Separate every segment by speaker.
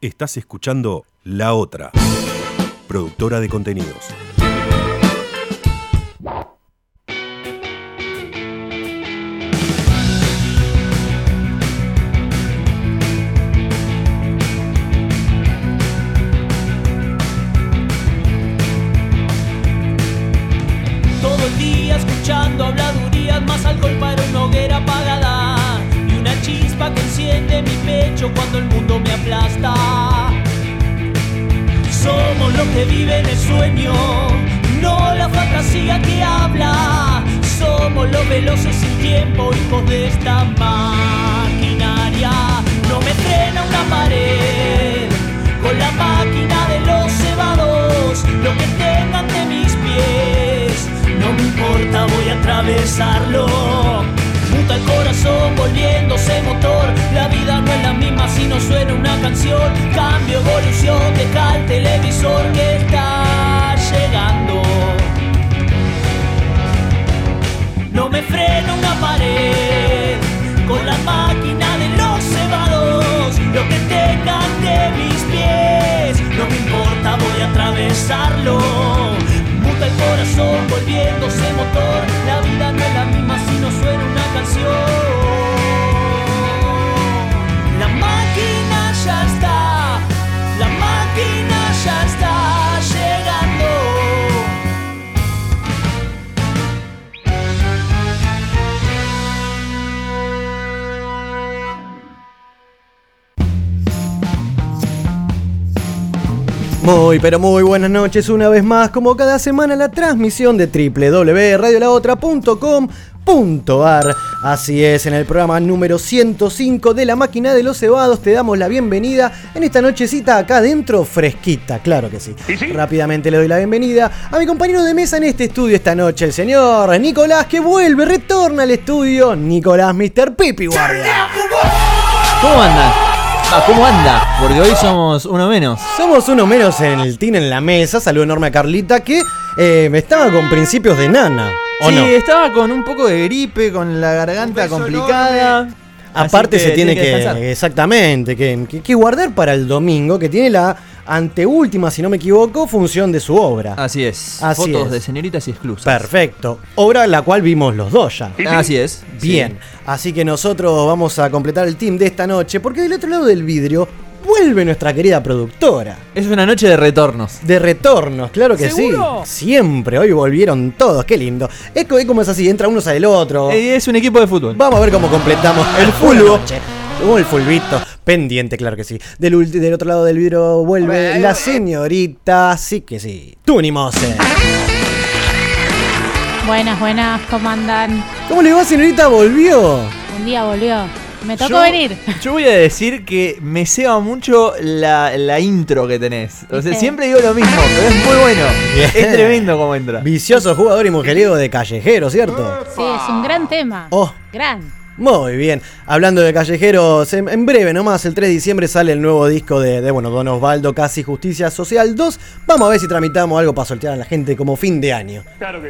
Speaker 1: Estás escuchando La Otra, productora de contenidos.
Speaker 2: Todo el día escuchando habladurías, más alcohol para una hoguera apagada. Y una chispa que enciende mi pecho cuando el mundo me aplasta. Somos los que viven el sueño, no la fantasía que habla. Somos los veloces sin tiempo, hijos de esta maquinaria. No me frena una pared con la máquina de los cebados, lo que tengan de mis pies. No me importa, voy a atravesarlo. Muta el corazón volviéndose motor. La vida no es la misma si no suena una canción. Cambio, evolución, deja el televisor que está llegando. No me frena una pared con la máquina de los cebados, lo que tengan de mis pies. No me importa, voy a atravesarlo. Muta el corazón volviéndose motor. La vida no es la misma si no suena una canción. La máquina ya está, la máquina ya está llegando.
Speaker 3: Muy, pero muy buenas noches una vez más, como cada semana la transmisión de www.radiolaotra.com.ar Así es, en el programa número 105 de La Máquina de los Cebados te damos la bienvenida en esta nochecita acá adentro, fresquita, claro que sí. Rápidamente le doy la bienvenida a mi compañero de mesa en este estudio esta noche, el señor Nicolás, que vuelve, retorna al estudio, Nicolás Mr. Pipi Guardia.
Speaker 4: ¿Cómo anda? Ah, ¿Cómo anda? Porque hoy somos uno menos.
Speaker 3: Somos uno menos en el tin en la mesa. Saludo enorme a Carlita que eh, estaba con principios de nana. ¿O
Speaker 4: sí,
Speaker 3: no?
Speaker 4: estaba con un poco de gripe, con la garganta complicada. Así
Speaker 3: Aparte
Speaker 4: que
Speaker 3: se tiene que,
Speaker 4: descansar.
Speaker 3: exactamente, que, que- que guardar para el domingo, que tiene la anteúltima, si no me equivoco, función de su obra.
Speaker 4: Así es.
Speaker 3: Así
Speaker 4: Fotos
Speaker 3: es.
Speaker 4: de señoritas y exclusas.
Speaker 3: Perfecto. Obra la cual vimos los dos ya.
Speaker 4: Así es.
Speaker 3: Bien, así que nosotros vamos a completar el team de esta noche, porque del otro lado del vidrio vuelve nuestra querida productora.
Speaker 4: Sí. Es una noche de retornos.
Speaker 3: De retornos, claro que
Speaker 4: ¿Seguro?
Speaker 3: sí. Siempre, hoy volvieron todos, qué lindo. Es co- es como es así, entra uno sale el otro.
Speaker 4: Eh, Es un equipo de fútbol.
Speaker 3: Vamos a ver cómo completamos el fulbo. Como el fulbito, pendiente, claro que sí. Del, ulti- del otro lado del vidrio vuelve la señorita, sí que sí. Tuni Mose.
Speaker 5: Buenas, buenas, ¿cómo andan?
Speaker 3: ¿Cómo le va, señorita? Volvió.
Speaker 5: Un día volvió. Me tocó
Speaker 4: Yo-
Speaker 5: venir.
Speaker 4: Yo voy a decir que me ceba mucho la, la intro que tenés. O sea,
Speaker 5: ¿Viste?
Speaker 4: siempre digo lo mismo, pero es muy bueno.
Speaker 3: Bien.
Speaker 4: Es tremendo como entra.
Speaker 3: Vicioso jugador y mujeriego de callejero, ¿cierto?
Speaker 5: Sí, es
Speaker 4: Ah.
Speaker 5: un gran tema.
Speaker 3: Oh.
Speaker 5: Gran.
Speaker 3: Muy bien. Hablando de callejeros, en, en breve nomás, el 3 de diciembre sale el nuevo disco de, de, bueno, Don Osvaldo, Casi Justicia Social 2. Vamos a ver si tramitamos algo para soltear a la gente como fin de año.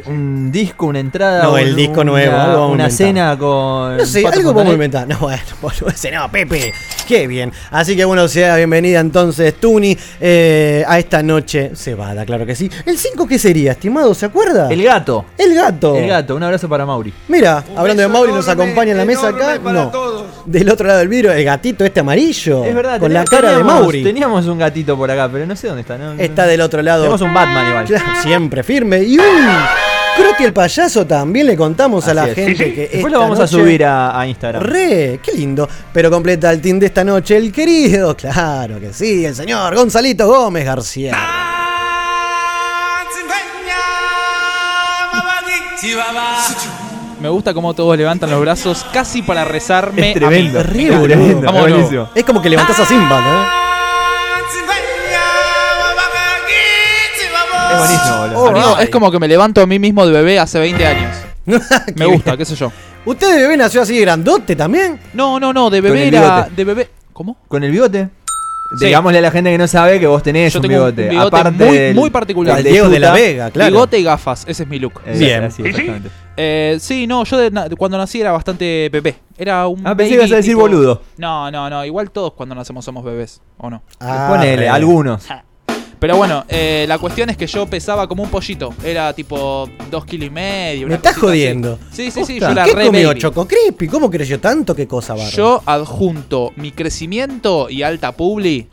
Speaker 4: Un disco, una entrada.
Speaker 3: No,
Speaker 4: un-
Speaker 3: el disco
Speaker 4: una-
Speaker 3: nuevo, algo vamos a
Speaker 4: Una
Speaker 3: inventar.
Speaker 4: cena con.
Speaker 3: No sé,
Speaker 4: Pato
Speaker 3: algo
Speaker 4: Fontanet.
Speaker 3: podemos inventar. No, bueno, boludo, ese no, Pepe. Qué bien. Así que bueno, sea bienvenida entonces, Tuni, eh, a esta noche cebada, claro que sí. ¿El 5 qué sería, estimado? ¿Se acuerda?
Speaker 4: El gato.
Speaker 3: El gato.
Speaker 4: El gato, un abrazo para Mauri.
Speaker 3: Mira, hablando de
Speaker 6: beso
Speaker 3: Mauri, nos
Speaker 6: enorme,
Speaker 3: acompaña en la mesa acá.
Speaker 6: enorme para
Speaker 3: no.
Speaker 6: todos.
Speaker 3: Del otro lado del vidrio, el gatito este amarillo.
Speaker 4: Es verdad,
Speaker 3: Con
Speaker 4: teníamos-
Speaker 3: la cara
Speaker 4: teníamos-
Speaker 3: de Mauri.
Speaker 4: Teníamos un gatito por acá, pero no sé dónde está. no- no-
Speaker 3: Está del otro lado.
Speaker 4: Tenemos un Batman igual.
Speaker 3: Claro, Siempre firme. Y uy, Croti el payaso también le contamos a
Speaker 4: Así
Speaker 3: la
Speaker 4: es.
Speaker 3: gente que.
Speaker 4: Después lo vamos a subir a, a Instagram.
Speaker 3: Re, qué lindo. Pero completa el team de esta noche el querido, claro que sí, el señor Gonzalito Gómez
Speaker 4: Ah.
Speaker 3: García.
Speaker 7: Me gusta cómo todos levantan los brazos casi para rezarme.
Speaker 4: Es tremendo.
Speaker 7: A mí.
Speaker 3: Re,
Speaker 4: Es
Speaker 3: boludo.
Speaker 4: tremendo, es
Speaker 7: Vámonos.
Speaker 4: buenísimo.
Speaker 3: Es como que levantás a Simba, ¿eh?
Speaker 4: Es buenísimo, boludo.
Speaker 3: Oh,
Speaker 7: Amigo,
Speaker 3: ay.
Speaker 7: es como que me levanto a mí mismo de bebé hace 20 años. Me gusta, qué sé yo.
Speaker 3: ¿Usted de bebé nació así de grandote también?
Speaker 7: No, no, no, de
Speaker 4: Con
Speaker 7: bebé
Speaker 4: el
Speaker 7: era.
Speaker 4: bigote.
Speaker 7: De bebé. ¿Cómo?
Speaker 4: ¿Con el bigote?
Speaker 7: Sí.
Speaker 4: Digámosle a la gente que no sabe que vos tenés
Speaker 7: Yo
Speaker 4: un
Speaker 7: tengo
Speaker 4: bigote.
Speaker 7: un bigote
Speaker 4: aparte
Speaker 7: muy,
Speaker 4: del-
Speaker 7: muy particular.
Speaker 4: del
Speaker 3: de Diego de la
Speaker 4: Yuta.
Speaker 3: Vega, claro.
Speaker 7: Bigote y gafas, ese es mi look.
Speaker 4: Eh,
Speaker 3: Bien.
Speaker 4: así,
Speaker 6: ¿Y sí?
Speaker 4: exactamente.
Speaker 7: Eh, sí, no, yo de na- cuando nací era bastante bebé. Era un.
Speaker 4: Ah, pensé que
Speaker 7: baby
Speaker 4: ibas a decir
Speaker 7: tipo-
Speaker 4: boludo.
Speaker 7: No, no, no. Igual todos cuando nacemos somos bebés, ¿o no?
Speaker 3: Ah,
Speaker 4: Ponele,
Speaker 3: re. Ah.
Speaker 4: algunos.
Speaker 7: Pero bueno, eh, la cuestión es que yo pesaba como un pollito. Era tipo dos kilos y medio.
Speaker 3: Me
Speaker 7: una
Speaker 3: estás
Speaker 7: cosita así.
Speaker 3: jodiendo.
Speaker 7: Sí, sí, sí.
Speaker 3: Posta.
Speaker 7: Yo la
Speaker 3: ¿Qué
Speaker 7: re
Speaker 3: comió
Speaker 7: baby.
Speaker 3: Choco Crispy? ¿Cómo creció tanto? ¿Qué cosa, barro?
Speaker 7: Yo adjunto mi crecimiento y alta publi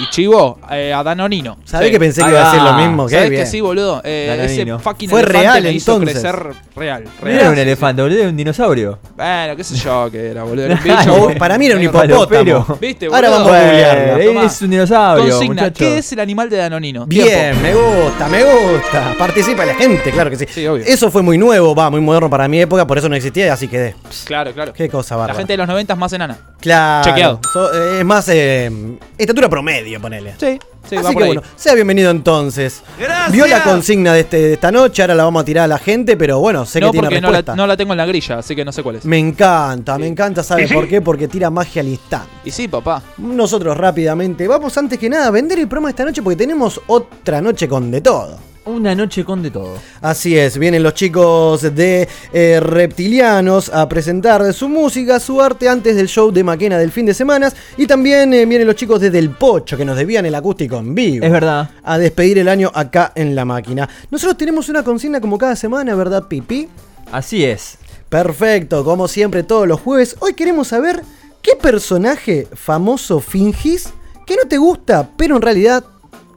Speaker 7: y chivo eh, a Danonino.
Speaker 3: ¿Sabés
Speaker 7: Sí.
Speaker 3: que pensé que
Speaker 4: Ahí
Speaker 3: iba a
Speaker 4: va.
Speaker 3: ser lo mismo? Qué
Speaker 7: ¿Sabés
Speaker 3: bien.
Speaker 7: que sí, boludo? Eh,
Speaker 4: Danonino.
Speaker 7: ese fucking
Speaker 3: Fue
Speaker 7: elefante
Speaker 3: real,
Speaker 7: me hizo
Speaker 3: entonces.
Speaker 7: crecer real,
Speaker 4: No
Speaker 7: real.
Speaker 4: era un elefante, boludo, era un dinosaurio.
Speaker 7: Bueno, qué sé yo que era, boludo. Era un bicho,
Speaker 3: O,
Speaker 7: boludo.
Speaker 3: para mí era un
Speaker 7: Medio
Speaker 3: hipopótamo.
Speaker 4: palopero.
Speaker 7: ¿Viste,
Speaker 3: Ahora
Speaker 7: boludo?
Speaker 3: vamos a
Speaker 7: Bueno,
Speaker 3: googlearlo.
Speaker 4: Eh,
Speaker 7: tomá.
Speaker 4: es un dinosaurio.
Speaker 7: Consigna,
Speaker 4: muchacho.
Speaker 7: ¿qué es el animal de Danonino?
Speaker 3: Bien,
Speaker 7: Tiempo.
Speaker 3: me gusta, me gusta. Participa la gente, claro que sí.
Speaker 7: Sí, obvio.
Speaker 3: Eso fue muy nuevo, va, muy moderno para mi época, por eso no existía, así quedé.
Speaker 7: Claro, claro.
Speaker 3: Qué cosa
Speaker 7: La
Speaker 3: bárbara.
Speaker 7: gente de los 90 es más enana.
Speaker 3: Claro.
Speaker 7: Chequeado.
Speaker 3: So- eh, es más, eh, estatura promedio, ponele.
Speaker 7: Sí, sí, va
Speaker 3: Así
Speaker 7: por
Speaker 3: que
Speaker 7: ahí.
Speaker 3: bueno, sea bienvenido entonces. Vio la consigna de, este- de esta noche, ahora la vamos a tirar a la gente, pero bueno, sé
Speaker 7: no,
Speaker 3: que tiene
Speaker 7: porque no la,
Speaker 3: respuesta.
Speaker 7: no la tengo en la grilla, así que no sé cuál es.
Speaker 3: Me encanta, me encanta, ¿sabe por qué? Porque tira magia al instante.
Speaker 7: Y sí, papá.
Speaker 3: Nosotros rápidamente vamos antes que nada a vender el programa esta noche porque tenemos otra noche con de todo.
Speaker 4: Una noche con de todo.
Speaker 3: Así es, vienen los chicos de eh, Reptilianos a presentar su música, su arte antes del show de Maquena del fin de semana. Y también eh, vienen los chicos de Del Pocho que nos debían el acústico en vivo.
Speaker 4: Es verdad.
Speaker 3: A despedir el año acá en la máquina. Nosotros tenemos una consigna como cada semana, ¿verdad, Pipi?
Speaker 4: Así es.
Speaker 3: Perfecto, como siempre todos los jueves. Hoy queremos saber qué personaje famoso fingís que no te gusta, pero en realidad,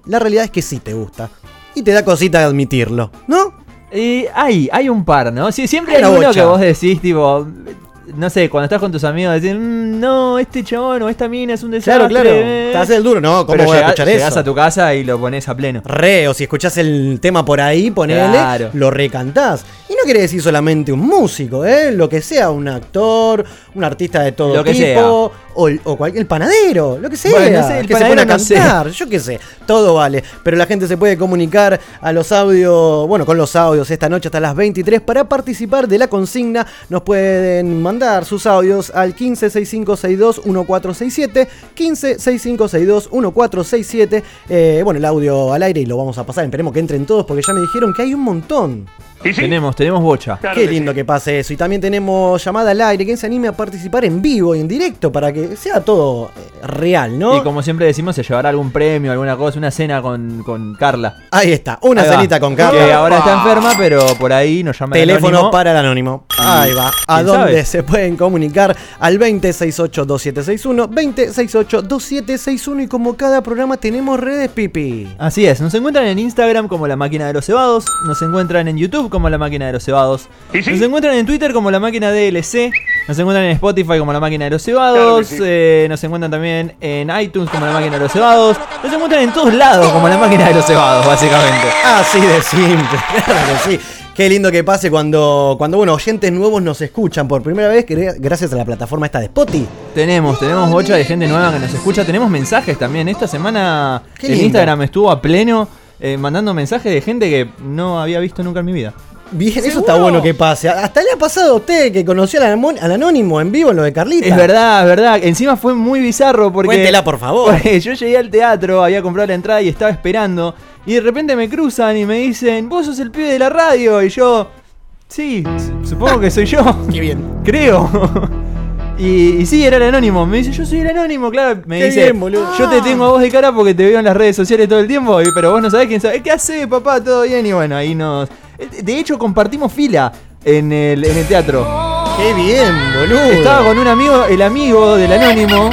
Speaker 3: la realidad es que sí te gusta. Y te da cosita de admitirlo, ¿no?
Speaker 4: Y hay, hay un par, ¿no? Sí, siempre
Speaker 3: Hay
Speaker 4: hay,
Speaker 3: una
Speaker 4: uno
Speaker 3: bocha.
Speaker 4: que vos decís, tipo, no sé, cuando estás con tus amigos, decís, "Mm, no, este chabón o esta mina es un desastre.
Speaker 3: Claro, claro.
Speaker 4: eh".
Speaker 3: Te haces el duro, no, ¿cómo
Speaker 4: Pero
Speaker 3: voy
Speaker 4: llegás-
Speaker 3: a escuchar
Speaker 4: llegás
Speaker 3: eso?
Speaker 4: a tu casa y lo pones a pleno.
Speaker 3: Re, o si escuchás el tema por ahí, ponele,
Speaker 4: Claro.
Speaker 3: lo recantás. Y no quiere decir solamente un músico, ¿eh? Lo que sea, un actor, un artista de todo
Speaker 4: Lo que
Speaker 3: tipo,
Speaker 4: sea.
Speaker 3: o, o cualquier el panadero, lo que sea.
Speaker 4: Bueno, no sé, el
Speaker 3: que se pone a
Speaker 4: panadero no sé.
Speaker 3: cantar, yo qué sé, todo vale. Pero la gente se puede comunicar a los audios, bueno, con los audios esta noche hasta las 23 para participar de la consigna. Nos pueden mandar sus audios al 1565621467, 1565621467. Eh, bueno, el audio al aire y lo vamos a pasar. Esperemos que entren todos porque ya me dijeron que hay un montón.
Speaker 6: ¿Y sí?
Speaker 4: Tenemos, tenemos bocha.
Speaker 6: Claro
Speaker 3: Qué
Speaker 6: que
Speaker 3: lindo
Speaker 6: sí.
Speaker 3: que pase eso. Y también tenemos llamada al aire. Quien se anime a participar en vivo y en directo para que sea todo eh, real, ¿no?
Speaker 4: Y como siempre decimos, se llevará algún premio, alguna cosa, una cena con, con Carla.
Speaker 3: Ahí está, una
Speaker 4: Ahí va.
Speaker 3: cenita con
Speaker 4: Que
Speaker 3: Carla.
Speaker 4: ahora está enferma, pero por ahí nos llama el
Speaker 3: Teléfono
Speaker 4: anónimo.
Speaker 3: para el anónimo. Ahí va. ¿A
Speaker 4: ¿Quién
Speaker 3: dónde
Speaker 4: sabe?
Speaker 3: se pueden comunicar? Al 2068-2761. 2068-2761. Y como cada programa tenemos redes, Pipi.
Speaker 4: Así es, nos encuentran en Instagram como La Máquina de los Cebados, nos encuentran en YouTube como La Máquina de los Cebados,
Speaker 6: ¿Y sí?
Speaker 4: nos encuentran en Twitter como La Máquina DLC, nos encuentran en Spotify como La Máquina de los Cebados,
Speaker 6: Claro que sí.
Speaker 4: eh, nos encuentran también en iTunes como La Máquina de los Cebados, nos encuentran en todos lados como La Máquina de los Cebados, básicamente.
Speaker 3: Así de simple, claro que sí. Qué lindo que pase cuando, cuando bueno, oyentes nuevos nos escuchan por primera vez, que gracias a la plataforma esta de Spotify.
Speaker 4: Tenemos, tenemos bocha de gente nueva que nos escucha, tenemos mensajes también, esta semana
Speaker 3: Qué
Speaker 4: en
Speaker 3: lindo.
Speaker 4: Instagram estuvo a pleno eh, mandando mensajes de gente que no había visto nunca en mi vida.
Speaker 3: Bien, eso está bueno que pase. Ah, Hasta le ha pasado a usted que conoció al, anmo- al anónimo en vivo en lo de Carlita.
Speaker 4: Es verdad, es verdad. Encima fue muy bizarro porque.
Speaker 3: Cuéntela, por favor.
Speaker 4: Porque yo llegué al teatro, había comprado la entrada y estaba esperando. Y de repente me cruzan y me dicen, vos sos el pibe de la radio. Y yo, sí, s- supongo que soy yo.
Speaker 3: Qué bien.
Speaker 4: Creo. Y, y sí, era el anónimo. Me dice, yo soy el anónimo, claro. Me
Speaker 3: Qué
Speaker 4: dice,
Speaker 3: bien, boludo.
Speaker 4: yo te tengo a vos de cara porque te veo en las redes sociales todo el tiempo, y- pero vos no sabés quién sabe. ¿Qué hace, papá? ¿Todo bien? Y bueno, ahí nos. eh, De hecho, compartimos fila en el, en el teatro.
Speaker 3: Qué bien, boludo.
Speaker 4: Estaba con un amigo, el amigo del anónimo.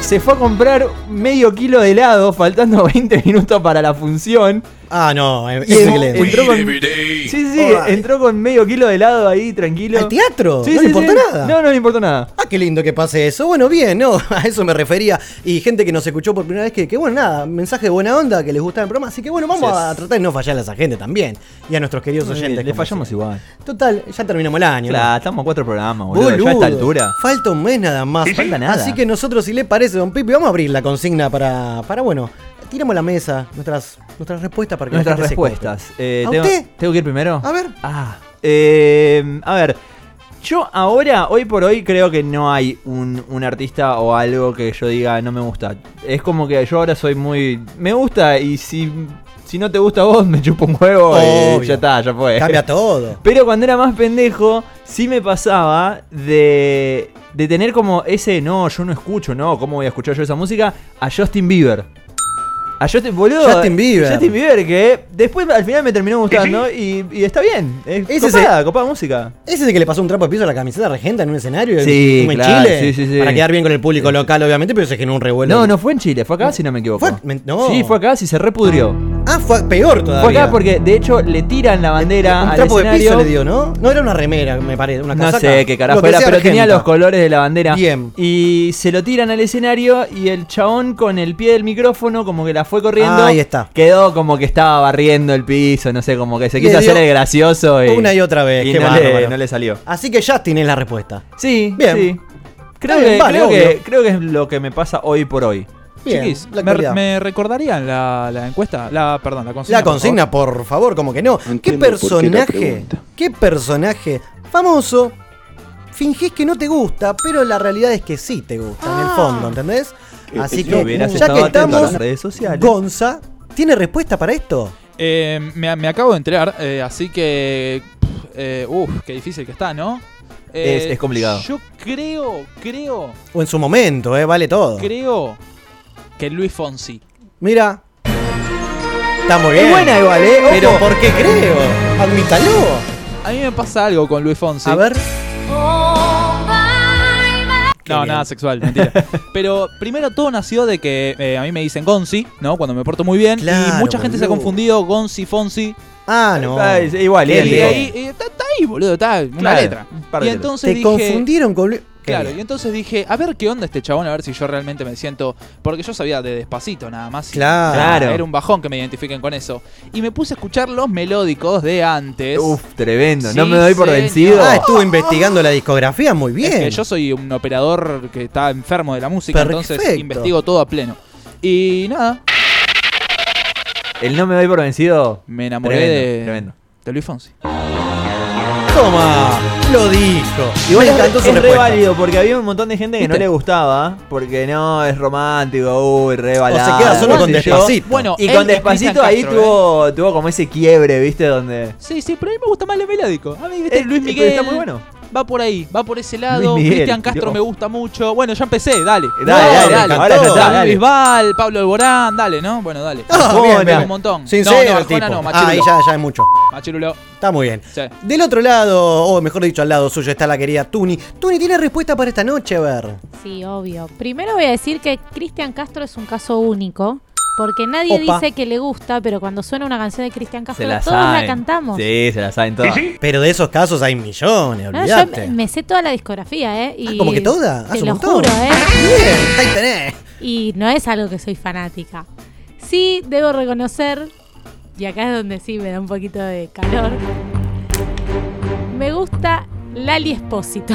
Speaker 4: Se fue a comprar medio kilo de helado, faltando 20 minutos para la función.
Speaker 3: Ah, no, es
Speaker 4: Y en-
Speaker 3: excelente.
Speaker 4: entró con, sí, sí, sí,
Speaker 3: Alright.
Speaker 4: entró con medio kilo de helado ahí, tranquilo.
Speaker 3: ¿Al teatro?
Speaker 4: Sí,
Speaker 3: ¿No
Speaker 4: sí,
Speaker 3: le importa
Speaker 4: sí.
Speaker 3: nada?
Speaker 4: No, no le importó nada.
Speaker 3: Ah, qué lindo que pase eso. Bueno, bien, no, a eso me refería. Y gente que nos escuchó por primera vez, que, que bueno, nada, mensaje de buena onda, que les gustaba el programa. Así que bueno, vamos
Speaker 4: Así es.
Speaker 3: a tratar de no fallar a esa gente también. Y a nuestros queridos oyentes.
Speaker 4: le
Speaker 3: como
Speaker 4: fallamos
Speaker 3: siempre.
Speaker 4: igual.
Speaker 3: Total, ya terminamos el año. ¿no?
Speaker 4: Claro, estamos a cuatro programas, boludo. Ya a esta
Speaker 3: Boludo,
Speaker 4: altura.
Speaker 3: Falta un mes nada más.
Speaker 4: Sí, sí. Falta nada.
Speaker 3: Así que nosotros, si le parece, don Pipi, vamos a abrir la consigna para, para bueno, tiramos a la mesa nuestras, nuestras respuestas para que la gente se
Speaker 4: Nuestras respuestas. Eh,
Speaker 3: ¿A Ah.
Speaker 4: tengo,
Speaker 3: usted?
Speaker 4: tengo que ir primero?
Speaker 3: A ver.
Speaker 4: Ah, eh, a ver. Yo ahora, hoy por hoy, creo que no hay un, un artista o algo que yo diga no me gusta. Es como que yo ahora soy muy. Me gusta y si, si no te gusta a vos, me chupo un huevo
Speaker 3: Obvio.
Speaker 4: y ya está, ya fue.
Speaker 3: Cambia todo.
Speaker 4: Pero cuando era más pendejo, sí me pasaba de, de tener como ese, no, yo no escucho, no, ¿cómo voy a escuchar yo esa música? A Justin Bieber. A Justin, boludo.
Speaker 3: Justin Bieber.
Speaker 4: Justin Bieber, que después Pues, al final me terminó gustando y, y está bien. Es
Speaker 3: Ese es
Speaker 4: copada, copada música.
Speaker 3: Ese es el que le pasó un trapo de piso a la camiseta regenta en un escenario
Speaker 4: Sí,
Speaker 3: en, en
Speaker 4: claro,
Speaker 3: Chile.
Speaker 4: sí, sí, sí.
Speaker 3: Para quedar bien con el público local, obviamente, pero se generó un revuelo.
Speaker 4: No, no fue en Chile, fue acá si no me equivoco.
Speaker 3: Fue- me- no.
Speaker 4: Sí, fue acá si se repudrió.
Speaker 3: Ah, fue peor todavía.
Speaker 4: Fue acá porque de hecho le tiran la bandera
Speaker 3: un
Speaker 4: al
Speaker 3: trapo de
Speaker 4: escenario.
Speaker 3: piso le dio, ¿no? No era una remera, me parece, una
Speaker 4: No
Speaker 3: casaca.
Speaker 4: sé qué
Speaker 3: Lo
Speaker 4: carajo
Speaker 3: que
Speaker 4: era,
Speaker 3: sea
Speaker 4: pero tenía
Speaker 3: regenta.
Speaker 4: los colores de la bandera.
Speaker 3: Bien.
Speaker 4: Y se lo tiran al escenario y el chabón con el pie del micrófono como que la fue corriendo.
Speaker 3: Ahí está.
Speaker 4: Quedó como que estaba barriendo el piso, no sé, como que se
Speaker 3: Le
Speaker 4: quiso
Speaker 3: dio
Speaker 4: hacer el gracioso. Y,
Speaker 3: Una y otra vez,
Speaker 4: y
Speaker 3: qué
Speaker 4: no,
Speaker 3: bárbaro.
Speaker 4: le, no le salió.
Speaker 3: Así que Justin es la respuesta.
Speaker 4: Sí,
Speaker 3: Bien.
Speaker 4: sí. Creo,
Speaker 3: bien,
Speaker 4: que,
Speaker 3: vale,
Speaker 4: creo, que,
Speaker 3: obvio.
Speaker 4: creo que es lo que me pasa hoy por hoy.
Speaker 3: Bien,
Speaker 7: Chiquis,
Speaker 3: la
Speaker 7: me,
Speaker 3: actualidad.
Speaker 7: me recordarían la, la encuesta? La, perdón, la consigna.
Speaker 3: La consigna, por favor, como que no. ¿Qué
Speaker 6: entiendo por qué la
Speaker 3: personaje,
Speaker 6: pregunta.
Speaker 3: qué personaje famoso fingís que no te gusta, pero la realidad es que sí te gusta
Speaker 7: Ah.
Speaker 3: en el fondo, ¿entendés?
Speaker 6: Que-
Speaker 3: Así
Speaker 6: que
Speaker 3: que,
Speaker 4: hubieras
Speaker 3: ya
Speaker 4: estado
Speaker 3: que
Speaker 4: atento a
Speaker 3: estamos,
Speaker 4: las redes sociales.
Speaker 3: Gonza, ¿tiene respuesta para esto?
Speaker 7: Eh, me, me acabo de enterar, eh, así que. pff, Eh, uf, qué difícil que está, ¿no? Eh,
Speaker 4: Es- es complicado.
Speaker 7: Yo creo, creo,
Speaker 3: O en su momento, ¿eh? Vale todo.
Speaker 7: creo que Luis Fonsi.
Speaker 3: Mira. Está muy
Speaker 4: Es
Speaker 3: bien.
Speaker 4: buena igual, ¿eh? Ojo.
Speaker 3: Pero ¿por qué creo? Admítalo.
Speaker 7: A mí me pasa algo con Luis Fonsi.
Speaker 3: A ver.
Speaker 7: No,
Speaker 3: Genial.
Speaker 7: nada sexual, mentira. Pero primero todo nació de que eh, a mí me dicen Gonzi, ¿no? Cuando me porto muy bien.
Speaker 3: Claro,
Speaker 7: y mucha gente se ha
Speaker 3: boludo.
Speaker 7: confundido Gonzi, Fonsi.
Speaker 3: Ah, no.
Speaker 4: Ah, es- igual,
Speaker 7: Y
Speaker 3: Qué
Speaker 4: bien,
Speaker 3: bien.
Speaker 7: ahí eh, está, está ahí, boludo, está una
Speaker 4: Claro,
Speaker 7: letra.
Speaker 4: un par de
Speaker 7: Y
Speaker 4: letras.
Speaker 7: entonces
Speaker 3: Te
Speaker 7: dije.
Speaker 3: confundieron con... Lu- Qué
Speaker 7: Claro,
Speaker 3: bien.
Speaker 7: y entonces dije, a ver qué onda este chabón, a ver si yo realmente me siento. Porque yo sabía de despacito nada más. y-
Speaker 3: Claro.
Speaker 4: Claro.
Speaker 7: Era un bajón que me identifiquen con eso. Y me puse a escuchar los melódicos de antes.
Speaker 4: Uf, tremendo. no
Speaker 7: Sí,
Speaker 4: me doy por
Speaker 7: señor.
Speaker 4: vencido.
Speaker 3: Ah, estuve investigando la discografía, muy bien.
Speaker 7: Es que yo soy un operador que está enfermo de la música, entonces
Speaker 3: Perfecto.
Speaker 7: investigo todo a pleno. Y nada,
Speaker 4: El no me doy por vencido.
Speaker 7: me enamoré
Speaker 4: Tremendo,
Speaker 7: de,
Speaker 4: tremendo.
Speaker 7: de Luis Fonsi.
Speaker 3: Toma, lo dijo. Igual
Speaker 4: es,
Speaker 3: me encantó su
Speaker 4: es re
Speaker 3: respuesta.
Speaker 4: válido porque había un montón de gente que no
Speaker 7: ¿Viste?
Speaker 4: le gustaba porque no es romántico, uy, re
Speaker 3: O
Speaker 4: balada,
Speaker 3: se queda solo
Speaker 4: qué
Speaker 3: con
Speaker 4: sé yo.
Speaker 3: despacito.
Speaker 7: Bueno,
Speaker 4: Y
Speaker 7: él
Speaker 4: con
Speaker 7: y
Speaker 4: despacito
Speaker 7: Cristian
Speaker 4: ahí
Speaker 7: Castro, ¿eh?
Speaker 4: tuvo, tuvo como ese quiebre, ¿viste? Donde
Speaker 7: Sí, sí, pero a mí me gusta más lo melódico. A mí, viste,
Speaker 4: Eh,
Speaker 7: Luis
Speaker 4: eh,
Speaker 7: Miguel.
Speaker 4: está muy bueno.
Speaker 7: Va por ahí, va por ese lado.
Speaker 4: Luis Miguel,
Speaker 7: Cristian Castro
Speaker 4: Dios.
Speaker 7: me gusta mucho. Bueno, ya empecé, dale.
Speaker 4: Dale, dale, ahora ya está,
Speaker 7: David
Speaker 4: dale.
Speaker 7: Bisbal, Pablo Alborán, dale, ¿no? Bueno, dale.
Speaker 3: Ah,
Speaker 4: Arjona,
Speaker 3: bien, bien.
Speaker 4: un
Speaker 7: montón.
Speaker 3: Sincero,
Speaker 7: No, no,
Speaker 3: el
Speaker 7: Arjona
Speaker 3: tipo.
Speaker 7: no, Machirulo.
Speaker 3: ah, ahí ya, ya es mucho.
Speaker 7: Machirulo.
Speaker 3: Está muy bien.
Speaker 7: Sí.
Speaker 3: Del otro lado, o mejor dicho, al lado suyo está la querida Tuni. Tuni tiene respuesta para esta noche, a ver.
Speaker 5: Sí, obvio. Primero voy a decir que Cristian Castro es un caso único. Porque nadie
Speaker 3: Opa.
Speaker 5: dice que le gusta, pero cuando suena una canción de Cristian Castro,
Speaker 4: se la
Speaker 5: todos
Speaker 4: saben.
Speaker 5: la cantamos.
Speaker 4: Sí, se la saben todas.
Speaker 3: Pero de esos casos hay millones,
Speaker 5: No, yo
Speaker 3: olvídate.
Speaker 5: me- me sé toda la discografía, ¿eh?
Speaker 3: Ah,
Speaker 5: Y
Speaker 3: ¿Como que toda?
Speaker 5: Te
Speaker 3: Hace un
Speaker 5: lo
Speaker 3: montón.
Speaker 5: juro, ¿eh?
Speaker 3: Bien, ahí tenés.
Speaker 5: Y no es algo que soy fanática. Sí, debo reconocer, y acá es donde sí me da un poquito de calor, me gusta Lali Espósito.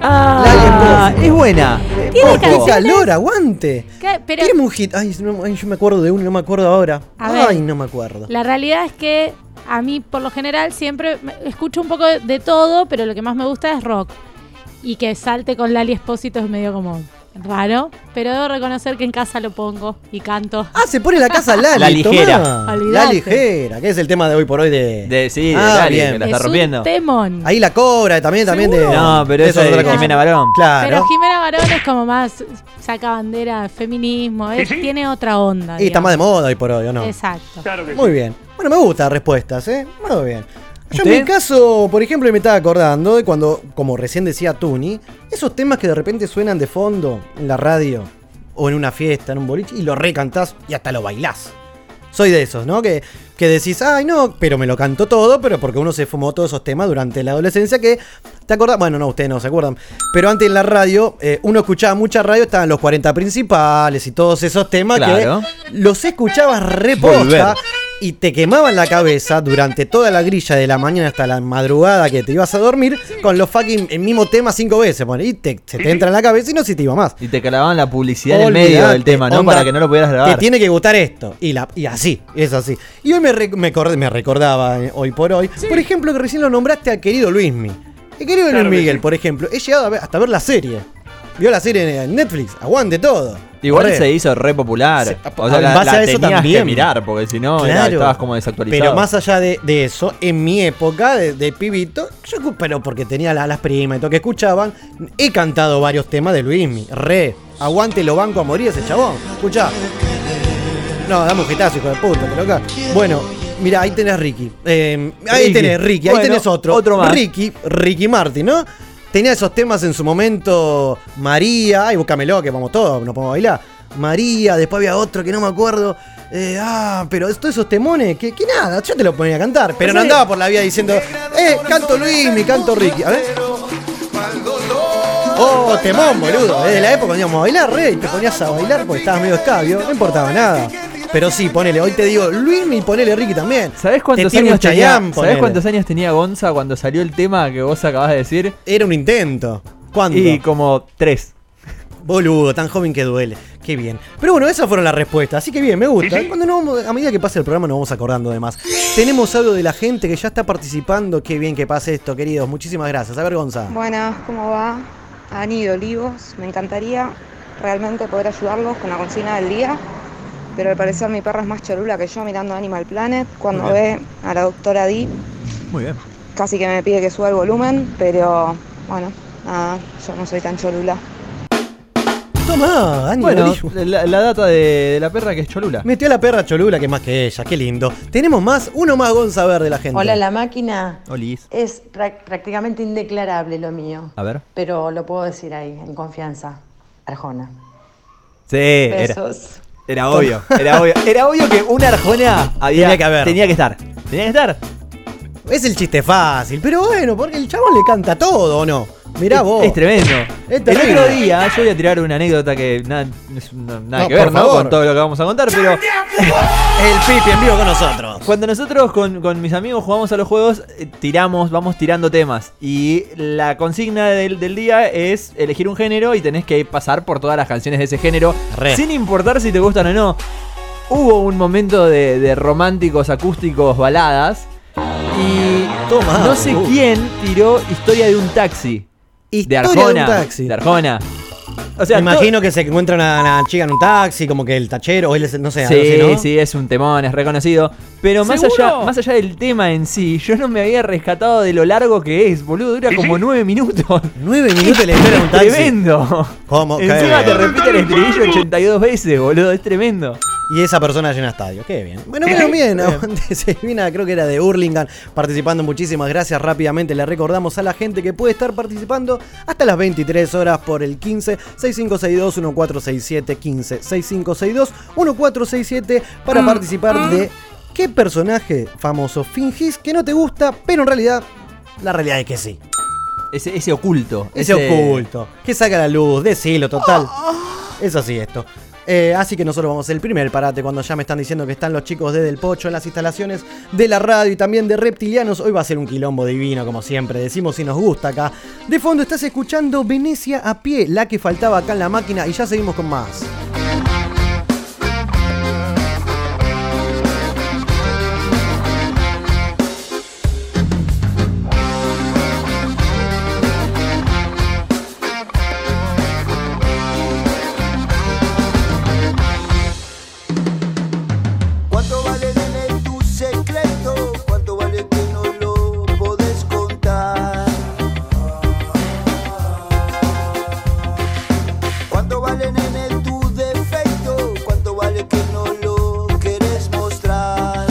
Speaker 4: Ah, es buena. Eh,
Speaker 5: Tiene
Speaker 4: poco.
Speaker 3: ¡Qué
Speaker 5: canciones-
Speaker 3: pues. calor, aguante!
Speaker 5: Que- Pero
Speaker 3: Tiene un hit. Ay, no- ay, yo me acuerdo de uno y no me acuerdo ahora.
Speaker 5: A ver.
Speaker 3: Ay, no me acuerdo.
Speaker 5: la realidad es que a mí, por lo general, siempre me- escucho un poco de, de todo, pero lo que más me gusta es rock. Y que salte con Lali Espósito es medio como raro, pero debo reconocer que en casa lo pongo y canto.
Speaker 3: Ah, se pone la casa Lali.
Speaker 4: La ligera.
Speaker 3: tomá. La
Speaker 5: Olvidate.
Speaker 3: ligera, que es el tema de hoy por hoy de.
Speaker 4: De- sí, de
Speaker 3: Ah,
Speaker 4: Lali,
Speaker 3: bien.
Speaker 4: que la
Speaker 5: es
Speaker 4: está rompiendo.
Speaker 5: un temón.
Speaker 3: Ahí la cobra también, también de.
Speaker 5: ¿Seguro?
Speaker 4: No, pero
Speaker 3: de
Speaker 4: eso
Speaker 3: esos
Speaker 4: es
Speaker 3: otra cosa.
Speaker 4: Jimena Barón.
Speaker 5: Pero
Speaker 3: Claro.
Speaker 5: Jimena Barón es como más saca bandera, feminismo, es- tiene otra onda.
Speaker 3: Y está
Speaker 5: digamos.
Speaker 3: más de moda hoy por hoy, ¿o no?
Speaker 5: Exacto.
Speaker 3: Muy bien. Bueno, me gustan las respuestas, ¿eh? Muy bien. Yo en
Speaker 4: ¿Usted?
Speaker 3: mi caso, por ejemplo, me estaba acordando de cuando, como recién decía Tuni, esos temas que de repente suenan de fondo en la radio o en una fiesta, en un boliche, y lo recantás y hasta lo bailás. Soy de esos, ¿no? Que, que decís, ay, no, pero me lo cantó todo, pero porque uno se fumó todos esos temas durante la adolescencia que, ¿te acordás? Bueno, no, ustedes no se acuerdan, pero antes en la radio, eh, uno escuchaba mucha radio, estaban los 40 principales y todos esos temas
Speaker 4: Claro.
Speaker 3: que los escuchabas re
Speaker 4: Volver.
Speaker 3: posta y te quemaban la cabeza durante toda la grilla de la mañana hasta la madrugada que te ibas a dormir con los fucking el mismo tema cinco veces, bueno, y te, se te entra en la cabeza y no se te iba más.
Speaker 4: Y te clavaban la publicidad en el
Speaker 3: Olvidate,
Speaker 4: medio del tema, ¿no?
Speaker 3: onda,
Speaker 4: Para que no lo pudieras
Speaker 3: Te
Speaker 4: grabar.
Speaker 3: tiene que gustar esto. Y, la, y así, es así. Y hoy me, rec- me, acordé- me recordaba eh, hoy por hoy. Por ejemplo, que recién lo nombraste al querido Luismi. El querido
Speaker 8: Claro que
Speaker 3: Luis Miguel,
Speaker 8: sí.
Speaker 3: por ejemplo, he llegado a ver- hasta ver la serie. Vio la serie en Netflix, aguante todo.
Speaker 4: Igual
Speaker 3: Corre.
Speaker 4: se hizo re popular.
Speaker 3: Se-
Speaker 4: o sea,
Speaker 3: en
Speaker 4: la,
Speaker 3: base
Speaker 4: la
Speaker 3: a eso
Speaker 4: tenías
Speaker 3: también.
Speaker 4: que mirar, porque si no, era-
Speaker 3: Claro.
Speaker 4: estabas como desactualizado.
Speaker 3: Pero más allá de, de eso, en mi época de, de pibito, yo, escu- pero porque tenía la- las primas y todo que escuchaban, he cantado varios temas de Luismi. Re, aguante lo banco a morir ese chabón. Escuchá. No, dame un jetazo, hijo de puta, pero acá. Bueno, mira, ahí tenés Ricky. Eh, ahí
Speaker 4: Ricky.
Speaker 3: tenés Ricky, ahí
Speaker 4: Bueno,
Speaker 3: tenés otro.
Speaker 4: otro más.
Speaker 3: Ricky, Ricky Martin, ¿no? Tenía esos temas en su momento, María, ay, búscamelo, que vamos todos, nos podemos bailar. María, después había otro que no me acuerdo. eh, ah, pero todos esos temones, que, que nada, yo te lo ponía a cantar. Pero no andaba por la vía diciendo, eh, canto Luis, mi canto Ricky. A ver. Oh, temón, boludo. Desde la época cuando íbamos a bailar, re, y te ponías a bailar porque estabas medio escabio, no importaba nada. Pero sí, ponele, hoy te digo, Luismi y ponele Ricky también.
Speaker 4: ¿Sabés
Speaker 3: Te
Speaker 4: cuántos,
Speaker 3: tiro
Speaker 4: años tenía,
Speaker 3: Chayanne,
Speaker 4: ¿Sabés
Speaker 3: ponele.
Speaker 4: cuántos años tenía Gonza cuando salió el tema que vos acabás de decir?
Speaker 3: Era un intento. ¿Cuándo?
Speaker 4: Y como tres.
Speaker 3: Boludo, tan joven que duele. Qué bien. Pero bueno, esas fueron las respuestas. Así que bien, me gusta.
Speaker 8: Sí, sí.
Speaker 3: Cuando nos vamos- a medida que pase el programa nos vamos acordando de más. Tenemos algo de la gente que ya está participando. Qué bien que pase esto, queridos. Muchísimas gracias. A ver, Gonza.
Speaker 9: Buenas, ¿cómo va? Ani de Olivos, me encantaría realmente poder ayudarlos con la consigna del día, pero al parecer mi perra es más cholula que yo mirando Animal Planet. Cuando
Speaker 4: Muy
Speaker 9: ve a la doctora Di,
Speaker 4: Muy bien.
Speaker 9: casi que me pide que suba el volumen, pero bueno, nada, yo no soy tan cholula.
Speaker 3: Toma, Dani.
Speaker 4: Bueno,
Speaker 3: Olivo.
Speaker 4: la, la data de, de la perra que es Cholula.
Speaker 3: Metió a la perra Cholula, que es más que ella. Qué lindo. Tenemos más. Uno más, Gonza, a ver, de la gente.
Speaker 10: Hola, la máquina.
Speaker 4: Olis.
Speaker 10: Es pra- prácticamente indeclarable lo mío,
Speaker 4: A ver.
Speaker 10: pero lo puedo decir ahí, en confianza. Arjona.
Speaker 4: Sí, era,
Speaker 10: Besos.
Speaker 4: era obvio. Era obvio. Era obvio que una Arjona había,
Speaker 3: Tenía que haber.
Speaker 4: Tenía que estar. Tenía que estar.
Speaker 3: Es el chiste fácil, pero bueno, porque el chabón le canta todo, ¿o no? Mirá
Speaker 4: Es-
Speaker 3: vos.
Speaker 4: Es tremendo.
Speaker 3: Es
Speaker 4: el
Speaker 3: terrible.
Speaker 4: otro día, yo voy a tirar una anécdota que nada, es una- nada
Speaker 3: No,
Speaker 4: que ver,
Speaker 3: por
Speaker 4: ¿no?
Speaker 3: favor.
Speaker 4: Con todo lo que vamos a contar, pero
Speaker 3: El Pipi en vivo con nosotros.
Speaker 4: cuando nosotros con, con mis amigos jugamos a los juegos, eh, tiramos, vamos tirando temas. Y la consigna del, del día es elegir un género y tenés que pasar por todas las canciones de ese género,
Speaker 3: Re.
Speaker 4: sin importar si te gustan o no. Hubo un momento de, de románticos, acústicos, baladas. Y
Speaker 3: Toma.
Speaker 4: no sé
Speaker 3: Uh.
Speaker 4: quién tiró Historia de un taxi. de
Speaker 3: Historia
Speaker 4: Arjona.
Speaker 3: de un taxi.
Speaker 4: De Arjona. O sea,
Speaker 3: Me imagino que se encuentra una, una chica en un taxi, como que el tachero, o él, es- no sé,
Speaker 4: todo-
Speaker 3: algo
Speaker 4: Sí,
Speaker 3: así, ¿no?
Speaker 4: sí, es un temón, es reconocido. Pero más
Speaker 11: ¿Seguro?
Speaker 4: allá, más allá del tema en sí, yo no me había rescatado de lo largo que es, boludo. Dura
Speaker 8: Sí,
Speaker 4: como
Speaker 8: sí.
Speaker 4: nueve minutos.
Speaker 3: Nueve minutos de la historia de un taxi.
Speaker 4: Tremendo.
Speaker 3: ¿Cómo?
Speaker 4: Encima
Speaker 3: Qué
Speaker 4: te
Speaker 3: bien.
Speaker 4: repite el estribillo 82 veces, boludo. Es tremendo.
Speaker 3: Y esa persona llena estadio, qué bien. Bueno, bueno, bien, aguante, Silvina, creo que era de Hurlingham, participando. Muchísimas gracias. Rápidamente le recordamos a la gente que puede estar participando hasta las 23 horas por el 15 6562 1467 15 6562 1467 para participar de qué personaje famoso fingís que no te gusta, pero en realidad la realidad es que sí.
Speaker 4: Ese, ese oculto.
Speaker 3: Ese oculto. Que saca la luz, decilo, total. Es así esto. Eh, así que nosotros vamos a hacer el primer parate cuando ya me están diciendo que están los chicos de Del Pocho en las instalaciones de la radio y también de Reptilianos. Hoy va a ser un quilombo divino, como siempre. Decimos si nos gusta acá. De fondo estás escuchando Venecia a pie, la que faltaba acá en la máquina, y ya seguimos con más.
Speaker 12: ¿Cuánto vale tener tu secreto? ¿Cuánto vale que no lo podés contar? ¿Cuánto vale nene tu defecto? ¿Cuánto vale que no lo querés mostrar?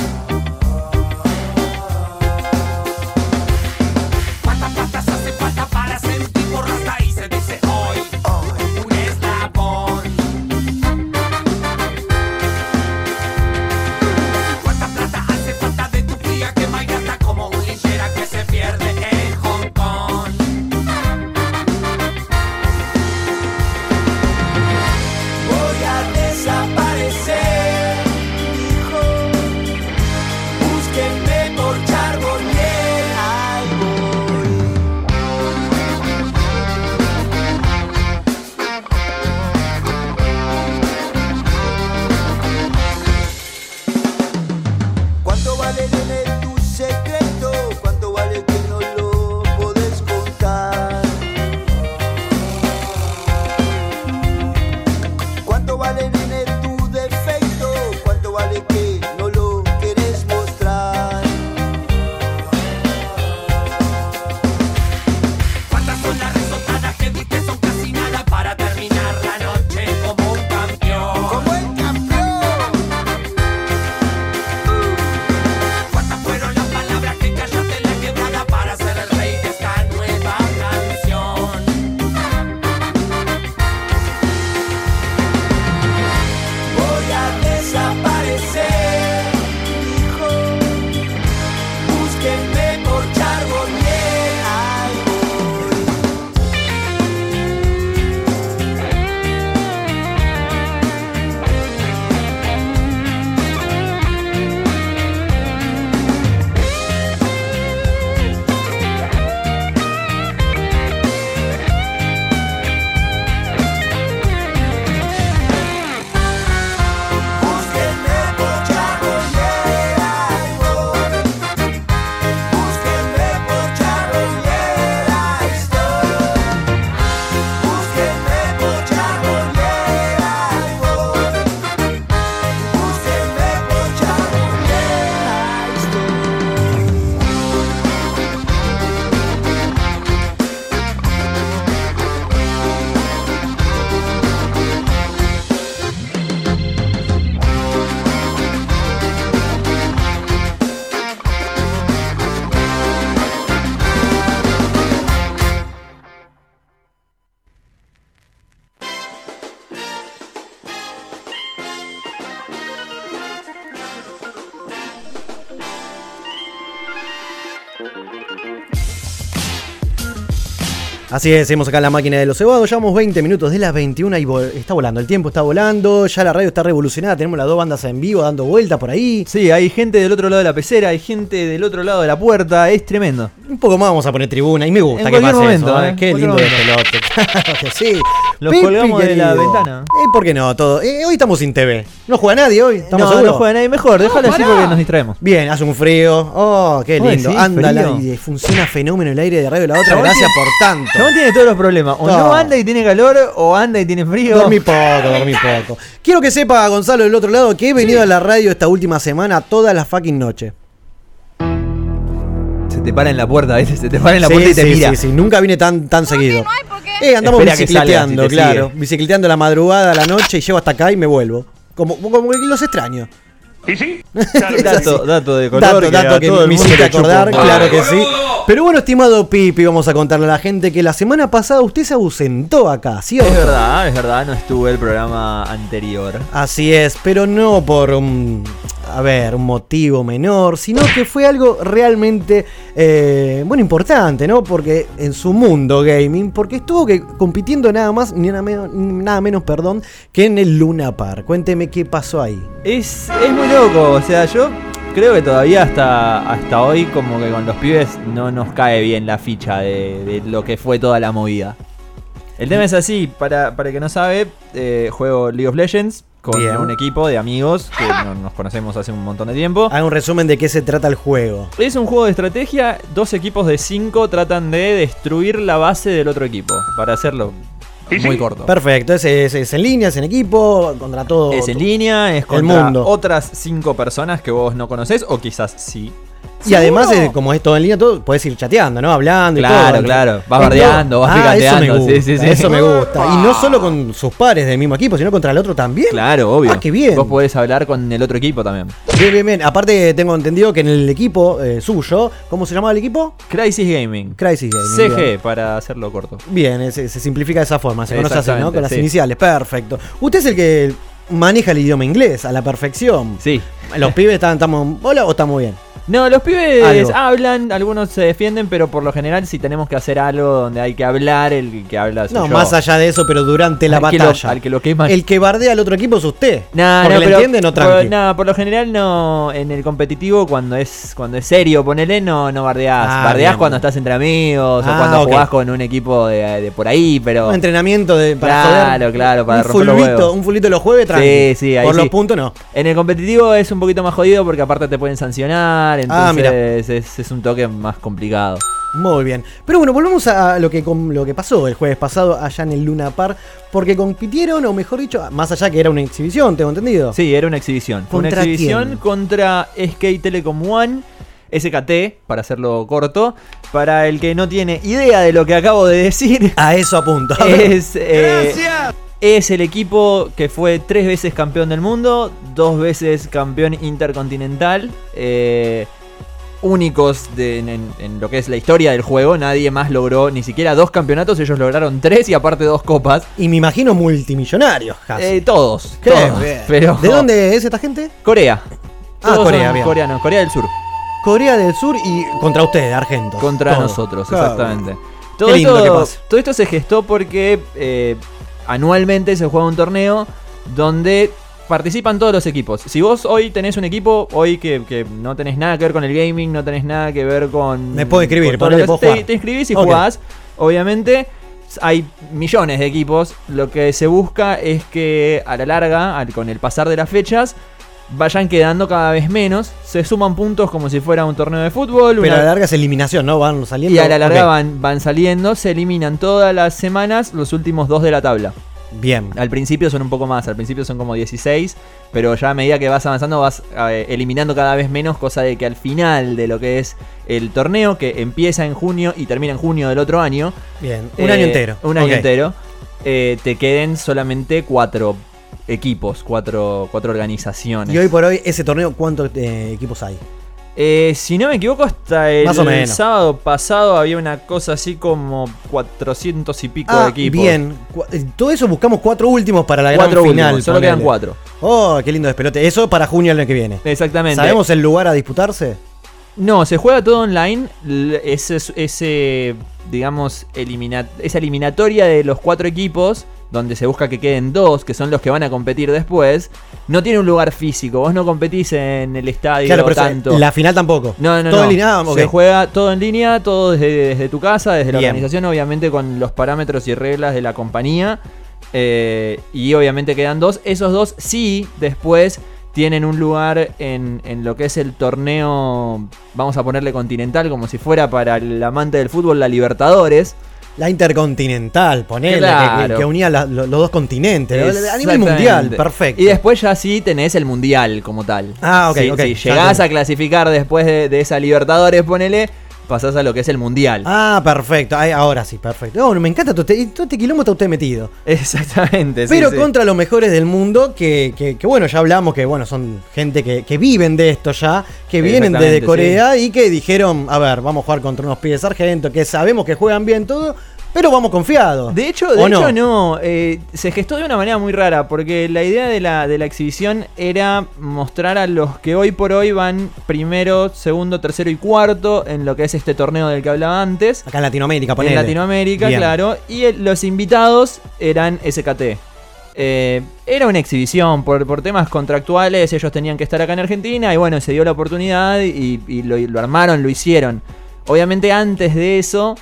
Speaker 12: Voy a desaparecer, hijo. Búsquenme por Charbonnier. Ay, voy. ¿Cuánto vale tener tu secreto? ¿Cuánto vale que no lo podés contar?
Speaker 3: Así es, hemos acá la máquina de los cebados. Llevamos 20 minutos de las 21 y vol- está volando. El tiempo está volando, ya la radio está revolucionada. Tenemos las dos bandas en vivo dando vuelta por ahí.
Speaker 4: Sí, hay gente del otro lado de la pecera, hay gente del otro lado de la puerta, es tremendo.
Speaker 3: Un poco más vamos a poner tribuna y me gusta
Speaker 4: En
Speaker 3: que
Speaker 4: cualquier
Speaker 3: pase
Speaker 4: momento,
Speaker 3: eso. ¿eh?
Speaker 4: ¿eh?
Speaker 3: Qué
Speaker 4: En
Speaker 3: lindo de
Speaker 4: cualquier
Speaker 3: pelote. Claro que sí.
Speaker 4: Los colgamos de la ventana.
Speaker 3: Eh, ¿Por qué no? Todo. Eh, hoy estamos sin TV. No juega nadie hoy. ¿Estamos
Speaker 4: no,
Speaker 3: seguros?
Speaker 4: no juega nadie mejor, déjalo así
Speaker 7: pará.
Speaker 4: porque nos distraemos.
Speaker 3: Bien, hace un frío. Oh, qué
Speaker 4: Oye,
Speaker 3: lindo.
Speaker 4: sí,
Speaker 3: Anda el
Speaker 4: frío.
Speaker 3: aire. Funciona fenómeno el aire de radio la otra.
Speaker 4: Chabón
Speaker 3: Gracias
Speaker 4: tiene-
Speaker 3: por tanto.
Speaker 4: Chabón tiene todos los problemas, o
Speaker 3: No.
Speaker 4: no. anda y tiene calor, o anda y tiene frío.
Speaker 3: Dormí poco, dormí poco. Quiero que sepa, Gonzalo, del otro lado, que he venido a la radio esta última semana todas las fucking noches.
Speaker 4: Se te para en la puerta, ¿viste? Se te para en la
Speaker 3: Sí,
Speaker 4: puerta y te
Speaker 3: sí,
Speaker 4: mira.
Speaker 3: sí, sí, nunca vine tan, tan seguido. Eh, andamos
Speaker 4: Espera que salga,
Speaker 3: bicicleteando,
Speaker 4: si te sigue.
Speaker 3: claro. Bicicleteando la madrugada, a la noche, y llego hasta acá y me vuelvo. Como, como que los extraño.
Speaker 4: Dato, dato de color.
Speaker 3: Dato,
Speaker 4: que
Speaker 3: dato
Speaker 4: a
Speaker 3: que
Speaker 4: todo el
Speaker 3: me
Speaker 4: mundo
Speaker 3: hiciste
Speaker 4: le chupa un
Speaker 3: acordar,
Speaker 4: huevo.
Speaker 3: claro que sí. Pero bueno, estimado Pipi, vamos a contarle a la gente que la semana pasada usted se ausentó acá, ¿sí o
Speaker 4: Es
Speaker 3: no?
Speaker 4: verdad, es verdad, no estuve el programa anterior.
Speaker 3: Así es, pero no por un, a ver, un motivo menor, sino que fue algo realmente, eh, bueno, importante, ¿no? Porque en su mundo gaming, porque estuvo que, compitiendo nada más, ni nada menos, nada menos, perdón, que en el Luna Park. Cuénteme qué pasó ahí.
Speaker 4: Es, es muy loco, o sea, yo creo que todavía hasta, hasta hoy como que con los pibes no nos cae bien la ficha de, de lo que fue toda la movida. El tema es así, para, para el que no sabe, eh, juego League of Legends con
Speaker 3: Bien.
Speaker 4: un equipo de amigos que no- nos conocemos hace un montón de tiempo.
Speaker 3: Haga un resumen de qué se trata el juego.
Speaker 4: Es un juego de estrategia, dos equipos de cinco tratan de destruir la base del otro equipo, para hacerlo muy corto.
Speaker 3: Perfecto, es, es- es en línea, es en equipo, contra todo.
Speaker 4: Es en línea, es contra
Speaker 3: mundo.
Speaker 4: otras cinco personas que vos no conocés, o quizás sí.
Speaker 3: Y además,
Speaker 4: ¿Seguro?
Speaker 3: eh, como es todo en línea, todo, podés ir chateando, ¿no? Hablando y
Speaker 4: Claro,
Speaker 3: todo.
Speaker 4: claro. Vas
Speaker 3: Es todo-
Speaker 4: bardeando, vas picanteando.
Speaker 3: Eso me gusta,
Speaker 4: Sí, sí, sí.
Speaker 3: Eso me gusta. Y no solo con sus pares del mismo equipo, sino contra el otro también.
Speaker 4: Claro, obvio.
Speaker 3: Ah, qué bien.
Speaker 4: Vos podés hablar con el otro equipo también.
Speaker 3: Bien, bien, bien. Aparte, tengo entendido que en el equipo eh, suyo, ¿cómo se llamaba el equipo?
Speaker 4: Crisis Gaming.
Speaker 3: Crisis Gaming.
Speaker 4: CG,
Speaker 3: bien.
Speaker 4: para hacerlo corto.
Speaker 3: Bien, eh, se, se simplifica de esa forma, se conoce así, ¿no?
Speaker 4: Exactamente,
Speaker 3: Con las
Speaker 4: sí.
Speaker 3: iniciales, perfecto. Usted es el que maneja el idioma inglés a la perfección.
Speaker 4: Sí.
Speaker 3: Los pibes están, estamos, hola o estamos bien.
Speaker 4: No, los pibes
Speaker 3: Algo.
Speaker 4: hablan, algunos se defienden, pero por lo general si tenemos que hacer algo donde hay que hablar, el que habla soy
Speaker 3: No,
Speaker 4: yo.
Speaker 3: más allá de eso, pero durante la
Speaker 4: Al que lo-
Speaker 3: batalla.
Speaker 4: al que lo queman.
Speaker 3: El que bardea al otro equipo es usted.
Speaker 4: No,
Speaker 3: Porque
Speaker 4: no,
Speaker 3: le
Speaker 4: pero-
Speaker 3: entiende, no
Speaker 4: por,
Speaker 3: tranqui.
Speaker 4: no, por lo general no, en el competitivo cuando es cuando es serio, ponele, no, no bardeás.
Speaker 3: Ah,
Speaker 4: bardeás
Speaker 3: bien,
Speaker 4: cuando
Speaker 3: bien.
Speaker 4: estás entre amigos
Speaker 3: Ah,
Speaker 4: o cuando
Speaker 3: ok.
Speaker 4: jugás con un equipo de, de por ahí, pero...
Speaker 3: Un entrenamiento de, para
Speaker 4: Claro,
Speaker 3: joder.
Speaker 4: claro, para
Speaker 3: un
Speaker 4: romper los
Speaker 3: fulbito,
Speaker 4: huevos.
Speaker 3: Un fulito los jueves, tranqui.
Speaker 4: Sí, sí, ahí
Speaker 3: Por los
Speaker 4: sí.
Speaker 3: puntos no.
Speaker 4: En el competitivo es un poquito más jodido porque aparte te pueden sancionar,
Speaker 3: Ah, mira.
Speaker 4: entonces es, es un toque más complicado.
Speaker 3: Muy bien. Pero bueno, volvemos a lo que, com- lo que pasó el jueves pasado allá en el Luna Park, porque compitieron, o mejor dicho, más allá que era una exhibición, tengo entendido.
Speaker 4: Sí, era una exhibición. Fue una
Speaker 3: ¿Contra
Speaker 4: exhibición
Speaker 3: quién?
Speaker 4: contra SK Telecom One, SKT, para hacerlo corto. Para el que no tiene idea de lo que acabo de decir,
Speaker 3: A eso apunto. A ver.
Speaker 4: es, eh, es el equipo que fue tres veces campeón del mundo, dos veces campeón intercontinental. eh, únicos de- en, en- en lo que es la historia del juego, nadie más logró ni siquiera dos campeonatos, ellos lograron tres y aparte dos copas.
Speaker 3: Y me imagino multimillonarios, casi.
Speaker 4: Eh, todos,
Speaker 3: Qué
Speaker 4: todos,
Speaker 3: bien.
Speaker 4: Pero
Speaker 3: ¿De dónde es esta gente?
Speaker 4: Corea.
Speaker 3: Ah,
Speaker 4: Todos
Speaker 3: Corea,
Speaker 4: son
Speaker 3: bien.
Speaker 4: coreanos, Corea del Sur.
Speaker 3: Corea del Sur y contra ustedes, Argentos.
Speaker 4: Contra
Speaker 3: Todo.
Speaker 4: nosotros,
Speaker 3: Claro.
Speaker 4: exactamente. Todo,
Speaker 3: lindo
Speaker 4: esto,
Speaker 3: que pase.
Speaker 4: todo esto se gestó porque eh, anualmente se juega un torneo donde participan todos los equipos. Si vos hoy tenés un equipo, hoy que, que no tenés nada que ver con el gaming, no tenés nada que ver con...
Speaker 3: Me puedo inscribir,
Speaker 4: con todo
Speaker 3: ponele,
Speaker 4: lo que
Speaker 3: puedo
Speaker 4: haces, te,
Speaker 3: jugar.
Speaker 4: te inscribís y
Speaker 3: Ok.
Speaker 4: jugás, obviamente. Hay millones de equipos. Lo que se busca es que a la larga, al- con el pasar de las fechas, vayan quedando cada vez menos. Se suman puntos como si fuera un torneo de fútbol.
Speaker 3: Pero
Speaker 4: una-
Speaker 3: a la larga es eliminación, ¿no? Van saliendo.
Speaker 4: y a la larga
Speaker 3: Ok.
Speaker 4: van, van saliendo, se eliminan todas las semanas los últimos dos de la tabla.
Speaker 3: Bien.
Speaker 4: Al principio son un poco más, al principio son como 16, pero ya a medida que vas avanzando vas eh, eliminando cada vez menos, cosa de que al final de lo que es el torneo, que empieza en junio y termina en junio del otro año,
Speaker 3: Bien. Un
Speaker 4: eh,
Speaker 3: año entero.
Speaker 4: Un año
Speaker 3: Ok.
Speaker 4: entero, eh, te queden solamente cuatro equipos, cuatro, cuatro organizaciones.
Speaker 3: Y hoy por hoy, ese torneo, ¿cuántos eh, equipos hay?
Speaker 4: Eh, si no me equivoco, hasta el
Speaker 3: Más o menos.
Speaker 4: sábado pasado había una cosa así como 400 y pico de equipos.
Speaker 3: Ah, Bien. Cu- eh, Todo eso buscamos cuatro últimos para la gran
Speaker 4: Cuatro últimos,
Speaker 3: final.
Speaker 4: solo
Speaker 3: ponele.
Speaker 4: quedan cuatro.
Speaker 3: Oh, qué lindo despelote. Eso para junio el año que viene.
Speaker 4: Exactamente.
Speaker 3: ¿Sabemos el lugar a disputarse?
Speaker 4: No, se juega todo online. L- Ese, ese, digamos, elimina- esa eliminatoria de los cuatro equipos, donde se busca que queden dos, que son los que van a competir después, no tiene un lugar físico. Vos no competís en el estadio
Speaker 3: Claro, pero
Speaker 4: tanto.
Speaker 3: se- la final tampoco.
Speaker 4: No, no,
Speaker 3: Todo
Speaker 4: no.
Speaker 3: en línea, ah, ok.
Speaker 4: Se juega todo en línea, todo desde, desde tu casa, desde la
Speaker 3: Bien.
Speaker 4: organización, obviamente con los parámetros y reglas de la compañía. Eh, y obviamente quedan dos. Esos dos sí, después tienen un lugar en, en lo que es el torneo, vamos a ponerle continental, como si fuera para el amante del fútbol, la Libertadores.
Speaker 3: La intercontinental, ponele,
Speaker 4: Claro.
Speaker 3: que, que unía la- lo- los dos continentes. A nivel mundial,
Speaker 4: Exactamente.
Speaker 3: perfecto.
Speaker 4: Y después ya sí tenés el mundial como tal.
Speaker 3: Ah, ok,
Speaker 4: Si-
Speaker 3: ok,
Speaker 4: Si
Speaker 3: ya
Speaker 4: llegás
Speaker 3: entendí.
Speaker 4: a clasificar después de, de esa Libertadores, ponele, pasás a lo que es el mundial.
Speaker 3: Ah, perfecto. Ay, ahora sí, perfecto. No, me encanta todo este, todo este quilombo está usted metido.
Speaker 4: Exactamente, sí,
Speaker 3: Pero
Speaker 4: sí.
Speaker 3: contra los mejores del mundo, que, que- que, bueno, ya hablamos que bueno, son gente que, que viven de esto ya, que vienen desde
Speaker 4: Exactamente,
Speaker 3: Corea y que dijeron, a ver, vamos a jugar contra unos pibes sargentos que sabemos que juegan bien todo, pero vamos confiados.
Speaker 4: De hecho,
Speaker 3: ¿O
Speaker 4: de hecho no, eh, se gestó de una manera muy rara, porque la idea de la, de la exhibición era mostrar a los que hoy por hoy van primero, segundo, tercero y cuarto en lo que es este torneo del que hablaba antes.
Speaker 3: Acá en Latinoamérica, ponele.
Speaker 4: En Latinoamérica,
Speaker 3: Bien.
Speaker 4: claro. Y el- los invitados eran SKT. Eh, era una exhibición por, por temas contractuales, ellos tenían que estar acá en Argentina y bueno, se dio la oportunidad y, y lo, lo armaron, lo hicieron. Obviamente antes de eso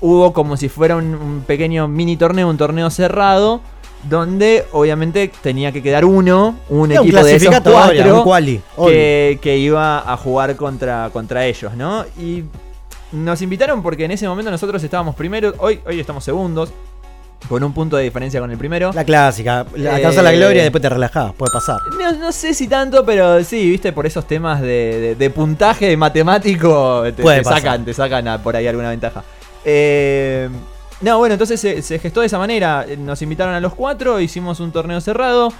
Speaker 4: hubo como si fuera un, un pequeño mini torneo, un torneo cerrado, donde obviamente tenía que quedar uno, un
Speaker 3: Era un
Speaker 4: equipo de esos
Speaker 3: clasificatorio,
Speaker 4: cuatro,
Speaker 3: un quali,
Speaker 4: que, que iba a jugar contra, contra ellos, ¿no? Y nos invitaron porque en ese momento nosotros estábamos primeros, hoy, hoy estamos segundos, con un punto de diferencia con el primero.
Speaker 3: La clásica, la
Speaker 4: Eh,
Speaker 3: alcanza la gloria y después te relajás, puede pasar.
Speaker 4: No, no sé si tanto, pero sí, viste, por esos temas de, de- de puntaje de matemático, te,
Speaker 3: Puede
Speaker 4: te
Speaker 3: pasar.
Speaker 4: sacan, te sacan a- por ahí alguna ventaja. Eh, no, bueno, entonces se, se gestó de esa manera. Nos invitaron a los cuatro, hicimos un torneo cerrado.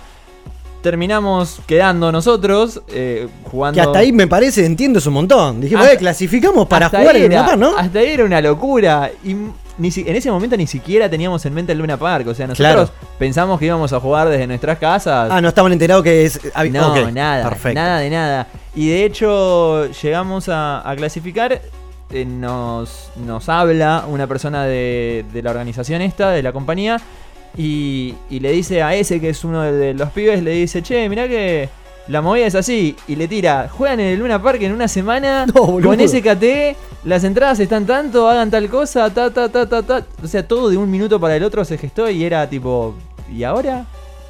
Speaker 4: Terminamos quedando nosotros, eh, jugando.
Speaker 3: Que hasta ahí me parece, entiendo, es un montón. Dijimos,
Speaker 4: Hasta-
Speaker 3: eh, clasificamos para
Speaker 4: Hasta
Speaker 3: jugar
Speaker 4: ahí
Speaker 3: en
Speaker 4: era-
Speaker 3: Luna Park, ¿no?
Speaker 4: Hasta ahí era una locura. Y ni si- en ese momento ni siquiera teníamos en mente el Luna Park. O sea, nosotros pensamos que íbamos a jugar desde nuestras casas.
Speaker 3: Ah, no estaban enterados que es. hab-
Speaker 4: No,
Speaker 3: ok,
Speaker 4: nada,
Speaker 3: Perfecto.
Speaker 4: nada de nada. Y de hecho, llegamos a, a clasificar. eh, nos, nos habla una persona de, de la organización esta, de la compañía, y, y le dice a ese que es uno de, de los pibes, le dice, che, mirá que la movida es así, y le tira, juegan en el Luna Park en una semana,
Speaker 3: No, boludo.
Speaker 4: con SKT, las entradas están tanto, hagan tal cosa, ta, ta, ta, ta, ta. O sea, todo de un minuto para el otro se gestó y era tipo, ¿y ahora?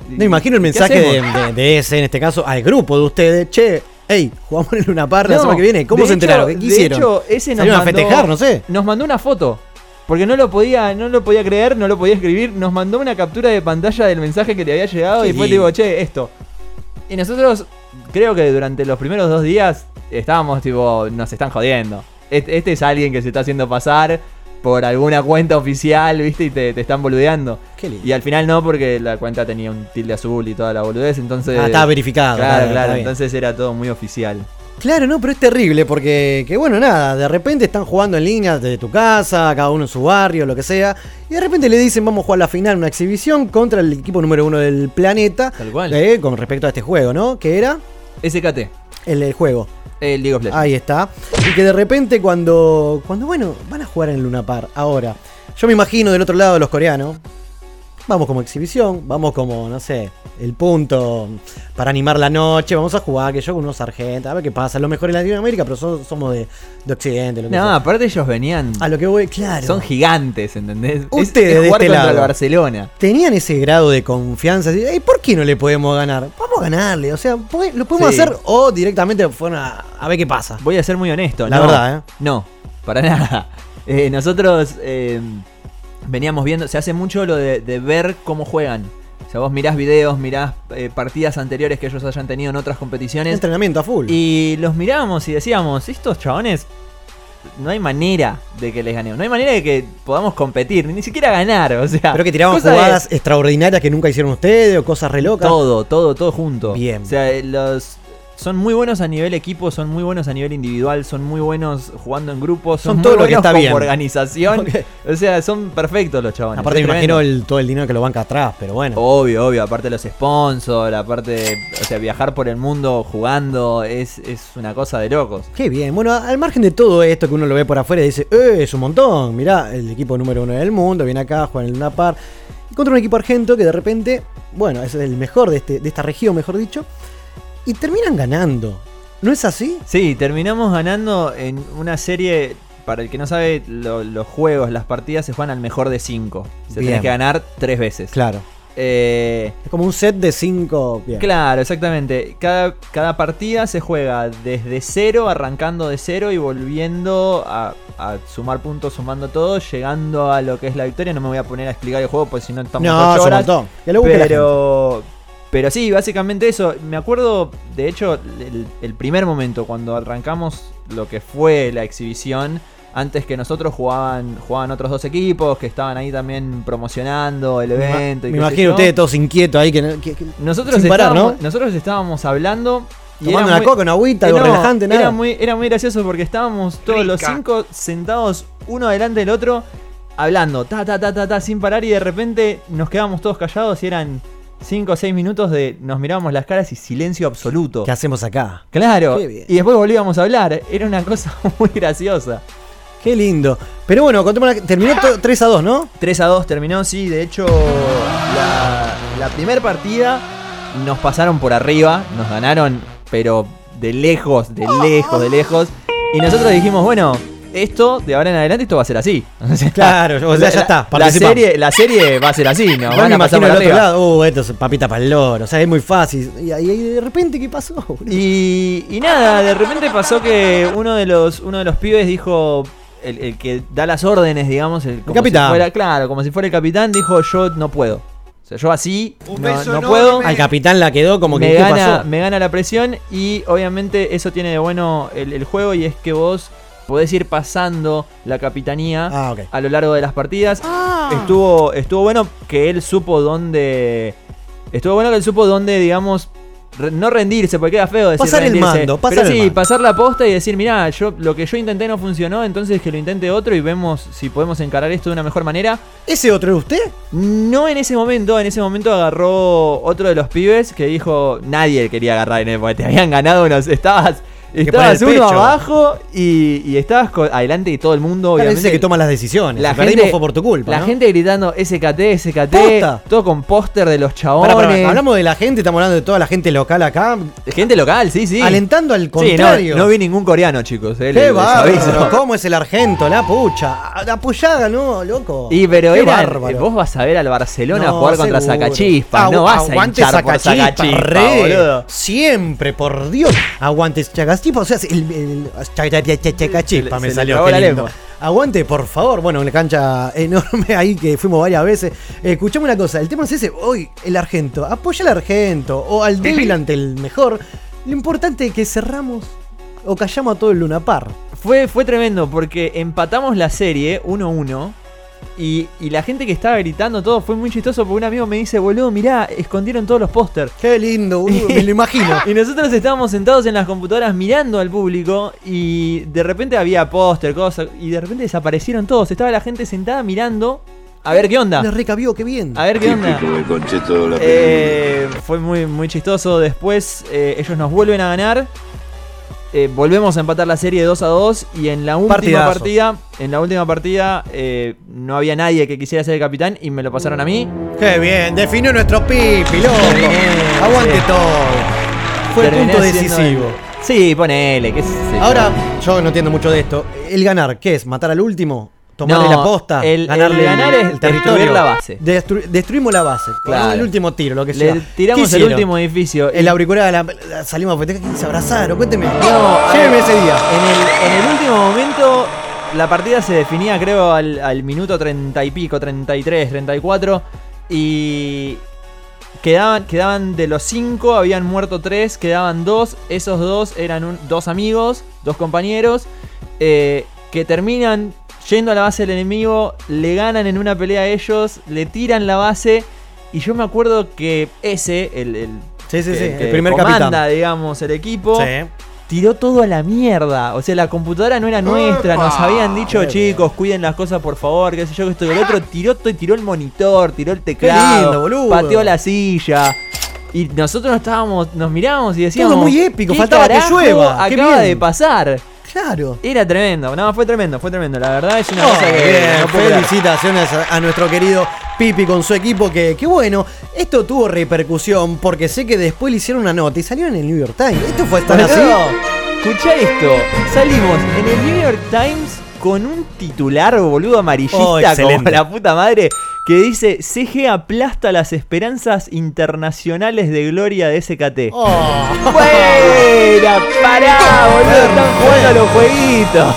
Speaker 3: No imagino el
Speaker 4: ¿Qué
Speaker 3: mensaje de,
Speaker 4: hacemos?".
Speaker 3: de- de ese, en este caso, al grupo de ustedes. Che, hey, jugamos en Luna Park la
Speaker 4: No,
Speaker 3: semana que viene. ¿Cómo
Speaker 4: de
Speaker 3: se enteraron?
Speaker 4: hecho-
Speaker 3: ¿Qué hicieron?
Speaker 4: De hecho, ese nos
Speaker 3: ¿Salieron a
Speaker 4: mandó-
Speaker 3: festejar? No sé.
Speaker 4: Nos mandó una foto. Porque no lo podía, no lo podía creer, no lo podía escribir. Nos mandó una captura de pantalla del mensaje que le había llegado
Speaker 3: Qué
Speaker 4: y fue
Speaker 3: lindo.
Speaker 4: tipo, che, esto. Y nosotros, creo que durante los primeros dos días estábamos tipo, nos están jodiendo. Este, este es alguien que se está haciendo pasar por alguna cuenta oficial, viste, y te, te están boludeando.
Speaker 3: Qué lindo.
Speaker 4: Y al final no, porque la cuenta tenía un tilde azul y toda la boludez, entonces.
Speaker 3: Ah, estaba verificado.
Speaker 4: Claro,
Speaker 3: está
Speaker 4: claro,
Speaker 3: bien, está bien.
Speaker 4: entonces era todo muy oficial.
Speaker 3: Claro, no, pero es terrible porque, que bueno, nada, de repente están jugando en línea desde tu casa, cada uno en su barrio, lo que sea, y de repente le dicen vamos a jugar la final, una exhibición contra el equipo número uno del planeta,
Speaker 4: Tal cual.
Speaker 3: eh, con respecto a este juego, ¿no? Que era
Speaker 4: SKT,
Speaker 3: el, del juego.
Speaker 4: el League of Legends.
Speaker 3: Ahí está. Y que de repente cuando, cuando, bueno, van a jugar en el Luna Par, ahora, yo me imagino del otro lado los coreanos, vamos como exhibición, vamos como, no sé, el punto para animar la noche, vamos a jugar, que yo con unos sargentos, a ver qué pasa, lo mejor en Latinoamérica, pero so- somos de, de Occidente, lo que
Speaker 4: No,
Speaker 3: sea.
Speaker 4: aparte ellos venían.
Speaker 3: A lo que voy, claro.
Speaker 4: Son gigantes, ¿entendés? Es-
Speaker 3: Ustedes
Speaker 4: es
Speaker 3: de
Speaker 4: jugar
Speaker 3: este
Speaker 4: contra
Speaker 3: lado.
Speaker 4: el Barcelona.
Speaker 3: Tenían ese grado de confianza, así, "Ey, ¿por qué no le podemos ganar? Vamos a ganarle, o sea, ¿por qué lo podemos
Speaker 4: Sí.
Speaker 3: hacer o directamente fueron a, a ver qué pasa.
Speaker 4: Voy a ser muy honesto,
Speaker 3: La
Speaker 4: no,
Speaker 3: verdad, ¿eh?
Speaker 4: No, para nada. Eh, nosotros eh, veníamos viendo, se hace mucho lo de, de ver cómo juegan. O sea, vos mirás videos, mirás eh, partidas anteriores que ellos hayan tenido en otras competiciones.
Speaker 3: Entrenamiento a full.
Speaker 4: Y los mirábamos y decíamos, estos chabones, no hay manera de que les ganemos. No hay manera de que podamos competir, ni siquiera ganar. O sea,
Speaker 3: Pero que tiraban
Speaker 4: cosa de-
Speaker 3: jugadas extraordinarias que nunca hicieron ustedes o cosas re locas.
Speaker 4: Todo, todo, todo junto.
Speaker 3: Bien.
Speaker 4: O sea, eh, los, son muy buenos a nivel equipo, son muy buenos a nivel individual, son muy buenos jugando en grupos, son,
Speaker 3: Son
Speaker 4: muy
Speaker 3: todo lo que
Speaker 4: buenos
Speaker 3: está
Speaker 4: como
Speaker 3: bien.
Speaker 4: organización.
Speaker 3: Ok.
Speaker 4: O sea, son perfectos los chavales.
Speaker 3: Aparte,
Speaker 4: es
Speaker 3: me
Speaker 4: tremendo.
Speaker 3: imagino el- todo el dinero que lo banca atrás, pero bueno.
Speaker 4: Obvio, obvio, aparte los sponsors, aparte, o sea, viajar por el mundo jugando es, es una cosa de locos.
Speaker 3: Qué bien. Bueno, al margen de todo esto que uno lo ve por afuera y dice, ¡eh! Es un montón. Mirá, el equipo número uno del mundo viene acá, juega en el Luna Park. Y Contra un equipo argento que de repente, bueno, es el mejor de, este, de esta región, mejor dicho. Y terminan ganando. ¿No es así?
Speaker 4: Sí, terminamos ganando en una serie. Para el que no sabe, lo- los juegos, las partidas se juegan al mejor de cinco. Se
Speaker 3: Bien.
Speaker 4: tiene que ganar tres veces.
Speaker 3: Claro.
Speaker 4: Eh,
Speaker 3: Es como un set de cinco. Bien.
Speaker 4: claro, exactamente. Cada, cada partida se juega desde cero, arrancando de cero y volviendo a, a sumar puntos, sumando todo, llegando a lo que es la victoria. No me voy a poner a explicar el juego porque si no estamos
Speaker 3: No,
Speaker 4: ocho
Speaker 3: es un
Speaker 4: horas.
Speaker 3: montón. Que lo busque la gente.
Speaker 4: Pero, pero sí, básicamente eso. Me acuerdo, de hecho, el, el primer momento cuando arrancamos lo que fue la exhibición. Antes que nosotros jugaban, jugaban otros dos equipos que estaban ahí también promocionando el
Speaker 3: Me ima-
Speaker 4: evento. y
Speaker 3: Me
Speaker 4: qué sé
Speaker 3: imagino
Speaker 4: yo.
Speaker 3: ustedes todos inquietos ahí. Que, no- que- que-
Speaker 4: Nosotros,
Speaker 3: sin parar,
Speaker 4: estábamos,
Speaker 3: ¿no?
Speaker 4: nosotros estábamos hablando. y
Speaker 3: tomando
Speaker 4: era
Speaker 3: una
Speaker 4: muy-
Speaker 3: coca, una agüita,
Speaker 4: eh,
Speaker 3: algo
Speaker 4: no,
Speaker 3: relajante, nada.
Speaker 4: Era muy, era muy gracioso porque estábamos todos los cinco sentados uno delante del otro, hablando, ta, ta, ta, ta, ta, sin parar, y de repente nos quedábamos todos callados y eran cinco o seis minutos de nos mirábamos las caras y silencio absoluto.
Speaker 3: ¿Qué hacemos acá?
Speaker 4: Claro,
Speaker 3: Qué bien.
Speaker 4: y después volvíamos a hablar. Era una cosa muy graciosa.
Speaker 3: Qué lindo. Pero bueno, contemos la- terminó to- 3 a 2, ¿no?
Speaker 4: 3 a 2 terminó, sí. De hecho, la, la primera partida nos pasaron por arriba, nos ganaron, pero de lejos,
Speaker 3: Oh.
Speaker 4: de lejos, de lejos. Y nosotros dijimos, bueno, esto de ahora en adelante, esto va a ser así. O sea,
Speaker 3: Claro, o sea, ya
Speaker 4: la-
Speaker 3: está,
Speaker 4: La
Speaker 3: participamos.
Speaker 4: serie, la serie va a ser así,
Speaker 3: No,
Speaker 4: nos van
Speaker 3: me
Speaker 4: a pasar
Speaker 3: imagino
Speaker 4: por
Speaker 3: del otro
Speaker 4: arriba.
Speaker 3: lado, uh, esto es papita para el loro, o sea, es muy fácil. Y ahí ahí de repente, ¿qué pasó? boludo?
Speaker 4: Y, y nada, de repente pasó que uno de los, uno de los pibes dijo, el, el que da las órdenes, digamos, el, como si
Speaker 3: capitán.
Speaker 4: fuera- claro, como si fuera el capitán, dijo yo no puedo. O sea, yo así
Speaker 1: Un
Speaker 4: no,
Speaker 1: beso
Speaker 4: no
Speaker 1: enorme.
Speaker 4: puedo.
Speaker 3: Al capitán la quedó como que,
Speaker 4: me,
Speaker 3: ¿qué
Speaker 4: gana,
Speaker 3: pasó?
Speaker 4: me gana la presión y obviamente eso tiene de bueno el, el juego y es que vos podés ir pasando la capitanía
Speaker 3: Ah, ok.
Speaker 4: a lo largo de las partidas. Estuvo, estuvo bueno que él supo dónde... Estuvo bueno que él supo dónde, digamos... re- No rendirse, porque queda feo decir
Speaker 3: Pasar el
Speaker 4: rendirse.
Speaker 3: mando, pasar
Speaker 4: Pero
Speaker 3: el
Speaker 4: sí,
Speaker 3: mando.
Speaker 4: pasar la posta y decir, mirá, yo, lo que yo intenté no funcionó, entonces que lo intente otro y vemos si podemos encarar esto de una mejor manera.
Speaker 3: ¿Ese otro era usted?
Speaker 4: No en ese momento, en ese momento agarró otro de los pibes que dijo, nadie quería agarrar en él, porque te habían ganado unos, estabas, estabas
Speaker 3: poner el
Speaker 4: uno
Speaker 3: pecho.
Speaker 4: abajo y, y estabas co- adelante y todo el mundo,
Speaker 3: Claro,
Speaker 4: obviamente.
Speaker 3: dice que toma las decisiones.
Speaker 4: la
Speaker 3: Si perdimos
Speaker 4: gente,
Speaker 3: fue por tu culpa.
Speaker 4: la
Speaker 3: ¿no?
Speaker 4: gente gritando SKT, SKT,
Speaker 3: Posta.
Speaker 4: todo con póster de los chabones.
Speaker 3: Pará, pará, hablamos de la gente, estamos hablando de toda la gente local acá,
Speaker 4: Gente local, sí, sí.
Speaker 3: alentando al
Speaker 4: Sí, no,
Speaker 3: contrario.
Speaker 4: no vi ningún coreano, chicos. eh, les-
Speaker 3: ¡Qué
Speaker 4: les
Speaker 3: bárbaro!
Speaker 4: aviso.
Speaker 3: ¿Cómo es el argento? La pucha. A- La puyada, no, loco.
Speaker 4: Y pero
Speaker 3: Qué
Speaker 4: eran-
Speaker 3: bárbaro.
Speaker 4: vos vas a ver al Barcelona
Speaker 3: No,
Speaker 4: jugar contra
Speaker 3: seguro.
Speaker 4: Zacachispa, no
Speaker 3: Agu-
Speaker 4: vas a
Speaker 3: aguante
Speaker 4: hinchar por
Speaker 3: Zacachispa,
Speaker 4: Zacachispa,
Speaker 3: re.
Speaker 4: boludo.
Speaker 3: Siempre, por Dios. Aguante Zacachispa, o sea, el, el- Zacachispa
Speaker 4: Se le-
Speaker 3: me
Speaker 4: se le
Speaker 3: salió
Speaker 4: trabó
Speaker 3: qué
Speaker 4: la
Speaker 3: lindo.
Speaker 4: lengua.
Speaker 3: Aguante, por favor. Bueno, una cancha enorme ahí que fuimos varias veces. Eh, Escuchame una cosa, el tema es ese, hoy el argento, apoya al argento o al débil ante el mejor. Lo importante es que cerramos o callamos a todo el Lunapar.
Speaker 4: Fue, fue tremendo porque empatamos la serie 1-1 y, y la gente que estaba gritando todo fue muy chistoso porque un amigo me dice, boludo, mirá, escondieron todos los pósters.
Speaker 3: Qué lindo, boludo, me lo imagino.
Speaker 4: Y nosotros estábamos sentados en las computadoras mirando al público y de repente había póster, cosas, y de repente desaparecieron todos. Estaba la gente sentada mirando a ver qué onda.
Speaker 3: Le recabió, qué bien.
Speaker 4: A ver qué onda. Eh, fue muy, muy chistoso. Después eh, ellos nos vuelven a ganar. Eh, volvemos a empatar la serie de 2 a 2. Y en la última
Speaker 3: Partidazo.
Speaker 4: partida. En la última partida eh, no había nadie que quisiera ser el capitán. Y me lo pasaron a mí.
Speaker 3: Qué bien, definió nuestro pipi, loco.
Speaker 4: Terminé,
Speaker 3: Aguante
Speaker 4: sí.
Speaker 3: todo. Fue el
Speaker 4: Terminé
Speaker 3: punto
Speaker 4: siendo
Speaker 3: decisivo.
Speaker 4: el- Sí, ponele, qué sé yo.
Speaker 3: Ahora, yo no entiendo mucho de esto. El ganar, ¿qué es? ¿Matar al último? ¿Tomarle
Speaker 4: No,
Speaker 3: la posta?
Speaker 4: el-
Speaker 3: ¿Ganarle
Speaker 4: el ganar es destruir la base.
Speaker 3: Destru- destruimos la base.
Speaker 4: Claro.
Speaker 3: Con el último tiro, lo que sea.
Speaker 4: le tiramos
Speaker 3: ¿Qué
Speaker 4: el
Speaker 3: hicieron?
Speaker 4: último edificio.
Speaker 3: En
Speaker 4: y-
Speaker 3: la auricular la- la- salimos a festejar. ¿Quién se abrazaron? Cuénteme.
Speaker 4: No,
Speaker 3: Lléveme
Speaker 4: eh,
Speaker 3: ese día.
Speaker 4: En el, en el último momento, la partida se definía, creo, al, al minuto 30 y pico, 33, 34. Y. Quedaban, quedaban de los 5, habían muerto 3, quedaban 2. Esos dos eran un- dos amigos, dos compañeros, eh, que terminan yendo a la base del enemigo, le ganan en una pelea a ellos, le tiran la base. Y yo me acuerdo que ese, el, el
Speaker 3: Sí, sí,
Speaker 4: que-
Speaker 3: sí, el
Speaker 4: que
Speaker 3: primer
Speaker 4: comanda,
Speaker 3: capitán.
Speaker 4: digamos, el equipo.
Speaker 3: Sí.
Speaker 4: Tiró todo a la mierda. O sea, la computadora no era nuestra. Nos habían dicho,
Speaker 3: Qué bien.
Speaker 4: chicos, cuiden las cosas, por favor, qué sé yo, que esto y el otro. Tiró, to- tiró el monitor, tiró el
Speaker 3: lindo,
Speaker 4: teclado,
Speaker 3: boludo.
Speaker 4: pateó la silla. Y nosotros nos estábamos, nos mirábamos y decíamos.
Speaker 3: Todo muy épico,
Speaker 4: "¿Qué
Speaker 3: faltaba que
Speaker 4: carajo
Speaker 3: llueva? Qué
Speaker 4: Acaba
Speaker 3: bien".
Speaker 4: de pasar.
Speaker 3: Claro.
Speaker 4: Era tremendo, no, fue tremendo, fue tremendo. La verdad es una
Speaker 3: Muy
Speaker 4: cosa que.
Speaker 3: bien,
Speaker 4: no puedo creer.
Speaker 3: felicitaciones a, a nuestro querido Pipi con su equipo que, que bueno, esto tuvo repercusión porque sé que después le hicieron una nota y salió en el New York Times. Esto fue tan así.
Speaker 4: Boludo, Escuchá esto. Salimos en el New York Times con un titular, boludo,
Speaker 3: Oh,
Speaker 4: amarillista como
Speaker 3: excelente.
Speaker 4: la puta madre, que dice CG aplasta las esperanzas internacionales de gloria de SKT.
Speaker 3: Oh.
Speaker 4: ¡Buena! ¡Pará, boludo! Están jugando a los jueguitos.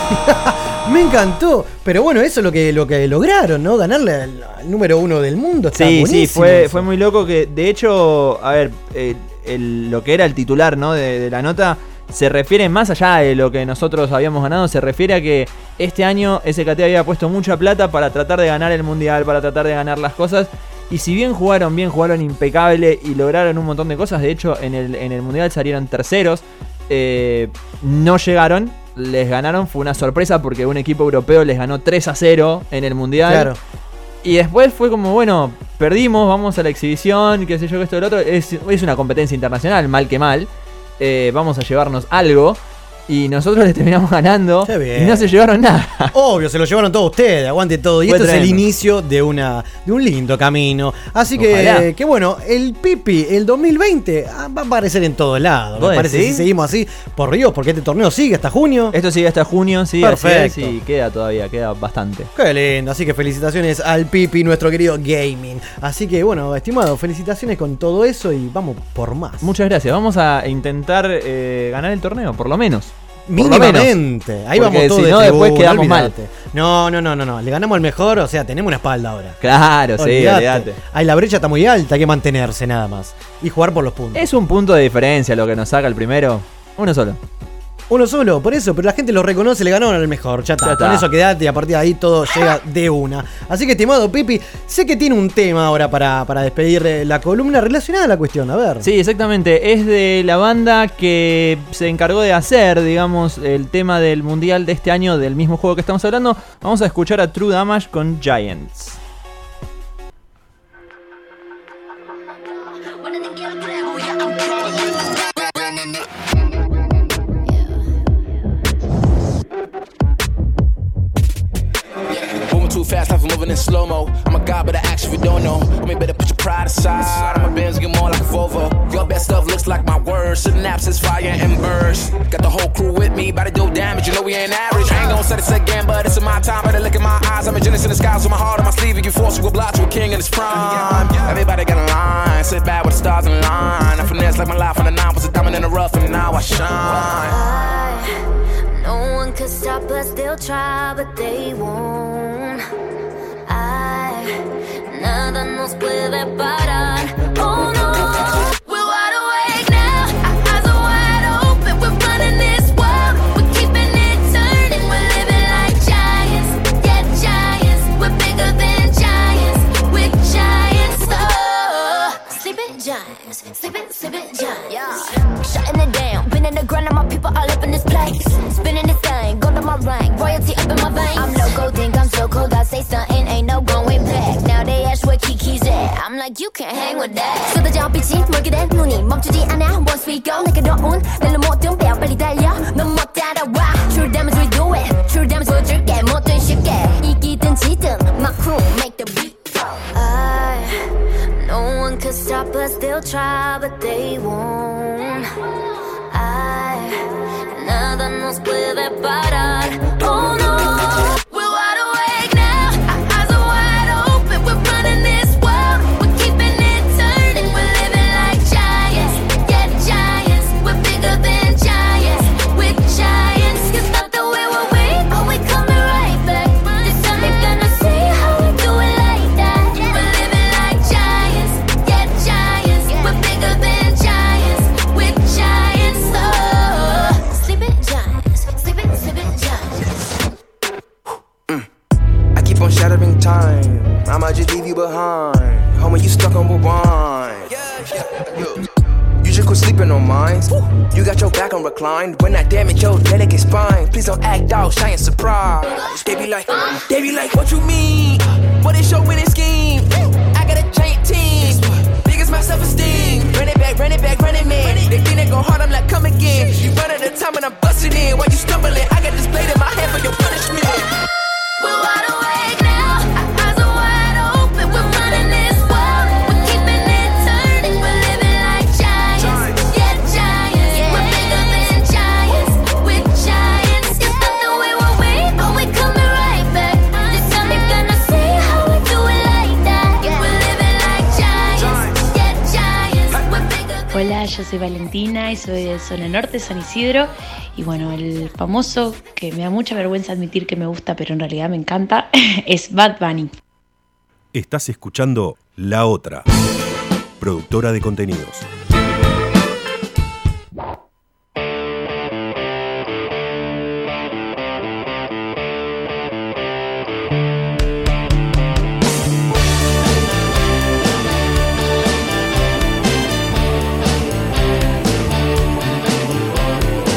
Speaker 3: Me encantó. Pero bueno, eso es lo que, lo que lograron, ¿no? Ganarle al, al número uno del mundo. Está
Speaker 4: Sí, sí,
Speaker 3: buenísimo
Speaker 4: fue,
Speaker 3: eso.
Speaker 4: fue muy loco que, de hecho, a ver, eh, el- lo que era el titular, ¿no? De, de la nota, se refiere más allá de lo que nosotros habíamos ganado, se refiere a que este año SKT había puesto mucha plata para tratar de ganar el Mundial, para tratar de ganar las cosas. Y si bien jugaron bien, jugaron impecable y lograron un montón de cosas, de hecho en el, en el Mundial salieron terceros, eh, no llegaron, les ganaron, fue una sorpresa porque un equipo europeo les ganó 3 a 0 en el Mundial.
Speaker 3: Claro.
Speaker 4: Y después fue como, bueno, perdimos, vamos a la exhibición, qué sé yo, que esto, el otro. Es, es una competencia internacional, mal que mal. Eh, vamos a llevarnos algo. Y nosotros les terminamos ganando.
Speaker 3: Qué bien.
Speaker 4: Y no se llevaron nada.
Speaker 3: Obvio, se lo llevaron todos ustedes, aguante todo. Y
Speaker 4: Fue
Speaker 3: esto es el
Speaker 4: tremendo.
Speaker 3: inicio de, una, de un lindo camino. Así que,
Speaker 4: Ojalá.
Speaker 3: que bueno, el Pipi, el 2020, ah, va a aparecer en todos lados. Me
Speaker 4: ¿Vos
Speaker 3: parece,
Speaker 4: decís?
Speaker 3: si seguimos así, por Dios, porque este torneo sigue hasta junio.
Speaker 4: Esto sigue hasta junio, sí, así es,
Speaker 3: Perfecto.
Speaker 4: y queda todavía, queda bastante.
Speaker 3: Qué lindo, así que felicitaciones al Pipi, nuestro querido gaming. Así que bueno, estimado, felicitaciones con todo eso y vamos por más.
Speaker 4: Muchas gracias. Vamos a intentar eh, ganar el torneo, por lo menos. Por lo menos.
Speaker 3: Mínimamente. Ahí
Speaker 4: Porque
Speaker 3: vamos todos.
Speaker 4: si
Speaker 3: de
Speaker 4: no,
Speaker 3: tribuna,
Speaker 4: después quedamos mal.
Speaker 3: olvídate. No, no, no, no, no. Le ganamos al mejor, o sea, tenemos una espalda ahora.
Speaker 4: Claro, sí, olvídate.
Speaker 3: Ahí la brecha está muy alta, hay que mantenerse nada más. Y jugar por los puntos.
Speaker 4: Es un punto de diferencia lo que nos saca el primero. Uno solo.
Speaker 3: Uno solo, por eso, pero la gente lo reconoce, le ganaron al mejor. Ya está.
Speaker 4: Ya está.
Speaker 3: Con eso quedate y a partir de ahí todo llega de una. Así que, estimado Pipi, sé que tiene un tema ahora para, para despedir eh, la columna relacionada a la cuestión. A ver.
Speaker 4: Sí, exactamente. Es de la banda que se encargó de hacer, digamos, el tema del mundial de este año del mismo juego que estamos hablando. Vamos a escuchar a True Damage con Giants.
Speaker 6: Moving too fast, I'm moving in slow mo. I'm a god, but I actually don't know. Homie, better put your pride aside. I'm a Benz, get more like a Volvo. Your best stuff looks like my words. Synapses, fire, and burst. Got the whole crew with me, about to do damage. You know we ain't average. I ain't gonna say this again, but it's in my time. Better look in my eyes. I'm a genius in the skies with my heart on my sleeve. You can force you a block to a king in his prime. Everybody got a line. Sit back with the stars in line. I finesse like my life on the nine. Was a diamond in the rough, and now I shine.
Speaker 13: No one could stop us, they'll try, but they won't. I, nada nos puede parar. Oh no, we're wide awake now. Our eyes are wide open, we're running this world. We're keeping it turning, we're living like giants. Yeah, giants, we're bigger than giants. We're giants, oh. Sleeping giants, sleeping, sleeping giants. Yeah. Shutting it down, been in the grind of my people all up in this place. Spinning this thing, gold on my ring, royalty up in my veins. I'm loco, think I'm so cold, I say something, ain't no going back. Now they ask where Kiki's at, I'm like, you can't hang with that. So the job is cheap, more than money, 멈추지 않아, once we go. 내게 너온, 날로 모든 배워, 빨리 달려, 넌못 따라와. True damage, we do it, true damage, 보여줄게, 뭐든 쉽게. 이기든 지든, my crew, make the beat I, no one could stop us, they'll try, but they won't. I, nada nos puede parar. Oh no, we're wide awake now. Our eyes are wide open, we're running this world. We're keeping it turning, we're living like giants. Yeah, giants, we're bigger than giants. We're giants, cause not the way we're weak, but we coming right back. This time you're gonna see how we do it like that. We're living like giants, yeah, giants. We're bigger than giants, we're giants. Oh, sleeping giants, sleeping, sleeping giants.
Speaker 6: I keep on shattering time. I might just leave you behind. Homie, you stuck on rewind. You You got your back on reclined. When I damage your delicate spine, please don't act out, shy and surprised. They be like, "Oh, they be like, what you mean? What is your winning scheme? I got a chain team. Big as my self-esteem. Run it back, run it back, run it, man. They think they go hard, I'm like, come again. You run out of time and I'm busted in. While you stumbling, I got this blade in my hand for your punishment.
Speaker 13: We're wide awake now. Our eyes are wide open. We're running this world. We're keeping it turning. We're living like giants. Yeah, giants. We're bigger than giants. We're giants. You thought that we were weak, but we're coming right back. This time you're gonna see how we do it like that. We're living like giants. Yeah, giants. We're bigger than
Speaker 14: Hola, yo soy Valentina y soy de Zona Norte, San Isidro. Y bueno, el famoso que me da mucha vergüenza admitir que me gusta, pero en realidad me encanta, es Bad Bunny.
Speaker 1: Estás escuchando La Otra, productora de contenidos.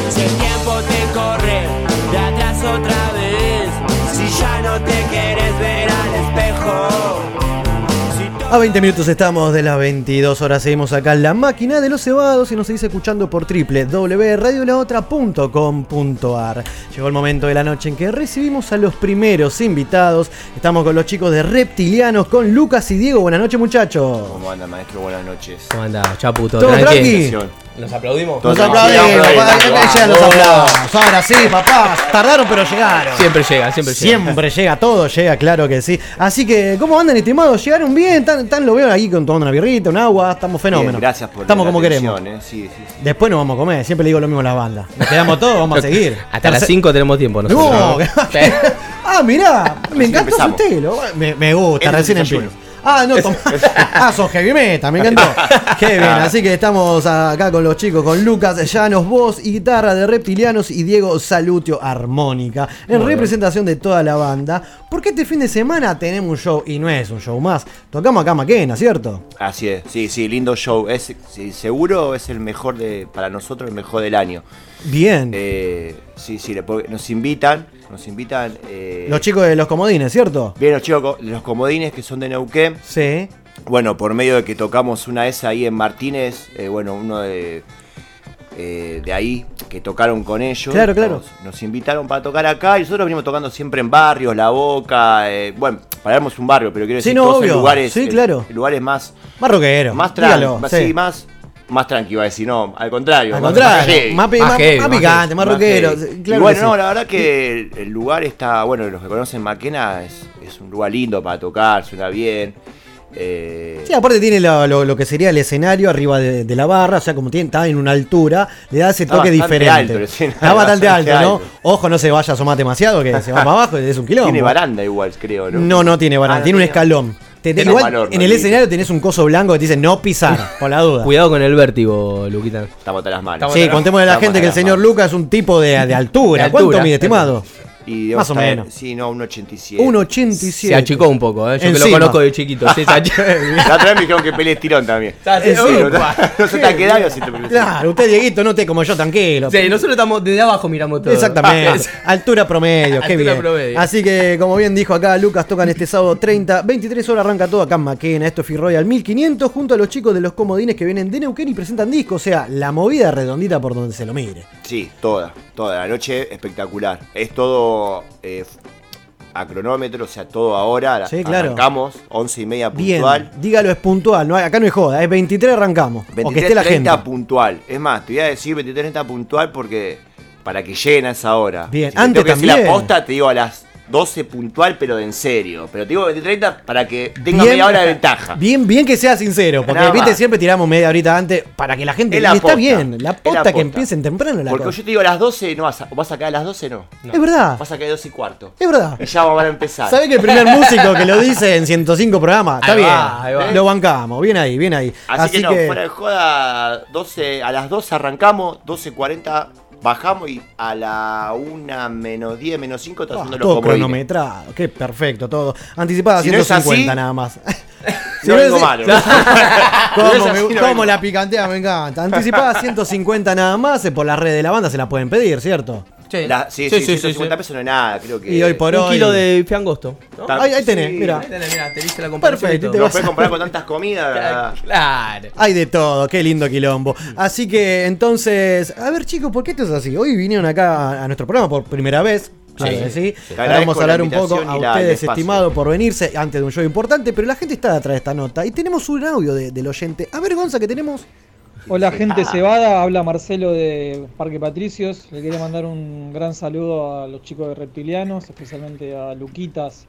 Speaker 2: Si el tiempo te corre de atrás otra vez, si ya no te quieres ver al espejo.
Speaker 3: A 20 minutos estamos de las 22 horas. Seguimos acá en la máquina de los cebados y nos seguís escuchando por www.radiolaotra.com.ar. Llegó el momento de la noche en que recibimos a los primeros invitados. Estamos con los chicos de Reptilianos, con Lucas y Diego. Buenas noches, muchachos.
Speaker 15: ¿Cómo anda, maestro? Buenas noches.
Speaker 16: ¿Cómo andás, Chapu?
Speaker 3: ¿Todo tranqui?
Speaker 15: ¿Nos aplaudimos?
Speaker 3: Nos aplaudimos, papá, que me llegan los aplausos. Ahora sí, papá. Tardaron, pero llegaron.
Speaker 16: Siempre llega, siempre llega.
Speaker 3: Siempre llega, todo llega, claro que sí. Así que, ¿cómo andan, estimados? ¿Llegaron bien? ¿Tan, tan lo veo ahí con tomando una birrita, un agua? Estamos fenómenos.
Speaker 15: Bien, gracias por
Speaker 3: Estamos
Speaker 15: la
Speaker 3: como
Speaker 15: atención,
Speaker 3: queremos.
Speaker 15: eh. Sí, sí, sí.
Speaker 3: Después nos vamos a comer, siempre le digo lo mismo a las bandas. Nos quedamos todos, vamos a seguir.
Speaker 16: Hasta las 5 tenemos tiempo nosotros.
Speaker 3: No, ah, mirá, me encantó su
Speaker 16: empezamos.
Speaker 3: estilo. Me, me gusta,
Speaker 16: Es el
Speaker 3: recién
Speaker 16: desayuno.
Speaker 3: empiezo. Ah, no, tomá. Ah, sos heavy metal, me encantó. Qué bien, así que estamos acá con los chicos, con Lucas Llanos, voz y guitarra de Reptilianos y Diego Salutio, armónica, en
Speaker 16: Muy bien.
Speaker 3: representación de toda la banda. Porque este fin de semana tenemos un show, y no es un show más, tocamos acá Maquena, ¿cierto?
Speaker 15: Así es, sí, sí, lindo show. Es, sí, seguro es el mejor de, para nosotros, el mejor del año.
Speaker 3: Bien.
Speaker 15: Eh, sí, sí, le- porque nos invitan, nos invitan. eh,
Speaker 3: Los chicos de los comodines, ¿cierto?
Speaker 15: Bien, los chicos, los comodines que son de Neuquén.
Speaker 3: Sí.
Speaker 15: Bueno, por medio de que tocamos una esa ahí en Martínez, eh, bueno, uno de, eh, de ahí que tocaron con ellos.
Speaker 3: Claro, claro.
Speaker 15: Nos, nos invitaron para tocar acá y nosotros venimos tocando siempre en barrios, La Boca, eh, bueno, paramos un barrio, pero quiero
Speaker 3: Sí,
Speaker 15: decir
Speaker 3: no,
Speaker 15: todos en
Speaker 3: obvio.
Speaker 15: lugares,
Speaker 3: Sí,
Speaker 15: en-
Speaker 3: claro.
Speaker 15: en lugares más
Speaker 3: Más rockero.
Speaker 15: más
Speaker 3: dígalo,
Speaker 15: tranqui,
Speaker 3: sí.
Speaker 15: sí, más, más tranqui iba a decir, no, al contrario.
Speaker 3: Al
Speaker 15: más-
Speaker 3: contrario,
Speaker 15: heavy.
Speaker 3: más pi- Más más- heavy, más más picante, heavy. más rockero,
Speaker 15: heavy.
Speaker 3: sí, claro
Speaker 15: y bueno,
Speaker 3: que sí.
Speaker 15: no, la verdad que el lugar está, bueno, los que conocen Maquena es, es un lugar lindo para tocar, suena bien. eh,
Speaker 3: Sí, aparte tiene lo, lo- lo que sería el escenario arriba de, de la barra, o sea, como tiene, está en una altura, le da ese
Speaker 15: Está
Speaker 3: toque
Speaker 15: bastante
Speaker 3: diferente.
Speaker 15: alto el escenario,
Speaker 3: está bastante
Speaker 15: bastante
Speaker 3: alto, ¿no?
Speaker 15: alto.
Speaker 3: Ojo, no se vaya a asomar demasiado, que se va para abajo, es un quilombo.
Speaker 15: Tiene baranda igual, creo, ¿no?
Speaker 3: No, no tiene baranda,
Speaker 15: Ah,
Speaker 3: tiene un escalón. Te-
Speaker 15: Tiene
Speaker 3: igual,
Speaker 15: valor,
Speaker 3: en el
Speaker 15: Rodrigo.
Speaker 3: escenario tenés un coso blanco que te dice no pisar, por la duda.
Speaker 16: Cuidado con el vértigo, Luquita.
Speaker 15: Estamos hasta las manos.
Speaker 3: Sí, contémosle a la gente que el señor Lucas es un tipo de, de altura.
Speaker 16: De
Speaker 3: ¿Cuánto
Speaker 16: altura.
Speaker 3: mide, estimado?
Speaker 15: Y debe
Speaker 3: Más o
Speaker 15: estar-
Speaker 3: menos.
Speaker 15: Sí, no, un 87.
Speaker 3: 1,87.
Speaker 16: Se achicó un poco, ¿eh? Yo que lo
Speaker 15: Encima.
Speaker 16: conozco de chiquito. Sí, se achicó.
Speaker 15: La otra vez me dijeron que pelees tirón también.
Speaker 16: sí,
Speaker 15: Sí, no,
Speaker 16: upa.
Speaker 15: no se te ha quedado y así te
Speaker 3: Claro, usted, Dieguito, no te como yo, tranquilo.
Speaker 16: Sí, nosotros estamos desde abajo miramos todo.
Speaker 3: Exactamente. Altura promedio, qué
Speaker 16: Altura
Speaker 3: bien.
Speaker 16: promedio.
Speaker 3: Así que, como bien dijo acá, Lucas tocan este sábado 30, 23 horas arranca todo acá en Maquena. Esto es Firroyal 1500 junto a los chicos de los comodines que vienen de Neuquén y presentan disco. O sea, la movida redondita por donde se lo mire.
Speaker 15: Sí, toda, toda. La noche espectacular. Es todo eh, a cronómetro, o sea, todo ahora.
Speaker 3: Sí, claro.
Speaker 15: Arrancamos, 11 y media
Speaker 3: Bien.
Speaker 15: puntual.
Speaker 3: Dígalo, es puntual. No, hay- acá no es joda, es 23 arrancamos. o que esté la
Speaker 15: 23.30
Speaker 3: gente.
Speaker 15: puntual. Es más, te voy a decir 23.30 puntual porque para que lleguen a esa hora.
Speaker 3: Bien,
Speaker 15: Si te
Speaker 3: antes
Speaker 15: tengo que decir
Speaker 3: también.
Speaker 15: la posta, te digo a las 12 puntual, pero de en serio. Pero te digo 23.30 para que tenga
Speaker 3: Bien.
Speaker 15: media hora de ventaja.
Speaker 3: Bien, bien que sea sincero, porque
Speaker 15: Nada
Speaker 3: viste,
Speaker 15: más.
Speaker 3: siempre tiramos media horita antes para que la gente.
Speaker 15: Es la
Speaker 3: y está
Speaker 15: posta.
Speaker 3: bien, la
Speaker 15: Es la
Speaker 3: posta que
Speaker 15: posta.
Speaker 3: empiecen temprano la
Speaker 15: Porque
Speaker 3: cosa.
Speaker 15: yo te digo a las 12, no vas a, vas a caer a las 12, no.
Speaker 3: Es verdad.
Speaker 15: Vas a caer a 12 y cuarto.
Speaker 3: Es verdad.
Speaker 15: Y ya van a empezar.
Speaker 3: ¿Sabés que el primer músico que lo dice en 105 programas? Está
Speaker 15: Ah. Ahí
Speaker 3: bien.
Speaker 15: va, ahí va.
Speaker 3: Lo bancamos. Bien ahí, bien ahí.
Speaker 15: Así, que no, fuera de joda, 12, a las 12 arrancamos, 12.40 bajamos y a la 1 menos 10, menos 5 está haciendo los
Speaker 3: Ah, todo
Speaker 15: comodines.
Speaker 3: cronometrado. Qué perfecto todo. Anticipada
Speaker 15: Si no es
Speaker 3: 150
Speaker 15: así-
Speaker 3: nada más.
Speaker 17: No
Speaker 3: no
Speaker 17: digo
Speaker 3: es-
Speaker 17: malo.
Speaker 3: ¿Cómo,
Speaker 17: Esa
Speaker 3: me-
Speaker 17: sí no
Speaker 3: cómo
Speaker 17: vengo.
Speaker 3: la picantea? Me encanta. Anticipada 150 nada más. eh, Por la red de la banda se la pueden pedir, ¿cierto?
Speaker 17: La- sí, sí, 150 pesos no es nada, creo que.
Speaker 3: Y hoy por
Speaker 18: Un
Speaker 3: hoy-
Speaker 18: kilo de fiangosto. ¿no?
Speaker 17: Tal-
Speaker 3: Ahí, ahí tenés,
Speaker 17: sí.
Speaker 3: mira.
Speaker 18: Ahí tenés, mirá, te hice la comparación y
Speaker 3: Perfecto.
Speaker 18: todo.
Speaker 3: y te
Speaker 17: Lo
Speaker 3: vas-
Speaker 17: puedes comprar con tantas comidas.
Speaker 18: Claro.
Speaker 3: Hay de todo, qué lindo quilombo. Así que entonces, a ver chicos, ¿por qué esto es así? Hoy vinieron acá a, a nuestro programa por primera vez. Claro
Speaker 17: Sí.
Speaker 3: que sí.
Speaker 17: Te
Speaker 3: Ahora vamos
Speaker 17: agradezco
Speaker 3: a
Speaker 17: la
Speaker 3: hablar un poco
Speaker 17: invitación
Speaker 3: a
Speaker 17: y la- el
Speaker 3: ustedes,
Speaker 17: espacio.
Speaker 3: estimado, por venirse antes de un show importante, pero la gente está atrás de esta nota y tenemos un audio de- del oyente. A ver, Gonza, que tenemos.
Speaker 19: Hola gente
Speaker 3: Ah.
Speaker 19: cebada, habla Marcelo de Parque Patricios. Le quería mandar un gran saludo a los chicos de Reptilianos, especialmente a Luquitas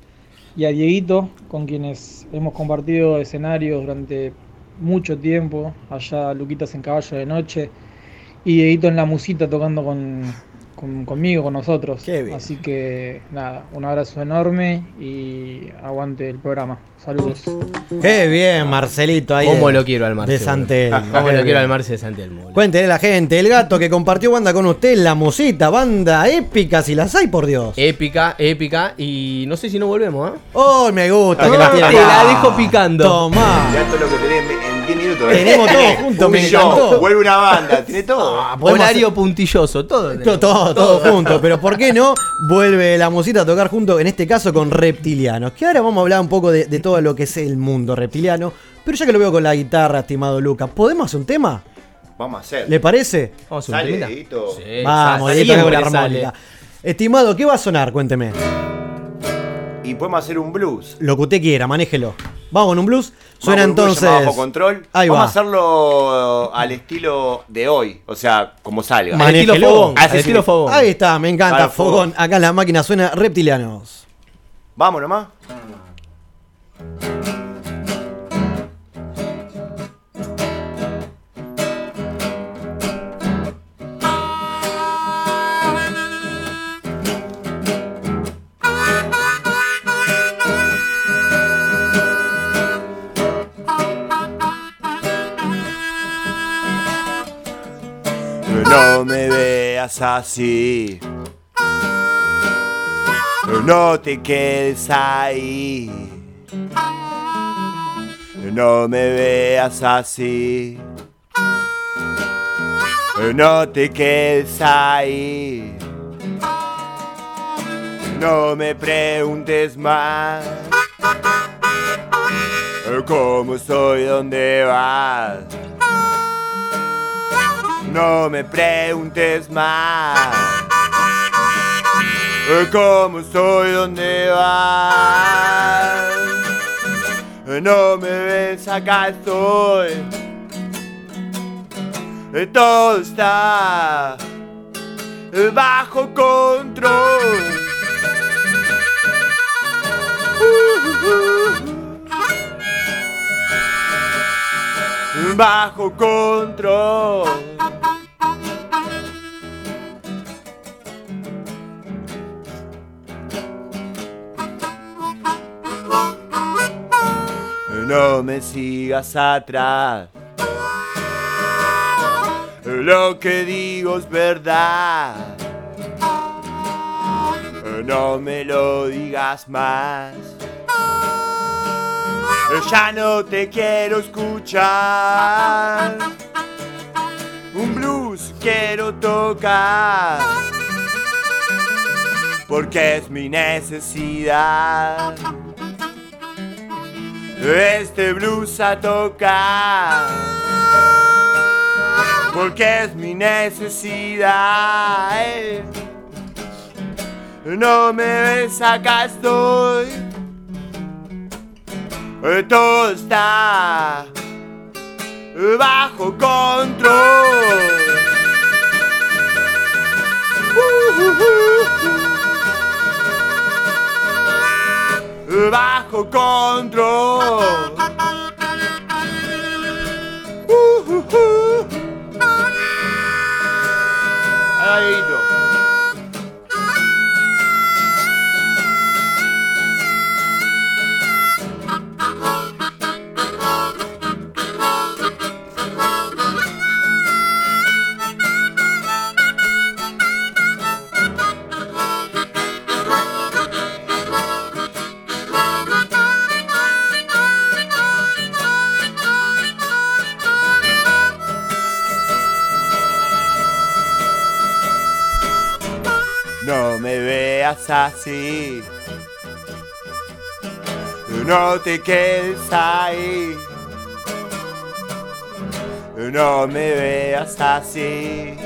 Speaker 19: y a Dieguito, con quienes hemos compartido escenarios durante mucho tiempo. Allá Luquitas en Caballo de Noche y Dieguito en La Musita tocando con, con- conmigo, con nosotros. Así que nada, un abrazo enorme y aguante el programa. Saludos.
Speaker 3: Qué bien, Marcelito. Ahí
Speaker 18: ¿Cómo
Speaker 3: de-
Speaker 18: lo quiero al
Speaker 3: De
Speaker 18: Marce? boludo?
Speaker 16: Ah,
Speaker 3: Santelmo.
Speaker 18: ¿Cómo
Speaker 3: Qué
Speaker 18: lo
Speaker 3: bien.
Speaker 18: quiero al Marce de Santelmo? boludo?
Speaker 3: Cuéntenle a la gente, el gato que compartió banda con usted, la musita, banda épica, si las hay, por Dios.
Speaker 18: Épica, épica. Y no sé si no volvemos, ¿ah?
Speaker 3: Oh, me
Speaker 15: Ah,
Speaker 3: gusta. que
Speaker 18: No,
Speaker 3: la tiene
Speaker 18: te
Speaker 3: acá.
Speaker 18: la dejo picando.
Speaker 3: Tomá.
Speaker 17: Ya todo lo que tenés en 10 minutos.
Speaker 3: Tenemos todo junto,
Speaker 17: juntos,
Speaker 3: me encantó.
Speaker 17: Vuelve una banda, tiene todo.
Speaker 3: podemos
Speaker 18: Horario puntilloso, todo.
Speaker 3: Todo, todo, todo junto, pero ¿por qué no? Vuelve la musita a tocar junto, en este caso con reptilianos. Que ahora vamos a hablar un poco de, de todo lo que es el mundo reptiliano. Pero ya que lo veo con la guitarra, estimado Luca, ¿podemos hacer un tema?
Speaker 17: Vamos a hacer.
Speaker 3: ¿Le parece?
Speaker 18: Vamos
Speaker 17: Sale, Eh,
Speaker 18: temita.
Speaker 17: Dieguito.
Speaker 3: Vamos,
Speaker 18: sale,
Speaker 3: directo con la
Speaker 18: siempre sale.
Speaker 3: armónica. Estimado, ¿qué va a sonar? Cuénteme.
Speaker 17: Y podemos hacer un blues.
Speaker 3: Lo que usted quiera, manéjelo. Vamos con un blues. Suena
Speaker 17: Vamos con un blues
Speaker 3: entonces.
Speaker 17: llamado Bajo control.
Speaker 3: Ahí
Speaker 17: Vamos
Speaker 3: va.
Speaker 17: a hacerlo al estilo de hoy. O sea, como salga.
Speaker 3: Manéjelo.
Speaker 17: Ah, sí, sí.
Speaker 3: Ahí está, me encanta.
Speaker 17: Claro,
Speaker 3: fogón.
Speaker 17: fogón.
Speaker 3: Acá en la máquina suena reptilianos.
Speaker 17: Vamos nomás. No me veas así. No te quedes ahí. No me veas así. No te quedes ahí. No me preguntes más. ¿Cómo soy? ¿Dónde vas? No me preguntes más. Eh, ¿Cómo estoy? ¿Dónde vas? Eh, No me ves, acá estoy. Eh, Todo está eh, bajo control. Uh, uh, uh. Bajo control. No me sigas atrás. Lo que digo es verdad. No me lo digas más. Ya no te quiero escuchar. Un blues quiero tocar. Porque es mi necesidad. Este blues a tocar Porque es mi necesidad eh. No me ves, acá estoy Eh, Todo está Bajo control Uh, uh, uh, uh. bajo control. Uh, uh, uh. Ahí, Dieguito.
Speaker 15: veas así. No te quedes ahí. No me veas así.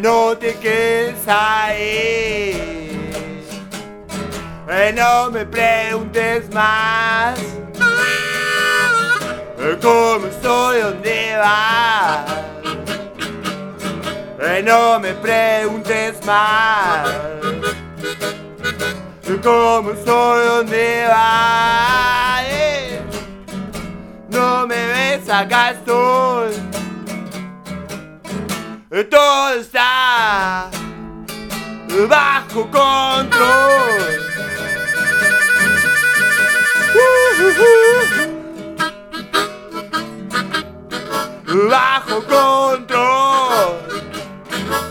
Speaker 15: No te quedes ahí. No me preguntes más. ¿Cómo estoy? ¿Dónde vas? No me preguntes más. ¿Cómo estoy? ¿Dónde vas? No me ves, acá estoy. Todo está bajo control. Bajo control.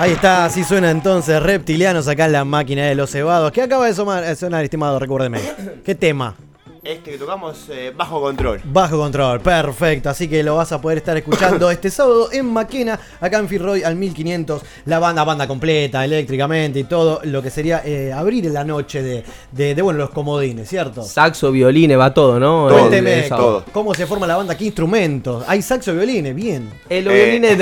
Speaker 3: Ahí está, así suena entonces Reptilianos acá en la máquina de los cebados. ¿Qué acaba de sonar, eh, sonar estimado? Recuérdeme. ¿Qué tema?
Speaker 15: Este que tocamos eh, bajo control.
Speaker 3: Bajo control, perfecto. Así que lo vas a poder estar escuchando este sábado en Maquena, acá en Firroy al 1500. La banda, banda completa, eléctricamente y todo lo que sería eh, abrir la noche de, de, de, bueno, los comodines, ¿cierto?
Speaker 16: Saxo, violines, va todo, eh, ¿no? El- el
Speaker 3: Cuénteme,
Speaker 16: sábado.
Speaker 3: ¿cómo se forma la banda? ¿Qué instrumentos? Hay saxo, violines, bien.
Speaker 16: Eh, los violines-
Speaker 15: el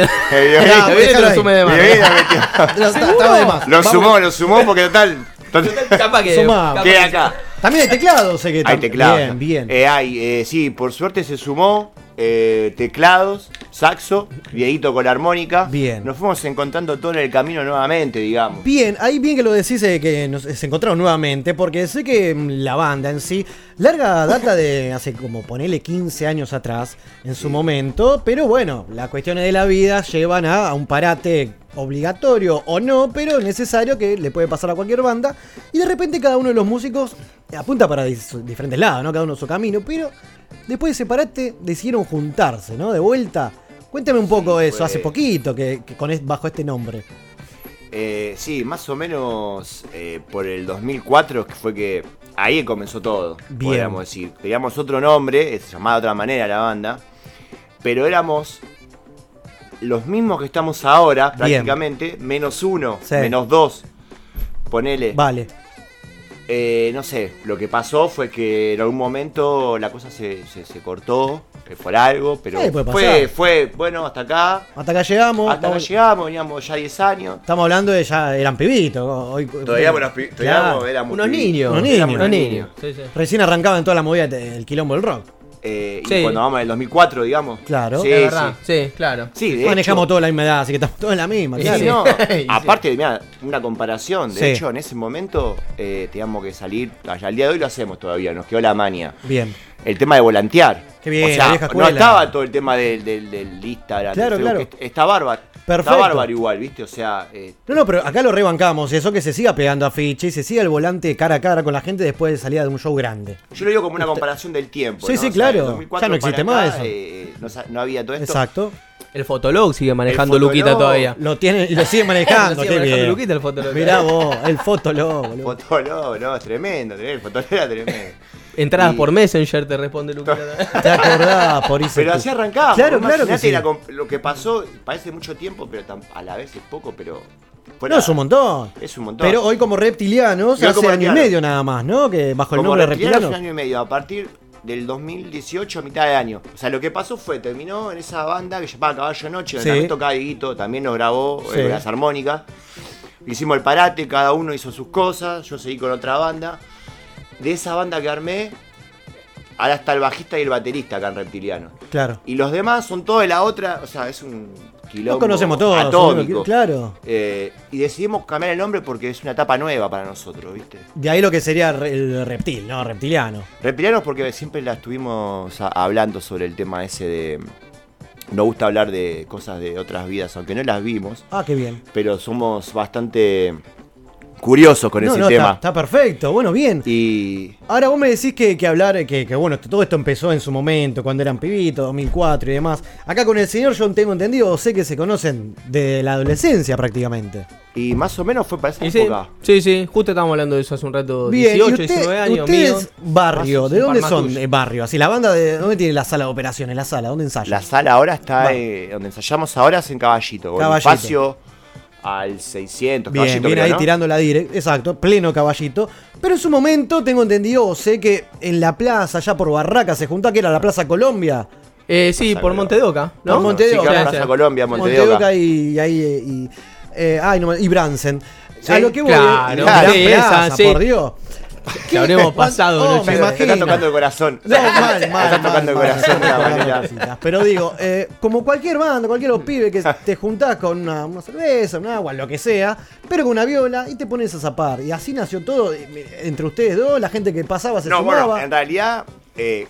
Speaker 15: violín-
Speaker 3: Ah,
Speaker 15: el violín
Speaker 3: déjalo
Speaker 15: lo
Speaker 3: ahí.
Speaker 15: sumé de más.
Speaker 3: El violín lo metió. Lo- está- estaba de más.
Speaker 15: Lo
Speaker 3: Vamos.
Speaker 15: sumó, lo sumó porque total. total
Speaker 16: capaz
Speaker 3: que- Sumá. capaz
Speaker 15: Queda
Speaker 3: que-
Speaker 15: acá.
Speaker 3: También hay teclados, sé que
Speaker 15: Hay
Speaker 3: tam-
Speaker 15: teclados.
Speaker 3: Bien, bien.
Speaker 15: Eh, hay, eh, sí, por suerte se sumó eh, teclados, saxo, Dieguito con la armónica. Bien. Nos fuimos encontrando todo en el camino nuevamente, digamos.
Speaker 3: Bien, ahí bien que lo decís eh, que nos se encontraron nuevamente, porque sé que mm, la banda en sí, larga data de hace como ponele 15 años atrás en su momento, pero bueno, las cuestiones de la vida llevan a, a un parate obligatorio o no, pero necesario que le puede pasar a cualquier banda, y de repente cada uno de los músicos apunta para dis- diferentes lados, ¿no? Cada uno su camino, pero después de ese parate decidieron juntarse, ¿no? De vuelta. Cuéntame un poco eso,
Speaker 15: fue-
Speaker 3: hace poquito que, que con es- bajo este nombre.
Speaker 15: Eh, sí, más o menos eh, por el 2004 que fue que ahí comenzó todo,
Speaker 3: Bien.
Speaker 15: podríamos decir. Teníamos otro nombre, eh, se llamaba de otra manera la banda, pero éramos los mismos que estamos ahora
Speaker 3: Bien.
Speaker 15: prácticamente, menos uno,
Speaker 3: Sí.
Speaker 15: menos dos, ponele.
Speaker 3: Vale.
Speaker 15: Eh, no sé, lo que pasó fue que en algún momento la cosa se, se- se cortó, que por algo, pero
Speaker 3: Sí, puede
Speaker 15: fue,
Speaker 3: pasar.
Speaker 15: fue, bueno, hasta acá,
Speaker 3: Hasta acá llegamos.
Speaker 15: hasta acá
Speaker 3: vamos-
Speaker 15: llegamos, veníamos ya 10 años.
Speaker 3: Estamos hablando de ya eran pibitos. Hoy,
Speaker 15: Todavía éramos pi- todavía éramos- éramos Unos pibitos. niños.
Speaker 3: Unos niños.
Speaker 15: Éramos unos niños. Sí, sí.
Speaker 3: Recién arrancaban toda la movida del quilombo del rock.
Speaker 15: Eh, y
Speaker 3: Sí.
Speaker 15: cuando vamos al 2004, digamos.
Speaker 3: Claro.
Speaker 15: Sí,
Speaker 3: Es verdad.
Speaker 16: Sí, claro.
Speaker 15: Sí, de
Speaker 3: Manejamos
Speaker 15: hecho-
Speaker 3: toda la misma edad, así que estamos todos en la misma.
Speaker 15: Y
Speaker 3: claro.
Speaker 15: no, aparte, mirá, una comparación. De
Speaker 3: Sí.
Speaker 15: hecho, en ese momento eh, teníamos que salir. Allá, al día de hoy lo hacemos todavía, nos quedó la mania.
Speaker 3: Bien.
Speaker 15: El tema de volantear.
Speaker 3: Qué bien,
Speaker 15: o
Speaker 3: la
Speaker 15: sea,
Speaker 3: vieja
Speaker 15: no
Speaker 3: escuela.
Speaker 15: estaba todo el tema del, del, del Instagram. del
Speaker 3: Claro,
Speaker 15: Facebook,
Speaker 3: claro.
Speaker 15: que Está bárbaro.
Speaker 3: Perfecto.
Speaker 15: Está bárbaro igual, ¿viste? O sea, eh,
Speaker 3: No, no, pero acá lo rebancamos. Eso que se siga pegando a ficha y se siga el volante cara a cara con la gente después de salida de un show grande.
Speaker 15: yo lo digo como una comparación del tiempo.
Speaker 3: Sí,
Speaker 15: ¿no?
Speaker 3: sí,
Speaker 15: O sea,
Speaker 3: claro.
Speaker 15: del 2004
Speaker 3: Ya no existe
Speaker 15: para
Speaker 3: más
Speaker 15: acá,
Speaker 3: eso.
Speaker 15: eh, no, sa- no había todo esto.
Speaker 3: Exacto.
Speaker 16: El Fotolog sigue manejando
Speaker 15: El Fotolog
Speaker 16: Luquita todavía.
Speaker 3: Lo tiene, lo sigue manejando.
Speaker 16: Lo sigue
Speaker 3: qué
Speaker 16: manejando
Speaker 3: bien.
Speaker 16: Luquita, el Fotolog.
Speaker 3: Mirá vos, el Fotolog. boludo.
Speaker 15: Fotolog, no, es tremendo, tremendo, el Fotolog era tremendo.
Speaker 16: Entradas
Speaker 15: Y-
Speaker 16: por Messenger, te responde Luquita.
Speaker 3: ¿Te acordás por
Speaker 15: Pero así arrancaba.
Speaker 16: Claro, claro que sí.
Speaker 15: lo que pasó, parece mucho tiempo, pero tam- a la vez es poco, pero. fuera-
Speaker 3: No, es un montón.
Speaker 15: Es un montón.
Speaker 3: Pero hoy como reptilianos,
Speaker 15: Y hoy
Speaker 3: hace
Speaker 15: como
Speaker 3: año y
Speaker 15: reptilianos.
Speaker 3: medio nada más, ¿no? Que bajo el
Speaker 15: Como
Speaker 3: nombre de
Speaker 15: reptilianos,
Speaker 3: reptilianos.
Speaker 15: un año y medio, a partir del 2018 a mitad de año. O sea, lo que pasó fue, terminó en esa banda que se llamaba Caballo Noche, donde
Speaker 3: Sí.
Speaker 15: también tocaba Dieguito, también nos grabó eh,
Speaker 3: Sí.
Speaker 15: con las armónicas. Hicimos el parate, cada uno hizo sus cosas, yo seguí con otra banda. De esa banda que armé, ahora está el bajista y el baterista acá en Reptiliano.
Speaker 3: Claro.
Speaker 15: Y los demás son todos de la otra, o sea, es un quilombo
Speaker 3: Nos conocemos todos,
Speaker 15: atómico.
Speaker 3: claro.
Speaker 15: Eh, y decidimos cambiar el nombre porque es una etapa nueva para nosotros, ¿viste?
Speaker 3: De ahí lo que sería re- el reptil, ¿no? Reptiliano.
Speaker 15: Reptilianos porque siempre la estuvimos a- hablando sobre el tema ese de... Nos gusta hablar de cosas de otras vidas, aunque no las vimos,
Speaker 3: Ah, qué bien.
Speaker 15: pero somos bastante curiosos con
Speaker 3: No,
Speaker 15: ese
Speaker 3: no, está-
Speaker 15: tema.
Speaker 3: está perfecto, bueno, bien.
Speaker 15: Y
Speaker 3: Ahora vos me decís que, que hablar, eh, que, que bueno, todo esto empezó en su momento, cuando eran pibitos, 2004 y demás. Acá con el señor yo tengo entendido, sé que se conocen de la adolescencia prácticamente.
Speaker 15: Y más o menos fue para esa
Speaker 16: Y sí, sí, sí, justo estábamos hablando de eso hace un rato.
Speaker 3: Bien,
Speaker 16: 18,
Speaker 3: y usted-
Speaker 16: 19 años.
Speaker 3: ustedes,
Speaker 16: mío.
Speaker 3: barrio,
Speaker 16: Más-
Speaker 3: ¿de
Speaker 16: un par
Speaker 3: dónde
Speaker 16: más
Speaker 3: son?
Speaker 16: tuyo.
Speaker 3: eh, barrio, así, la banda, de ¿dónde tiene la sala de operaciones? La sala, ¿dónde ensayan?
Speaker 15: La sala ahora está eh, donde ensayamos ahora es en Caballito, con
Speaker 3: Caballito.
Speaker 15: espacio al 600,
Speaker 3: Bien,
Speaker 15: Caballito
Speaker 3: viene
Speaker 15: creo,
Speaker 3: ahí
Speaker 15: ¿no?
Speaker 3: tirando la dire, exacto, pleno caballito. Pero en su momento, tengo entendido, o sé que en la plaza, allá por Barraca, se juntó, que era la Plaza Colombia.
Speaker 16: Eh, sí, por Montedoca. ¿no?
Speaker 3: Por Montedoca.
Speaker 15: Sí, claro, Plaza Colombia, Montedoca.
Speaker 3: y, y ahí, eh, y, eh, ay, no me- y Bransen.
Speaker 15: Sí,
Speaker 3: a lo que voy,
Speaker 15: claro,
Speaker 3: eh,
Speaker 15: claro,
Speaker 3: gran
Speaker 15: sí,
Speaker 3: plaza,
Speaker 15: esa, sí.
Speaker 3: por Dios.
Speaker 15: Que
Speaker 3: habremos pasado,
Speaker 15: Oh,
Speaker 3: ¿no,
Speaker 15: me
Speaker 3: chicos?
Speaker 15: imagino. Te está tocando el corazón. No, mal, Te está tocando el corazón de la manera.
Speaker 3: Pero digo, eh, como cualquier banda, cualquier los pibes que te juntás con una, una cerveza, un agua, lo que sea, pero con una viola y te pones a zapar. Y así nació todo eh, entre ustedes dos, la gente que pasaba se
Speaker 15: No,
Speaker 3: sumaba.
Speaker 15: bueno, en realidad eh,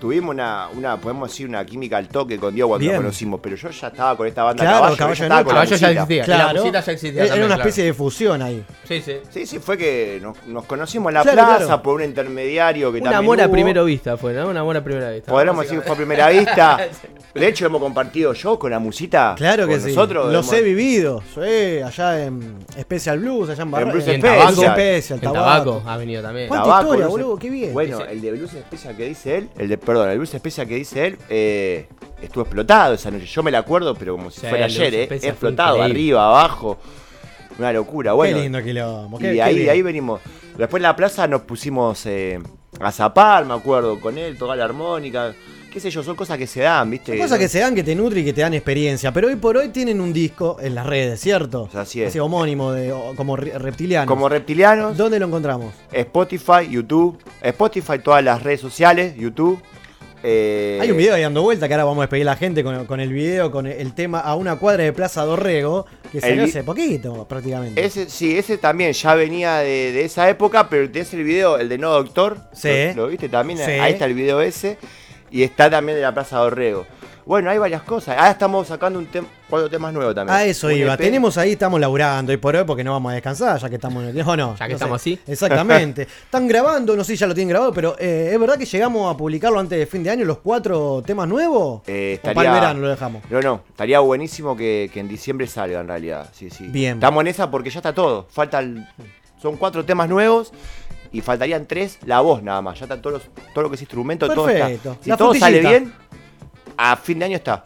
Speaker 15: tuvimos una, una, podemos decir, una química al toque con Diego cuando
Speaker 3: Bien.
Speaker 15: nos conocimos, pero yo ya estaba con esta banda
Speaker 3: Claro,
Speaker 15: caballo,
Speaker 3: Caballo
Speaker 15: yo
Speaker 3: de
Speaker 15: ya estaba
Speaker 3: Noche. Caballo ya
Speaker 15: con la musita.
Speaker 3: existía, Claro. la musita ya existía Era también, una claro. especie de fusión ahí.
Speaker 16: Sí, sí.
Speaker 15: Sí, sí, fue que nos, nos conocimos en la
Speaker 16: Claro,
Speaker 15: plaza
Speaker 16: claro.
Speaker 15: por un intermediario que
Speaker 16: Un
Speaker 15: también
Speaker 16: amor a
Speaker 15: hubo.
Speaker 16: primera vista fue, ¿no? Un amor a primera vista.
Speaker 15: Podríamos decir que fue a primera vista. De hecho, hemos compartido yo con la musita.
Speaker 3: Claro que
Speaker 15: con
Speaker 3: sí.
Speaker 15: Nosotros
Speaker 3: Los
Speaker 15: hemos-
Speaker 3: he vivido. Sí, allá en Special Blues, allá en
Speaker 15: En
Speaker 3: Barra.
Speaker 15: Blues
Speaker 3: en
Speaker 15: Special.
Speaker 3: Blues Special,
Speaker 15: En
Speaker 3: tabaco.
Speaker 15: Tabaco ha venido también.
Speaker 3: ¿Cuánta
Speaker 15: Tabaco,
Speaker 3: historia,
Speaker 15: Blues-
Speaker 3: boludo? Qué bien.
Speaker 15: Bueno, el de Blues Special que dice él, el de, perdón, el Blues Special que dice él, eh, estuvo explotado esa noche. Yo me la acuerdo, pero como si
Speaker 3: Sí,
Speaker 15: fuera
Speaker 3: el
Speaker 15: ayer,
Speaker 3: Blues
Speaker 15: eh.
Speaker 3: Special fue
Speaker 15: Explotado,
Speaker 3: increíble.
Speaker 15: arriba, abajo. Una locura, bueno.
Speaker 3: Qué lindo quilombo.
Speaker 15: y de ahí, de ahí venimos. Después en la plaza nos pusimos eh, a zapar, me acuerdo, con él, tocar la armónica. Qué sé yo, son cosas que se dan, ¿viste?
Speaker 3: Cosas que se dan, que te nutren y que te dan experiencia. Pero hoy por hoy tienen un disco en las redes, ¿cierto?
Speaker 15: Pues Así es.
Speaker 3: Ese homónimo de, o- como re- reptilianos.
Speaker 15: Como reptilianos.
Speaker 3: ¿Dónde lo encontramos?
Speaker 15: Spotify, YouTube. Spotify, todas las redes sociales, YouTube. eh,
Speaker 3: Hay un video ahí dando vuelta que ahora vamos a despedir a la gente con, con el video, con el tema a una cuadra de Plaza Dorrego, que
Speaker 15: El
Speaker 3: salió
Speaker 15: vi-
Speaker 3: hace poquito prácticamente.
Speaker 15: Ese, sí, ese también ya venía de, de esa época, pero tenés el video, el de No Doctor.
Speaker 3: Sí.
Speaker 15: ¿Lo, lo viste también?
Speaker 3: Sí.
Speaker 15: Ahí está el video ese. Y está también de la Plaza Dorrego. Bueno, hay varias cosas. Ahora estamos sacando un tem- cuatro temas nuevos también.
Speaker 3: A eso
Speaker 15: Un
Speaker 3: iba.
Speaker 15: EP.
Speaker 3: Tenemos ahí, estamos laburando y por hoy porque no vamos a descansar, ya que estamos en el tiempo. No,
Speaker 16: Ya que
Speaker 3: no
Speaker 16: estamos así.
Speaker 3: Exactamente. Están grabando, no sé si ya lo tienen grabado, pero eh, ¿es verdad que llegamos a publicarlo antes de fin de año los cuatro temas nuevos?
Speaker 15: Eh,
Speaker 3: O para el verano lo dejamos.
Speaker 15: No, no, estaría buenísimo que, que en diciembre salga en realidad. Sí, sí.
Speaker 3: Bien.
Speaker 15: Estamos en esa porque ya está todo. Faltan. Son cuatro temas nuevos y faltarían tres, la voz nada más. Ya está todo, todo lo que es instrumento,
Speaker 3: Perfecto.
Speaker 15: todo está. Si
Speaker 3: La
Speaker 15: todo sale
Speaker 3: frutillita.
Speaker 15: bien, a fin de año está.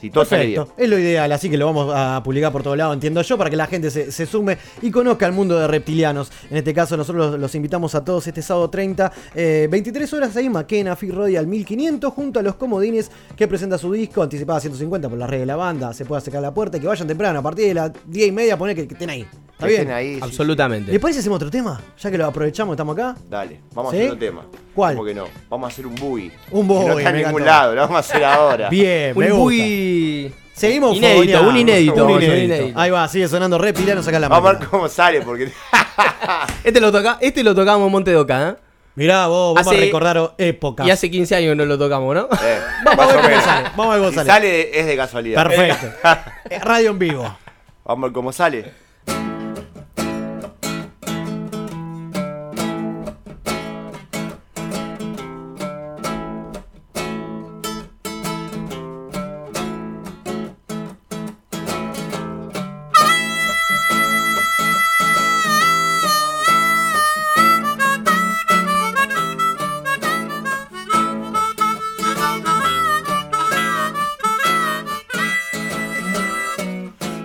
Speaker 15: Si todo sale bien.
Speaker 3: Perfecto, es lo ideal, así que lo vamos a publicar por todo lado, entiendo yo, para que la gente se, se sume y conozca el mundo de reptilianos. En este caso, nosotros los, los invitamos a todos este sábado 30, eh, 23 horas ahí, Maquena, Firrodi al 1500, junto a los comodines que presenta su disco, anticipada 150 por la red de la banda. Se puede acercar a la puerta y que vayan temprano, a partir de las 10 y media, poner que, que estén ahí. ¿Está
Speaker 15: Que
Speaker 3: bien?
Speaker 15: estén ahí, sí,
Speaker 16: Absolutamente.
Speaker 3: ¿Le parece hacemos otro tema? Ya que lo aprovechamos, estamos acá.
Speaker 15: Dale, vamos
Speaker 3: ¿Sí?
Speaker 15: a hacer otro tema.
Speaker 3: ¿Cuál?
Speaker 15: ¿Cómo que no? Vamos a hacer un bui.
Speaker 3: Un
Speaker 15: Que
Speaker 3: bui,
Speaker 15: No está en
Speaker 3: me
Speaker 15: ningún
Speaker 3: encantó.
Speaker 15: lado, lo vamos a hacer ahora.
Speaker 3: Bien, me gusta. Seguimos
Speaker 15: Inédito,
Speaker 3: fogoneando.
Speaker 15: un inédito,
Speaker 3: Un
Speaker 15: vamos, un
Speaker 3: inédito.
Speaker 15: inédito.
Speaker 3: Ahí va, sigue sonando reptilianos acá en la
Speaker 15: Vamos a
Speaker 3: mano.
Speaker 15: ver cómo sale, porque
Speaker 16: Este lo, toca, este lo tocamos en Montedoca, ¿eh?
Speaker 3: Mirá vos, vamos a recordar épocas.
Speaker 16: Y hace 15 años no lo tocamos, ¿no?
Speaker 15: Eh, vamos a ver cómo
Speaker 3: sale. Vamos a ver cómo
Speaker 15: si
Speaker 3: sale.
Speaker 15: sale es de casualidad.
Speaker 3: Perfecto. Eh, Radio en vivo.
Speaker 15: Vamos a ver cómo sale.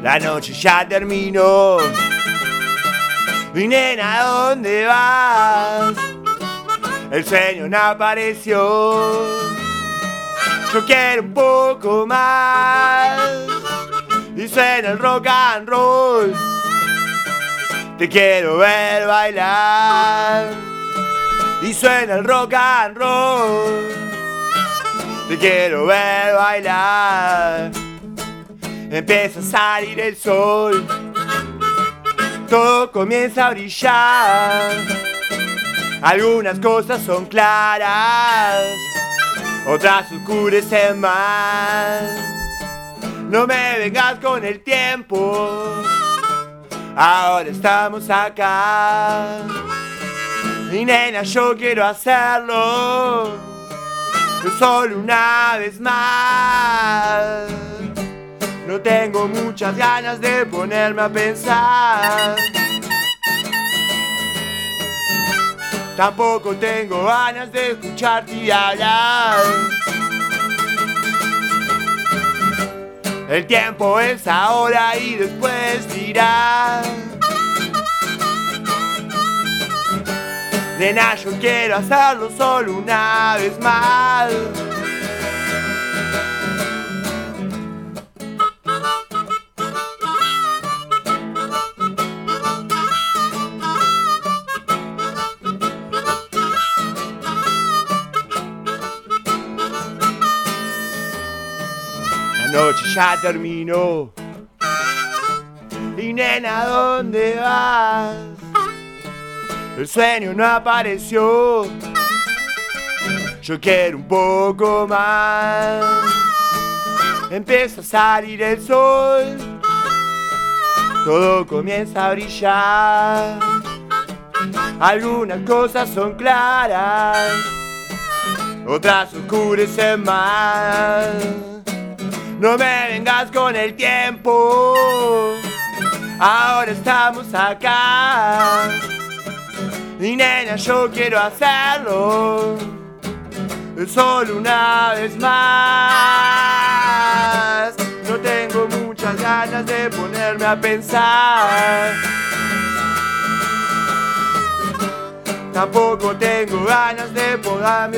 Speaker 15: La noche ya terminó. Y nena, ¿a ¿dónde vas? El sueño no apareció. Yo quiero un poco más. Y suena el rock and roll. Te quiero ver bailar. Y suena el rock and roll. Te quiero ver bailar.
Speaker 17: empieza a salir el sol. Todo comienza a brillar. Algunas cosas son claras, otras oscurecen más. No me vengas con el tiempo, ahora estamos acá. Y nena, yo quiero hacerlo, solo una vez más. No tengo muchas ganas de ponerme a pensar. Tampoco tengo ganas de escucharte y hablar. El tiempo es ahora y después dirá. Nena, yo quiero hacerlo solo una vez más. La noche ya terminó. Y nena, ¿dónde vas? El sueño no apareció. Yo quiero un poco más. Empieza a salir el sol. Todo comienza a brillar. Algunas cosas son claras, otras oscurecen más. No me vengas con el tiempo. Ahora estamos acá. Y nena, yo quiero hacerlo. Solo una vez más. No tengo muchas ganas de ponerme a pensar. Tampoco tengo ganas de ponerme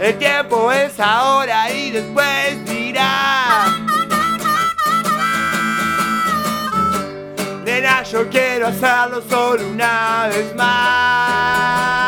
Speaker 17: el tiempo es ahora y después dirá. Nena, yo quiero hacerlo solo una vez más.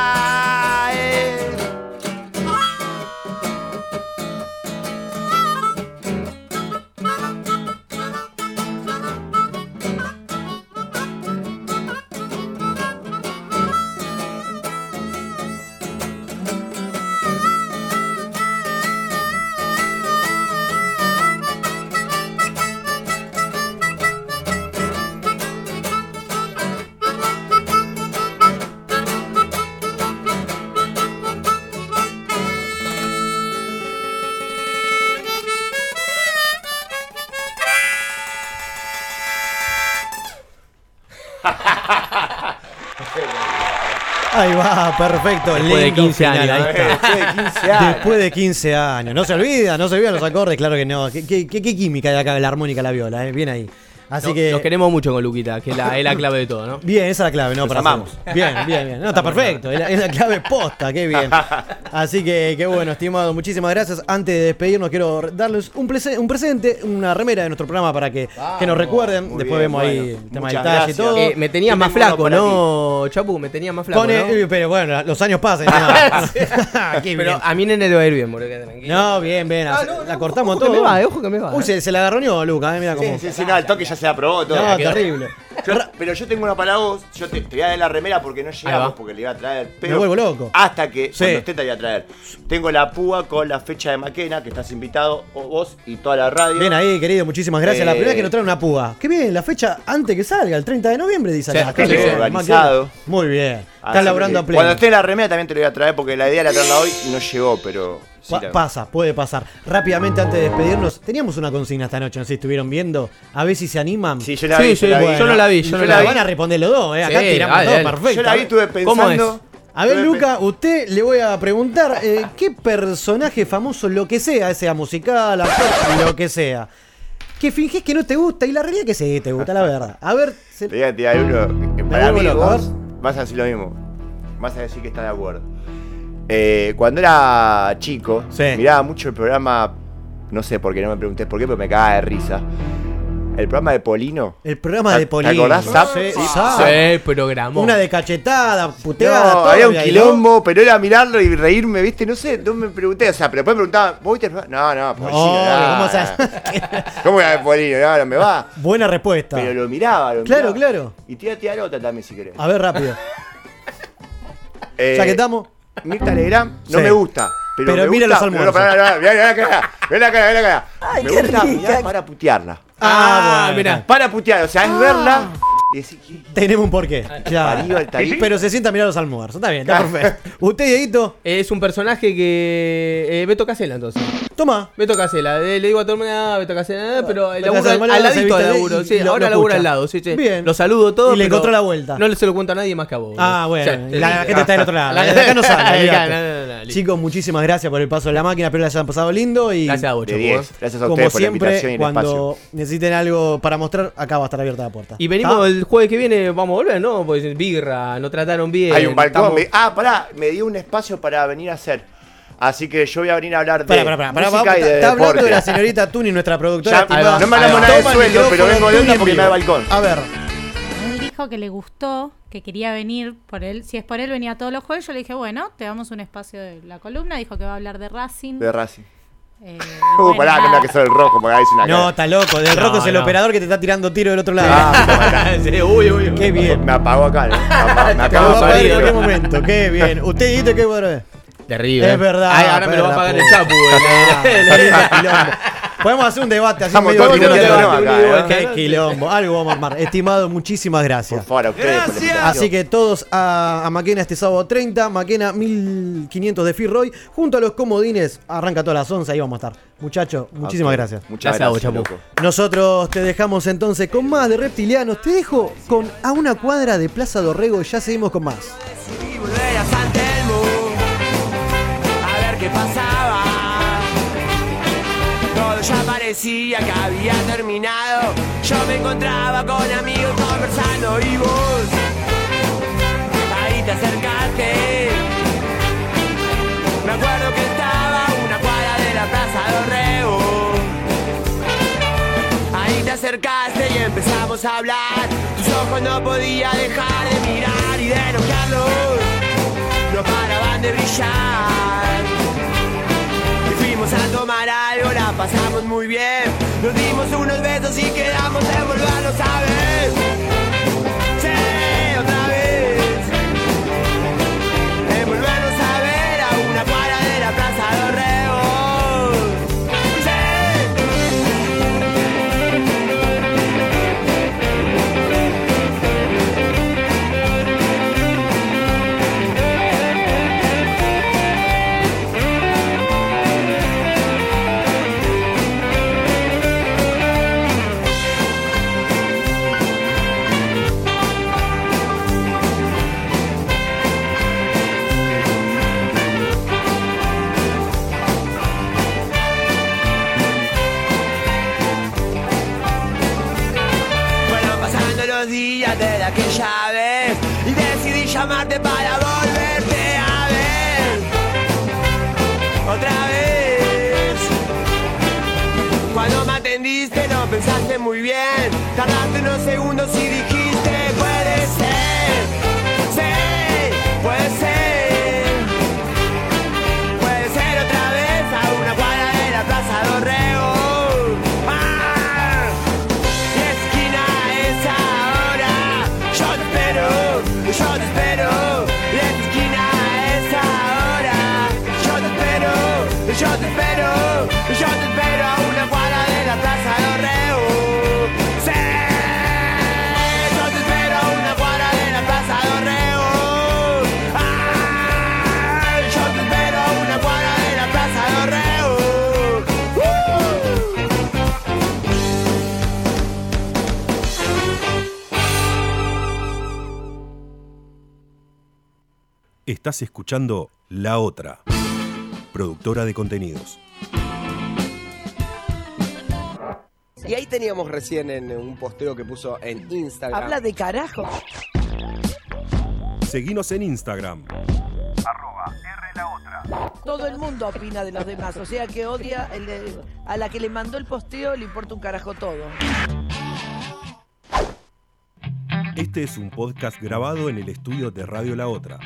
Speaker 3: Ahí va, perfecto.
Speaker 4: Después de
Speaker 3: lindo
Speaker 4: 15
Speaker 3: final,
Speaker 4: años,
Speaker 3: ahí
Speaker 4: ¿eh?
Speaker 3: está.
Speaker 4: Después de 15 años.
Speaker 3: Después de 15 años. No se olvida, no se olvidan los acordes, claro que no. ¿Qué, qué- qué- qué química hay acá, la armónica, la viola, eh? bien ahí. Así
Speaker 16: No,
Speaker 3: que.
Speaker 16: Nos queremos mucho con Luquita, que la- es la clave de todo, ¿no?
Speaker 3: Bien, esa es la clave, ¿no?
Speaker 16: Los
Speaker 3: Para
Speaker 16: amamos.
Speaker 3: hacer- Bien, bien, bien. No, está perfecto. Es la, es la clave posta, qué bien. Así que, qué bueno, estimado. Muchísimas gracias. Antes de despedirnos, quiero darles un, plese- un presente, una remera de nuestro programa para que, que nos recuerden. Después vemos ahí
Speaker 16: bueno,
Speaker 3: el tema del
Speaker 16: muchas
Speaker 3: talle y
Speaker 16: gracias.
Speaker 3: todo.
Speaker 16: Eh, me tenías más
Speaker 3: Tenemos uno
Speaker 16: flaco,
Speaker 3: para ti.
Speaker 16: ¿no, Chapu? Me tenías más flaco,
Speaker 3: Con el-
Speaker 16: ¿no?
Speaker 3: eh, Pero bueno, los años pasan. nada. Qué
Speaker 16: Pero
Speaker 3: bien.
Speaker 16: a mí nene le va a ir bien, boludo. quédate tranquilo. Ah,
Speaker 3: No, bien, bien. así- la cortamos
Speaker 16: ojo que
Speaker 3: todo.
Speaker 16: me va, eh, ojo que me va,
Speaker 3: Uy, se, se la agarroñó, Luca, eh, mira cómo.
Speaker 15: Sí, sí, sí, nada, el toque ya se aprobó todo.
Speaker 3: No, terrible.
Speaker 15: Yo- pero yo tengo una para vos, yo te, te voy a dar la remera porque no llegamos,
Speaker 3: va.
Speaker 15: porque le iba a traer. Pero
Speaker 3: Me vuelvo loco.
Speaker 15: Hasta que
Speaker 3: Sí.
Speaker 15: cuando esté te la voy a traer. Tengo la púa con la fecha de Maquena, que estás invitado o vos y toda la radio.
Speaker 3: Bien ahí, querido, muchísimas gracias. La
Speaker 15: Eh,
Speaker 3: primera que nos trae una púa. Qué bien, la fecha antes que salga, el 30 de noviembre, dice
Speaker 15: Sí,
Speaker 3: acá.
Speaker 15: Eh, sí, sí,
Speaker 3: Qué bien,
Speaker 15: organizado.
Speaker 3: más que- Muy bien.
Speaker 15: así
Speaker 3: Estás laburando
Speaker 15: que
Speaker 3: a pleno.
Speaker 15: Cuando esté la remera también te la voy a traer porque la idea era traerla hoy y no llegó, pero. sí
Speaker 3: Pa-
Speaker 15: la-
Speaker 3: pasa, puede pasar. Rápidamente antes de despedirnos, teníamos una consigna esta noche, no sé si estuvieron viendo. A ver si se animan. Sí,
Speaker 15: yo la Sí, vi, yo sí, la vi. yo no la vi, yo no la vi.
Speaker 3: Van a responder los dos, eh. Acá
Speaker 15: Sí,
Speaker 3: tiramos
Speaker 15: dale,
Speaker 3: dos,
Speaker 15: dale.
Speaker 3: perfecto.
Speaker 15: Yo la vi, estuve
Speaker 3: ¿Cómo es?
Speaker 15: pensando.
Speaker 3: A ver,
Speaker 15: Estuve
Speaker 3: Luca, usted le voy a preguntar eh, qué personaje famoso, lo que sea, sea musical, actor, lo que sea, que fingís que no te gusta y la realidad que sí te gusta, la verdad. A ver, se-
Speaker 15: Te voy a tirar uno que para
Speaker 3: vuelvo
Speaker 15: mí
Speaker 3: loco, a
Speaker 15: vos vas a decir lo mismo. Vas a decir que estás de acuerdo. Eh, cuando era chico, miraba mucho el programa. No sé por qué, no me preguntes por qué, pero me cagaba de risa. El programa de Polino.
Speaker 3: El programa
Speaker 15: ¿Te-
Speaker 3: de Polino.
Speaker 15: ¿Te acordás? Zap?
Speaker 3: Sí,
Speaker 15: Sí,
Speaker 3: Zap.
Speaker 15: sí,
Speaker 18: programó.
Speaker 3: Una de cachetada, puteada.
Speaker 15: No,
Speaker 3: todo,
Speaker 15: había un
Speaker 3: y ahí,
Speaker 15: quilombo, pero era mirarlo y reírme, ¿viste? No sé, no me pregunté, o sea, pero después me preguntaba, ¿vos viste el programa? No, no, Polino, no,
Speaker 3: ¿cómo
Speaker 15: ¿Cómo voy a ver Polino? No, no me va.
Speaker 3: ¿no? Buena respuesta.
Speaker 15: Pero lo miraba, lo
Speaker 3: Claro,
Speaker 15: miraba.
Speaker 3: claro.
Speaker 15: Y tírate a otra también si querés.
Speaker 3: A ver, rápido.
Speaker 15: Eh,
Speaker 3: ya que estamos.
Speaker 15: Mirta Legrand no
Speaker 3: Sí.
Speaker 15: me gusta. Pero,
Speaker 3: Pero
Speaker 15: me
Speaker 3: mira
Speaker 15: gusta,
Speaker 3: los
Speaker 15: pero no, pará, pará, Mirá mirá la cara, mirá la cara, mirá la cara.
Speaker 3: Ay,
Speaker 15: me
Speaker 3: qué
Speaker 15: gusta
Speaker 3: rica.
Speaker 15: mirá para putearla.
Speaker 3: Ah, bueno.
Speaker 15: mirá. Para putear, o sea, es verla y decir, ¿qué
Speaker 3: Tenemos un porqué. Claro.
Speaker 15: parió al taí?
Speaker 3: Pero se sienta a mirar los almuerzos. Está bien, está
Speaker 18: Claro.
Speaker 3: perfecto. ¿Usted, Dieguito?
Speaker 18: Es un personaje que. eh, Beto Casela, entonces.
Speaker 3: Toma.
Speaker 18: Beto Casela. Eh, le digo a todo el mundo, ah, Beto Casela, eh, pero
Speaker 3: Beto
Speaker 18: labura
Speaker 3: Casella,
Speaker 18: al,
Speaker 3: Maldonado se
Speaker 18: ladito
Speaker 3: viste
Speaker 18: laburo.
Speaker 3: y-
Speaker 18: Sí,
Speaker 3: y lo-
Speaker 18: ahora
Speaker 3: lo
Speaker 18: laburo
Speaker 3: escucha.
Speaker 18: al lado. Sí, sí.
Speaker 3: Bien.
Speaker 18: Lo saludo todo.
Speaker 3: Y le
Speaker 18: pero
Speaker 3: encontró la vuelta.
Speaker 18: No se lo cuento a nadie más que a vos.
Speaker 3: Ah, bueno,
Speaker 18: O sea,
Speaker 3: la,
Speaker 18: listo.
Speaker 3: gente está del otro lado. La, de acá no
Speaker 18: De acá,
Speaker 3: sale. olvídate.
Speaker 18: no, no, no, listo.
Speaker 3: Chicos, muchísimas gracias por el paso de la máquina. Espero que la hayan pasado lindo. Y
Speaker 18: Gracias a vos, De Chopo, 10. eh.
Speaker 15: Gracias a
Speaker 3: Como
Speaker 15: ustedes por la
Speaker 3: siempre,
Speaker 15: invitación y el
Speaker 3: cuando necesiten algo para mostrar, acá va a estar abierta la puerta.
Speaker 18: Y venimos el jueves que viene, vamos a volver, ¿no? Pues birra, no trataron bien.
Speaker 15: Hay un balcón.
Speaker 18: estamos-
Speaker 15: me- Ah, pará, me dio un espacio para venir a hacer. Así que yo voy a venir a hablar de.
Speaker 3: Pará, pará, pará, pará,
Speaker 15: música
Speaker 3: vamos,
Speaker 15: y de
Speaker 3: está está hablando
Speaker 15: deporte.
Speaker 3: de la señorita Tuni, nuestra productora.
Speaker 15: Ya,
Speaker 3: estimada.
Speaker 15: no me hablamos nada del
Speaker 3: Toma el
Speaker 15: sueldo, pero
Speaker 3: micrófono,
Speaker 15: vengo de onda
Speaker 3: Tuni,
Speaker 15: porque
Speaker 3: en
Speaker 15: me da
Speaker 3: vivo.
Speaker 15: balcón.
Speaker 3: A ver,
Speaker 5: Él dijo que le gustó, que quería venir por él. Si es por él, venía todos los jueves. Yo le dije, bueno, te damos un espacio de la columna. Dijo que va a hablar de Racing.
Speaker 15: De Racing.
Speaker 5: Eh,
Speaker 15: Uh,
Speaker 5: bueno,
Speaker 15: pará, no me
Speaker 5: nada.
Speaker 15: da que soy el rojo, porque ahí es una
Speaker 3: No, está loco. Del
Speaker 15: No,
Speaker 3: rojo es el
Speaker 15: no.
Speaker 3: operador que te está tirando tiro del otro lado.
Speaker 15: Ah,
Speaker 18: sí, uy, uy, uy.
Speaker 3: Qué bien.
Speaker 15: Me apagó acá, ¿no? Me apagó- Me
Speaker 3: Te
Speaker 15: acabo
Speaker 3: va
Speaker 15: de
Speaker 3: a pagar en
Speaker 15: salir.
Speaker 3: cualquier momento. Qué bien. ¿Usted, Dieguito, qué bueno
Speaker 18: Terrible.
Speaker 3: Es verdad.
Speaker 18: Ay, ahora me lo va a pagar el Chapu. eh. el- el- el-
Speaker 3: Podemos hacer un debate así
Speaker 15: eh. Estamos
Speaker 3: medio
Speaker 15: todos
Speaker 3: quilombo.
Speaker 15: tirando el tema acá,
Speaker 3: Quilombo,
Speaker 15: ¿eh?
Speaker 3: Qué quilombo. Algo vamos a armar. Estimado, muchísimas gracias.
Speaker 15: Por favor, a ustedes por la invitación.
Speaker 3: Así que todos a, a Maquena este sábado 30, Maquena 1500 de Firroy, junto a los comodines, arranca todas las 11, ahí vamos a estar. Muchachos, muchísimas
Speaker 15: Ok.
Speaker 3: gracias.
Speaker 15: Muchas
Speaker 18: Gracias a vos,
Speaker 15: gracias,
Speaker 18: Chapu.
Speaker 15: loco.
Speaker 3: Nosotros te dejamos entonces con más de Reptilianos, te dejo con A una cuadra de Plaza Dorrego, ya seguimos con más.
Speaker 12: Y volver a San Telmo a ver qué pasaba. Todo ya parecía que había terminado. Yo me encontraba con amigos conversando y vos ahí te acercaste. Me acuerdo que estaba a una cuadra de la plaza de Orrego. Ahí te acercaste y empezamos a hablar. Tus ojos no podía dejar de mirar y de enojarlos. No paraban de brillar. Y fuimos a tomar algo, la pasamos muy bien. Nos dimos unos besos y quedamos de volvernos a ver. Sí, otra vez. De volvernos a ver a una cuadra de la plaza de Orrego. Sí.
Speaker 20: Bueno,
Speaker 12: pasando los días desde aquella vez y decidí llamarte para volverte a ver otra vez. Cuando me atendiste no pensaste muy bien, tardaste unos segundos y dijiste puede ser, sí, puede ser, puede ser otra vez a una cuadra de la plaza Dorrego. ¡Ah! Y esquina es ahora. Yo te espero, yo te espero. Y esquina es ahora. Yo te espero, yo te espero. Yo te espero a una cuadra de la plaza de Orreo. Sí, yo te espero a una cuadra de la plaza de Orreo. Ah, yo te espero a una cuadra de la plaza de Orreo. Uh.
Speaker 1: Estás escuchando La Otra, productora de contenidos.
Speaker 21: Y ahí teníamos recién en un posteo que puso en Instagram.
Speaker 10: Habla de carajo.
Speaker 1: Seguinos en Instagram. Arroba R la Otra.
Speaker 10: Todo el mundo opina de los demás, o sea que odia el- a la que le mandó el posteo, le importa un carajo todo.
Speaker 1: Este es un podcast grabado en el estudio de Radio La Otra.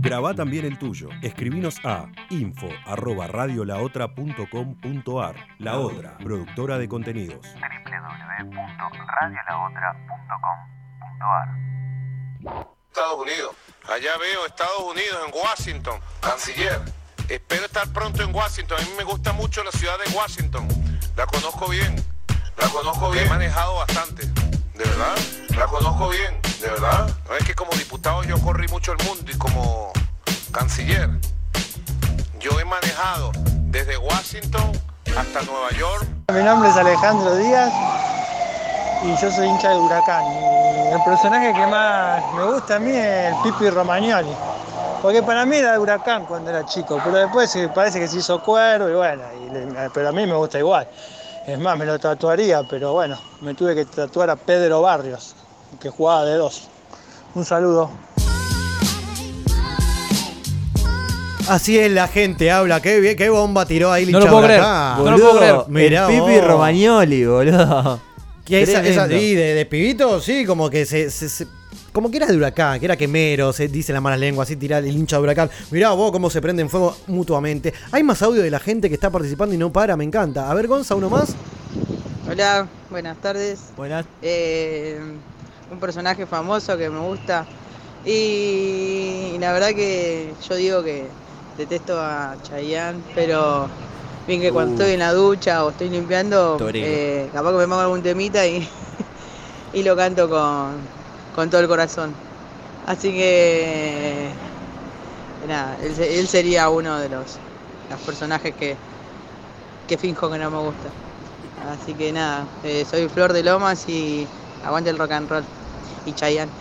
Speaker 1: Graba también el tuyo. Escribinos a info@radiolaotra.com.ar. La Otra, productora de contenidos.
Speaker 13: www.radiolaotra.com.ar
Speaker 22: Estados Unidos. Allá veo Estados Unidos en Washington. Canciller. Espero estar pronto en Washington. A mí me gusta mucho la ciudad de Washington. La conozco bien. La conozco bien. He manejado bastante. De verdad. La conozco bien. De verdad. No, es que como diputado yo corrí mucho el mundo y como canciller yo he manejado desde Washington hasta Nueva York.
Speaker 15: Mi nombre es Alejandro Díaz y yo soy hincha de Huracán. Y el personaje que más me gusta a mí es el Pipi Romagnoli. Porque para mí era de Huracán cuando era chico, pero después se- parece que se hizo cuero y bueno, y le- pero a mí me gusta igual. Es más, me lo tatuaría, pero bueno, me tuve que tatuar a Pedro Barrios, que jugaba de dos. Un saludo.
Speaker 3: Así es, la gente habla. Qué bien, qué bomba tiró ahí
Speaker 4: No lo
Speaker 3: Licha
Speaker 4: puedo creer,
Speaker 3: Huracán.
Speaker 4: no lo puedo creer.
Speaker 3: Mirá
Speaker 4: El
Speaker 3: vos.
Speaker 4: Pipi Romagnoli, boludo.
Speaker 3: Que esa- esa-
Speaker 4: Tremendo.
Speaker 3: y de, de pibito, sí, como que se, se- se- Como que era de huracán, que era quemero, se dice la mala lengua, así tirar el hincha de huracán. Mirá vos cómo se prenden fuego mutuamente. Hay más audio de la gente que está participando y no para, me encanta. A ver, Gonza, uno más.
Speaker 23: Hola, buenas tardes. Eh,
Speaker 4: Buenas.
Speaker 23: un personaje famoso que me gusta. Y la verdad que yo digo que detesto a Chayanne, pero bien que cuando
Speaker 10: Uh.
Speaker 23: estoy en la ducha o estoy limpiando,
Speaker 10: Torero.
Speaker 23: eh, capaz que me pongo algún temita y, y lo canto con, con todo el corazón. Así que eh, nada, él, se- él sería uno de los, los personajes que, que finjo que no me gusta. Así que nada, eh, soy Flor de Lomas y aguante el rock and roll. Y Chayanne.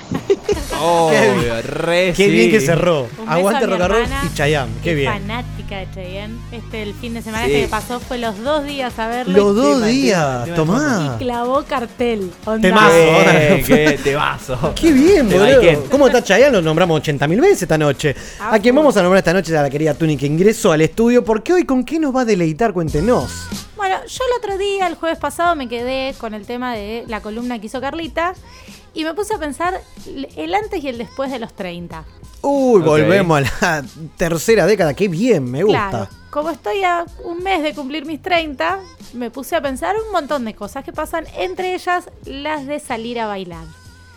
Speaker 4: Obvio, re
Speaker 3: Qué
Speaker 4: sí.
Speaker 3: bien que cerró.
Speaker 5: Un beso
Speaker 3: Aguante
Speaker 5: a mi
Speaker 3: rock and roll
Speaker 5: hermana,
Speaker 3: y Chayam. Qué
Speaker 5: que es
Speaker 3: bien.
Speaker 5: fanática de Cheyenne. Este, el fin de semana
Speaker 3: Sí.
Speaker 5: este que pasó fue los dos días a verlo. Este
Speaker 3: Los
Speaker 5: y-
Speaker 3: dos
Speaker 5: Tema,
Speaker 3: días,
Speaker 5: tema, tema,
Speaker 3: tomá.
Speaker 5: tema. Y clavó cartel. Onda.
Speaker 3: Temazo,
Speaker 4: Bien,
Speaker 3: onda.
Speaker 4: qué temazo.
Speaker 3: Qué bien,
Speaker 4: Te
Speaker 3: boludo.
Speaker 4: baiqué.
Speaker 3: ¿Cómo está Chayanne? Lo nombramos 80.000 veces esta noche.
Speaker 5: Ah,
Speaker 3: A quien vamos a nombrar esta noche es a la querida Tuni que ingresó al estudio. Porque hoy, ¿con qué nos va a deleitar? Cuéntenos.
Speaker 5: Bueno, yo el otro día, el jueves pasado, me quedé con el tema de la columna que hizo Carlita y me puse a pensar el antes y el después de los 30.
Speaker 3: Uy,
Speaker 4: Ok.
Speaker 3: volvemos a la tercera década. Qué bien, me gusta.
Speaker 5: Claro, como estoy a un mes de cumplir mis 30, me puse a pensar un montón de cosas que pasan, entre ellas las de salir a bailar.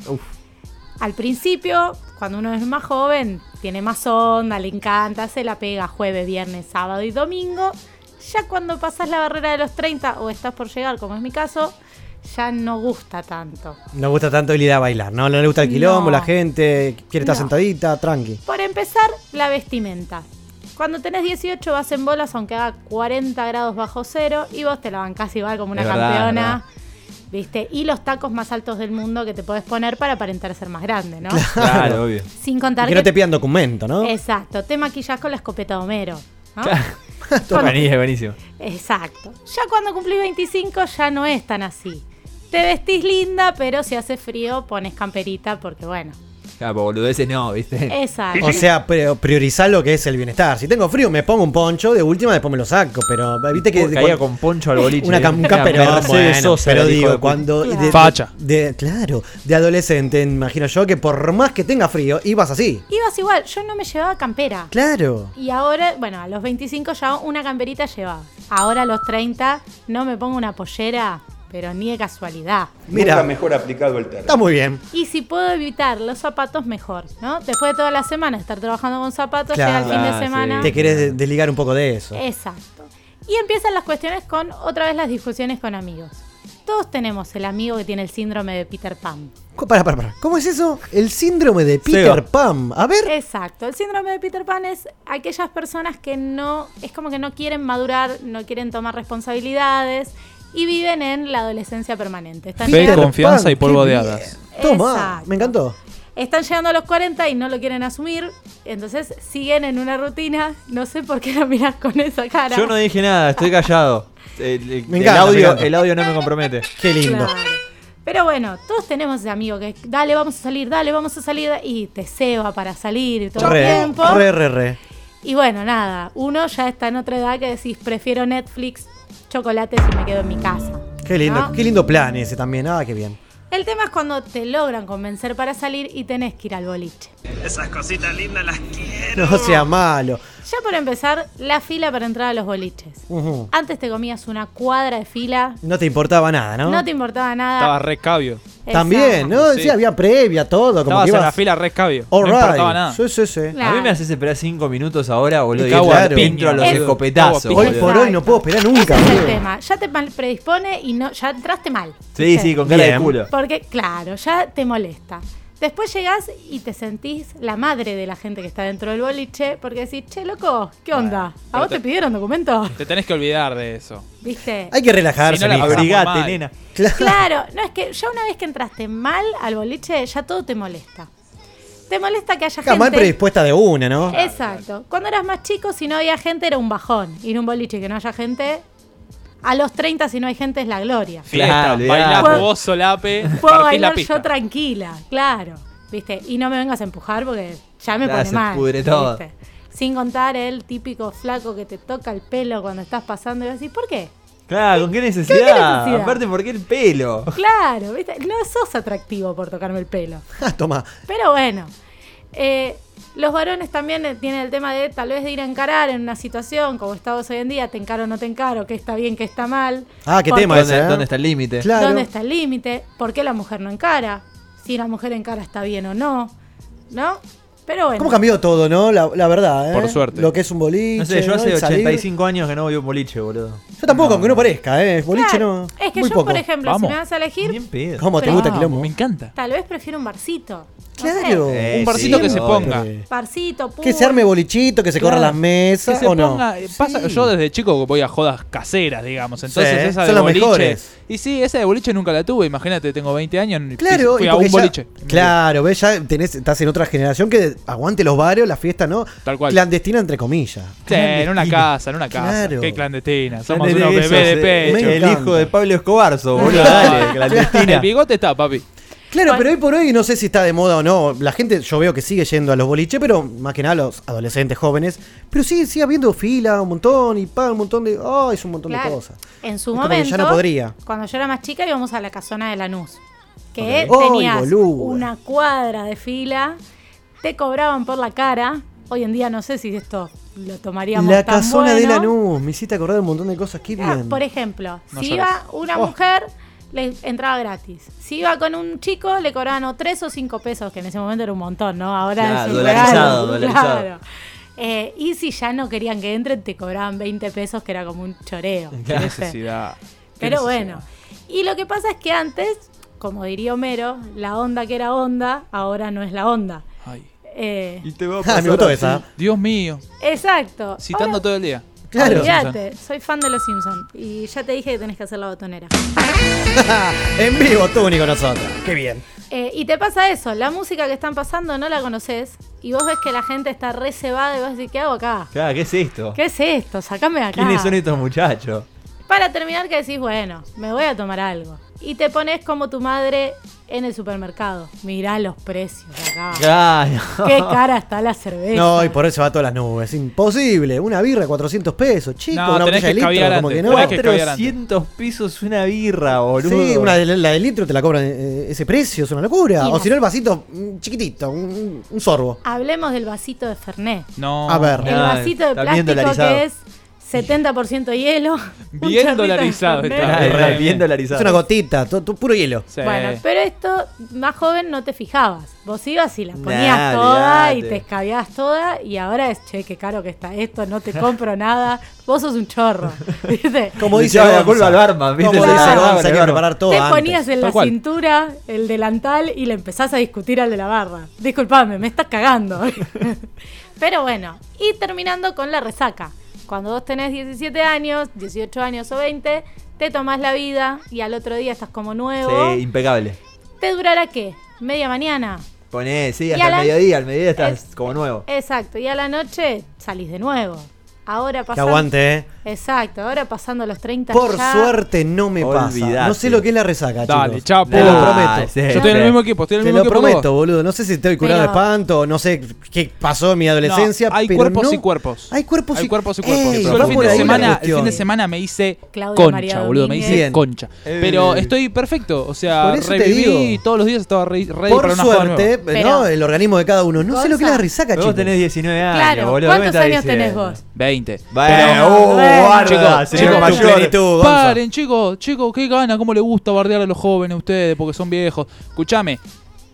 Speaker 3: Uf.
Speaker 5: Al principio, cuando uno es más joven, tiene más onda, le encanta, se la pega jueves, viernes, sábado y domingo. Ya cuando pasas la barrera de los 30 o estás por llegar, como es mi caso, ya no gusta tanto.
Speaker 3: No gusta tanto el ir a bailar, ¿no? No le gusta el
Speaker 5: No.
Speaker 3: quilombo, la gente quiere estar
Speaker 5: No.
Speaker 3: sentadita, tranqui.
Speaker 5: Por empezar, la vestimenta. Cuando tenés 18 vas en bolas aunque haga 40 grados bajo cero y vos te la bancás igual como una
Speaker 24: Es verdad,
Speaker 5: campeona. ¿Viste? Y los tacos más altos del mundo que te podés poner para aparentar ser más grande, ¿no?
Speaker 3: Claro, obvio.
Speaker 5: Ah. Sin contar Eh,
Speaker 3: que no te pidan documento, ¿no?
Speaker 5: Exacto, te maquillás con la escopeta de Homero. ¿no?
Speaker 4: Buenísimo, buenísimo.
Speaker 5: Exacto. Ya cuando cumplí 25 ya no es tan así. Te vestís linda, pero si hace frío pones camperita porque bueno.
Speaker 4: Claro, pues, boludeces no, ¿viste?
Speaker 5: Exacto.
Speaker 3: O sea, pre- priorizar lo que es el bienestar. Si tengo frío, me pongo un poncho, de última después me lo saco, pero viste que...
Speaker 4: Porque caía con poncho al boliche.
Speaker 3: Una cam- un
Speaker 4: Era
Speaker 3: camperón,
Speaker 4: Mercedes
Speaker 3: bueno,
Speaker 4: Sosa,
Speaker 3: pero
Speaker 4: el hijo de
Speaker 3: digo,
Speaker 4: puta.
Speaker 3: cuando... de- de-
Speaker 4: Facha.
Speaker 3: de- claro, de adolescente, imagino yo que por más que tenga frío, ibas así.
Speaker 5: Ibas igual, yo no me llevaba campera.
Speaker 3: Claro.
Speaker 5: Y ahora, bueno, a los 25 ya una camperita llevaba. Ahora a los 30 no me pongo una pollera, pero ni de casualidad.
Speaker 3: Mira,
Speaker 25: mejor aplicado el término.
Speaker 3: está muy bien.
Speaker 5: Y si puedo evitar los zapatos, mejor, ¿no? Después de toda la semana estar trabajando con zapatos, llega el
Speaker 4: Ah,
Speaker 5: fin de semana.
Speaker 3: Ah,
Speaker 5: Eh.
Speaker 3: Te querés de- desligar un poco de eso.
Speaker 5: Exacto. Y empiezan las cuestiones con otra vez las discusiones con amigos. Todos tenemos el amigo que tiene el síndrome de Peter Pan.
Speaker 3: Para, para, para. ¿Cómo es eso? El síndrome de Peter
Speaker 4: Seba.
Speaker 3: Pan. A ver.
Speaker 5: Exacto. El síndrome de Peter Pan es aquellas personas que no, es como que no quieren madurar, no quieren tomar responsabilidades y viven en la adolescencia permanente. Están,
Speaker 26: Fe,
Speaker 5: llegando,
Speaker 26: confianza
Speaker 3: Pan,
Speaker 26: y polvo
Speaker 3: qué
Speaker 26: de
Speaker 3: bien.
Speaker 26: hadas.
Speaker 3: Toma,
Speaker 5: Exacto.
Speaker 3: me encantó.
Speaker 5: están llegando a los 40 y no lo quieren asumir, entonces siguen en una rutina. No sé por qué la mirás con esa cara.
Speaker 4: Yo no dije nada, estoy callado. El, el-
Speaker 3: Me
Speaker 4: el
Speaker 3: encanta, me
Speaker 4: audio,
Speaker 3: encanta.
Speaker 4: el audio no me compromete.
Speaker 3: Qué lindo.
Speaker 5: Claro. Pero bueno, todos tenemos ese amigo que dale, vamos a salir, dale, vamos a salir y te ceba para salir y todo el
Speaker 3: Re,
Speaker 5: tiempo.
Speaker 3: re, re, re.
Speaker 5: Y bueno, nada, uno ya está en otra edad que decís, prefiero Netflix, chocolates y me quedo en mi casa.
Speaker 3: Qué lindo,
Speaker 5: ¿No?
Speaker 3: qué lindo plan ese también. Ah, qué bien.
Speaker 5: El tema es cuando te logran convencer para salir y tenés que ir al boliche.
Speaker 17: Esas cositas lindas las quiero.
Speaker 3: No sea malo.
Speaker 5: Ya por empezar, la fila para entrar a los boliches.
Speaker 3: Ujú.
Speaker 5: Antes te comías una cuadra de fila,
Speaker 3: No te importaba nada, Ah, ¿no?
Speaker 5: no, te importaba nada.
Speaker 7: Estaba re cabio.
Speaker 3: También, ¿no?
Speaker 7: Sí.
Speaker 3: Sí, había previa, todo. Como
Speaker 7: Estabas
Speaker 3: que
Speaker 7: en la
Speaker 3: ibas...
Speaker 7: fila re cabio.
Speaker 3: All
Speaker 7: No
Speaker 3: right.
Speaker 7: importaba nada.
Speaker 3: Sí, sí, sí.
Speaker 5: Claro.
Speaker 4: A mí me haces esperar 5 minutos ahora, boludo.
Speaker 3: Y
Speaker 4: Y cago
Speaker 3: claro.
Speaker 4: a pincho a los
Speaker 3: Es-
Speaker 4: escopetazos.
Speaker 3: Hoy
Speaker 4: boludo.
Speaker 3: por hoy no puedo esperar
Speaker 5: Ese
Speaker 3: nunca.
Speaker 5: es el
Speaker 3: boludo.
Speaker 5: tema. Ya te mal- predispone y no, ya entraste mal.
Speaker 4: Sí, sí, con cara de
Speaker 3: Bien.
Speaker 4: culo.
Speaker 5: Porque, claro, ya te molesta. Después llegás y te sentís la madre de la gente que está dentro del boliche porque decís, che, loco, ¿qué onda? ¿A
Speaker 7: pero
Speaker 5: vos te,
Speaker 7: te-
Speaker 5: pidieron documento?
Speaker 7: Te tenés que olvidar de eso.
Speaker 5: ¿Viste?
Speaker 3: Hay que relajarse,
Speaker 7: Si no la
Speaker 3: mija.
Speaker 7: pasamos Abrigate, mal.
Speaker 4: nena.
Speaker 5: Claro, no es que ya una vez que entraste mal al boliche, ya todo te molesta. Te molesta que haya
Speaker 3: Claro, mal
Speaker 5: gente.
Speaker 3: predispuesta de una, ¿no?
Speaker 5: Exacto. Cuando eras más chico, si no había gente, era un bajón. Ir a un boliche y que no haya gente. A los 30, si no hay gente, es la gloria.
Speaker 7: Fiesta,
Speaker 4: Claro,
Speaker 7: bailás
Speaker 5: olvidate.
Speaker 7: vos solape,
Speaker 5: Puedo
Speaker 7: partís la
Speaker 5: bailar
Speaker 7: pista.
Speaker 5: yo tranquila, claro. ¿Viste? Y no me vengas a empujar porque ya me
Speaker 4: Claro,
Speaker 5: pone
Speaker 4: se
Speaker 5: mal.
Speaker 4: pudre todo.
Speaker 5: ¿viste? Sin contar el típico flaco que te toca el pelo cuando estás pasando y vas a decir, ¿por qué?
Speaker 4: Claro, ¿con qué necesidad?
Speaker 5: necesidad?
Speaker 4: Aparte, ¿por qué el pelo?
Speaker 5: Claro, ¿viste? No sos atractivo por tocarme el pelo.
Speaker 3: Ah, toma.
Speaker 5: Pero bueno, eh, los varones también eh, tienen el tema de tal vez de ir a encarar en una situación como estamos hoy en día, te encaro o no te encaro, qué está bien, qué está mal.
Speaker 3: Ah, qué
Speaker 5: Porque-
Speaker 3: tema ese,
Speaker 4: ¿Dónde,
Speaker 3: ¿eh?
Speaker 4: dónde está el límite?
Speaker 3: Claro.
Speaker 5: ¿Dónde está el límite? ¿Por qué la mujer no encara? Si la mujer encara está bien o no, ¿no? Pero bueno.
Speaker 3: ¿Cómo cambió todo, no? La, la verdad, ¿eh?
Speaker 7: Por suerte.
Speaker 3: Lo que es un boliche.
Speaker 4: No sé, yo hace
Speaker 3: El salir.
Speaker 4: 85 años que no voy a un boliche, boludo.
Speaker 3: Yo tampoco, aunque no parezca, ¿eh? Boliche no.
Speaker 5: Es que
Speaker 3: muy
Speaker 5: yo,
Speaker 3: poco.
Speaker 5: por ejemplo,
Speaker 4: Vamos.
Speaker 5: si me vas a elegir,
Speaker 4: Bien pedo.
Speaker 3: ¿Cómo te
Speaker 5: Pero-
Speaker 3: gusta el quilombo?
Speaker 7: Me encanta.
Speaker 5: tal vez prefiero un barcito. No sé,
Speaker 3: Claro.
Speaker 7: Un barcito que se ponga.
Speaker 5: barcito, pool.
Speaker 3: Que se arme bolichito, que se corran
Speaker 7: Claro.
Speaker 3: las mesas,
Speaker 7: Que se
Speaker 3: ¿o no?
Speaker 7: ponga- eh, pasa- Yo desde chico voy a jodas caseras, digamos. Entonces
Speaker 3: Sí,
Speaker 7: esa
Speaker 3: son
Speaker 7: de
Speaker 3: las
Speaker 7: boliche.
Speaker 3: mejores.
Speaker 7: Y sí, esa de boliche nunca la tuve. Imagínate, tengo 20 años. y
Speaker 3: Claro,
Speaker 7: fui
Speaker 3: y
Speaker 7: a
Speaker 3: porque
Speaker 7: un
Speaker 3: ya-
Speaker 7: boliche.
Speaker 3: Claro, ves, ya tenés, estás en otra generación que aguante los barrios, la fiesta, ¿no.
Speaker 7: Tal cual.
Speaker 3: Clandestina, entre comillas.
Speaker 7: Sí, en una casa, en una casa.
Speaker 3: Claro.
Speaker 7: Qué clandestina. Somos
Speaker 4: Desde
Speaker 7: unos
Speaker 4: esos,
Speaker 7: bebés de
Speaker 4: eh,
Speaker 7: pecho.
Speaker 3: Me
Speaker 4: El
Speaker 3: encanta.
Speaker 4: hijo de Pablo Escobar, sos, boludo.
Speaker 7: Claro.
Speaker 4: Dale, clandestina.
Speaker 7: El bigote está, papi.
Speaker 3: Claro, pero hoy por hoy no sé si está de moda o no. La gente, yo veo que sigue yendo a los boliches, pero más que nada los adolescentes jóvenes. Pero sí, sigue habiendo fila un montón y paga un montón de. ¡Ay, es un montón de
Speaker 5: Claro.
Speaker 3: cosas!
Speaker 5: En
Speaker 3: Es
Speaker 5: su
Speaker 3: como que
Speaker 5: momento,
Speaker 3: ya no podría.
Speaker 5: cuando yo era más chica, íbamos a la casona de Lanús. Que
Speaker 3: Ok. ¡Ay,
Speaker 5: tenías
Speaker 3: boluda!
Speaker 5: una cuadra de fila, te cobraban por la cara. Hoy en día no sé si esto lo tomaríamos
Speaker 3: La
Speaker 5: tan
Speaker 3: casona de
Speaker 5: bueno.
Speaker 3: Lanús, me hiciste acordar un montón de cosas. ¡Qué
Speaker 5: Ah,
Speaker 3: bien!
Speaker 5: Por ejemplo,
Speaker 3: No
Speaker 5: si
Speaker 3: llores.
Speaker 5: iba una
Speaker 3: Oh.
Speaker 5: mujer, le entraba gratis. Si iba con un chico, le cobraban o 3 o 5 pesos, que en ese momento era un montón, ¿no? Ahora
Speaker 4: Claro,
Speaker 5: es un
Speaker 4: dolarizado,
Speaker 5: regalo,
Speaker 4: dolarizado.
Speaker 5: Claro. Eh, y si ya no querían que entren, te cobraban 20 pesos, que era como un choreo.
Speaker 7: Qué
Speaker 5: ¿viste?
Speaker 7: necesidad. Qué
Speaker 5: Pero
Speaker 7: necesidad.
Speaker 5: bueno. Y lo que pasa es que antes, como diría Homero, la onda que era onda, ahora no es la onda.
Speaker 7: Ay.
Speaker 5: Eh,
Speaker 4: Y te va a
Speaker 3: Ah,
Speaker 4: pasar
Speaker 3: me gustó
Speaker 4: así.
Speaker 3: esa.
Speaker 7: Dios mío.
Speaker 5: exacto.
Speaker 7: Citando todo el día.
Speaker 3: Claro.
Speaker 5: Fíjate, soy fan de los Simpsons. Y ya te dije que tenés que hacer la botonera.
Speaker 3: en vivo, tú ni con nosotros. ¡Qué bien!
Speaker 5: Eh, y te pasa eso, la música que están pasando no la conoces y vos ves que la gente está re cebada y vos decís, ¿qué hago acá?
Speaker 4: Claro, ¿qué es esto?
Speaker 5: ¿Qué es esto? Sacame de acá.
Speaker 4: ¿Quiénes son estos muchachos?
Speaker 5: Para terminar que decís, bueno, me voy a tomar algo. Y te pones como tu madre en el supermercado. Mirá los precios de acá.
Speaker 4: Claro.
Speaker 5: Qué cara está la cerveza.
Speaker 3: No, y por eso va a todas las nubes. Imposible. Una birra, 400 pesos, chico.
Speaker 7: No, tenés
Speaker 3: una botella de
Speaker 7: que
Speaker 3: litro,
Speaker 7: escabiar
Speaker 3: como
Speaker 7: antes,
Speaker 3: que no.
Speaker 7: tenés que escabiar antes.
Speaker 4: 400 pesos una birra, boludo.
Speaker 3: Sí, una de, la de litro te la cobran eh, ese precio, es una locura.
Speaker 5: Y
Speaker 3: O
Speaker 5: las-
Speaker 3: si no, el vasito mm, chiquitito, un- un, un sorbo.
Speaker 5: Hablemos del vasito de Fernet.
Speaker 7: No.
Speaker 3: A ver.
Speaker 5: El
Speaker 4: Ah,
Speaker 5: vasito de
Speaker 4: está bien
Speaker 5: plástico
Speaker 4: dolarizado.
Speaker 5: que es 70% hielo. un
Speaker 7: Bien
Speaker 5: chorrito de
Speaker 7: dolarizado
Speaker 5: Fernet.
Speaker 7: está.
Speaker 4: Ah,
Speaker 7: Bien,
Speaker 4: es re
Speaker 7: bien,
Speaker 4: bien
Speaker 7: bien.
Speaker 3: Es
Speaker 4: dolarizado.
Speaker 3: una gotita, to- to- puro hielo.
Speaker 7: Sí.
Speaker 5: Bueno, pero esto más joven no te fijabas. Vos ibas y la ponías
Speaker 4: Nah,
Speaker 5: toda y
Speaker 4: olvidate.
Speaker 5: te escabeabas toda y ahora es, che, qué caro que está esto, no te compro nada. Vos sos un chorro. ¿viste?
Speaker 3: Como
Speaker 4: Le
Speaker 3: dice
Speaker 4: echaba la
Speaker 3: Gonza.
Speaker 4: culpa al barman, ¿viste?
Speaker 3: Como
Speaker 5: Se
Speaker 3: dice
Speaker 5: cagaba,
Speaker 3: Gonza, hay que
Speaker 4: bárbaro.
Speaker 3: preparar todo
Speaker 5: Te
Speaker 3: antes.
Speaker 5: ponías en la
Speaker 7: Tal cual.
Speaker 5: cintura el delantal y le empezás a discutir al de la barra. Disculpame, me estás cagando. Pero bueno, y terminando con la resaca. Cuando vos tenés 17 años, 18 años o 20, te tomás la vida y al otro día estás como nuevo.
Speaker 4: Sí, impecable.
Speaker 5: ¿Te durará qué? ¿Media mañana?
Speaker 4: Poné, sí,
Speaker 5: Y
Speaker 4: hasta
Speaker 5: a la-
Speaker 4: el mediodía. Al mediodía estás
Speaker 5: Es-
Speaker 4: como nuevo.
Speaker 5: Exacto, y a la noche salís de nuevo. Ahora
Speaker 3: Que
Speaker 5: pasando.
Speaker 3: aguante, ¿eh?
Speaker 5: Exacto, ahora pasando los 30
Speaker 3: Por
Speaker 5: ya-
Speaker 3: suerte no me pasa.
Speaker 4: Olvidate.
Speaker 3: No sé lo que es la resaca,
Speaker 7: Dale,
Speaker 3: chicos.
Speaker 7: chapo.
Speaker 3: Te lo
Speaker 7: Nah,
Speaker 3: prometo.
Speaker 7: sí, Yo estoy en el sí. mismo equipo, estoy en el
Speaker 3: Te
Speaker 7: mismo
Speaker 3: lo
Speaker 7: equipo que
Speaker 3: prometo, boludo. No sé si estoy curado
Speaker 7: Pero-
Speaker 3: de espanto, no sé qué pasó en mi adolescencia.
Speaker 7: No, hay
Speaker 3: pero
Speaker 7: cuerpos
Speaker 3: no-
Speaker 7: y cuerpos.
Speaker 3: Hay cuerpos
Speaker 7: Hay
Speaker 3: y-
Speaker 7: cuerpos y cuerpos.
Speaker 3: Ey,
Speaker 7: Yo
Speaker 3: va
Speaker 7: el, fin
Speaker 3: por
Speaker 7: de
Speaker 3: ahí la
Speaker 7: semana, el
Speaker 3: cuestión.
Speaker 7: fin de semana me hice
Speaker 5: Claudia María
Speaker 7: concha, boludo. Me
Speaker 5: Domínguez.
Speaker 7: hice
Speaker 3: Bien.
Speaker 7: concha.
Speaker 3: Eh.
Speaker 7: Pero estoy perfecto. O sea,
Speaker 3: Por eso te
Speaker 7: reviví
Speaker 3: digo.
Speaker 7: y todos los días estaba re- ready
Speaker 3: Por
Speaker 7: para una joda
Speaker 3: suerte,
Speaker 7: nueva.
Speaker 3: ¿no? El organismo de cada uno. No sé lo que es la resaca,
Speaker 4: Vos
Speaker 3: chicos.
Speaker 4: tenés 19 años,
Speaker 5: Claro,
Speaker 4: boludo.
Speaker 5: ¿cuántos
Speaker 4: ¿qué me
Speaker 5: años
Speaker 4: estás
Speaker 5: tenés
Speaker 4: diciendo?
Speaker 5: vos?
Speaker 7: 20.
Speaker 4: Bueno,
Speaker 7: Pero-
Speaker 4: uh, bárbaro,
Speaker 7: Chicos,
Speaker 4: señor
Speaker 7: chicos,
Speaker 4: mayor. plenitud, Gonza.
Speaker 7: Paren, chicos, chicos, qué gana, cómo le gusta bardear a los jóvenes ustedes porque son viejos. Escúchame.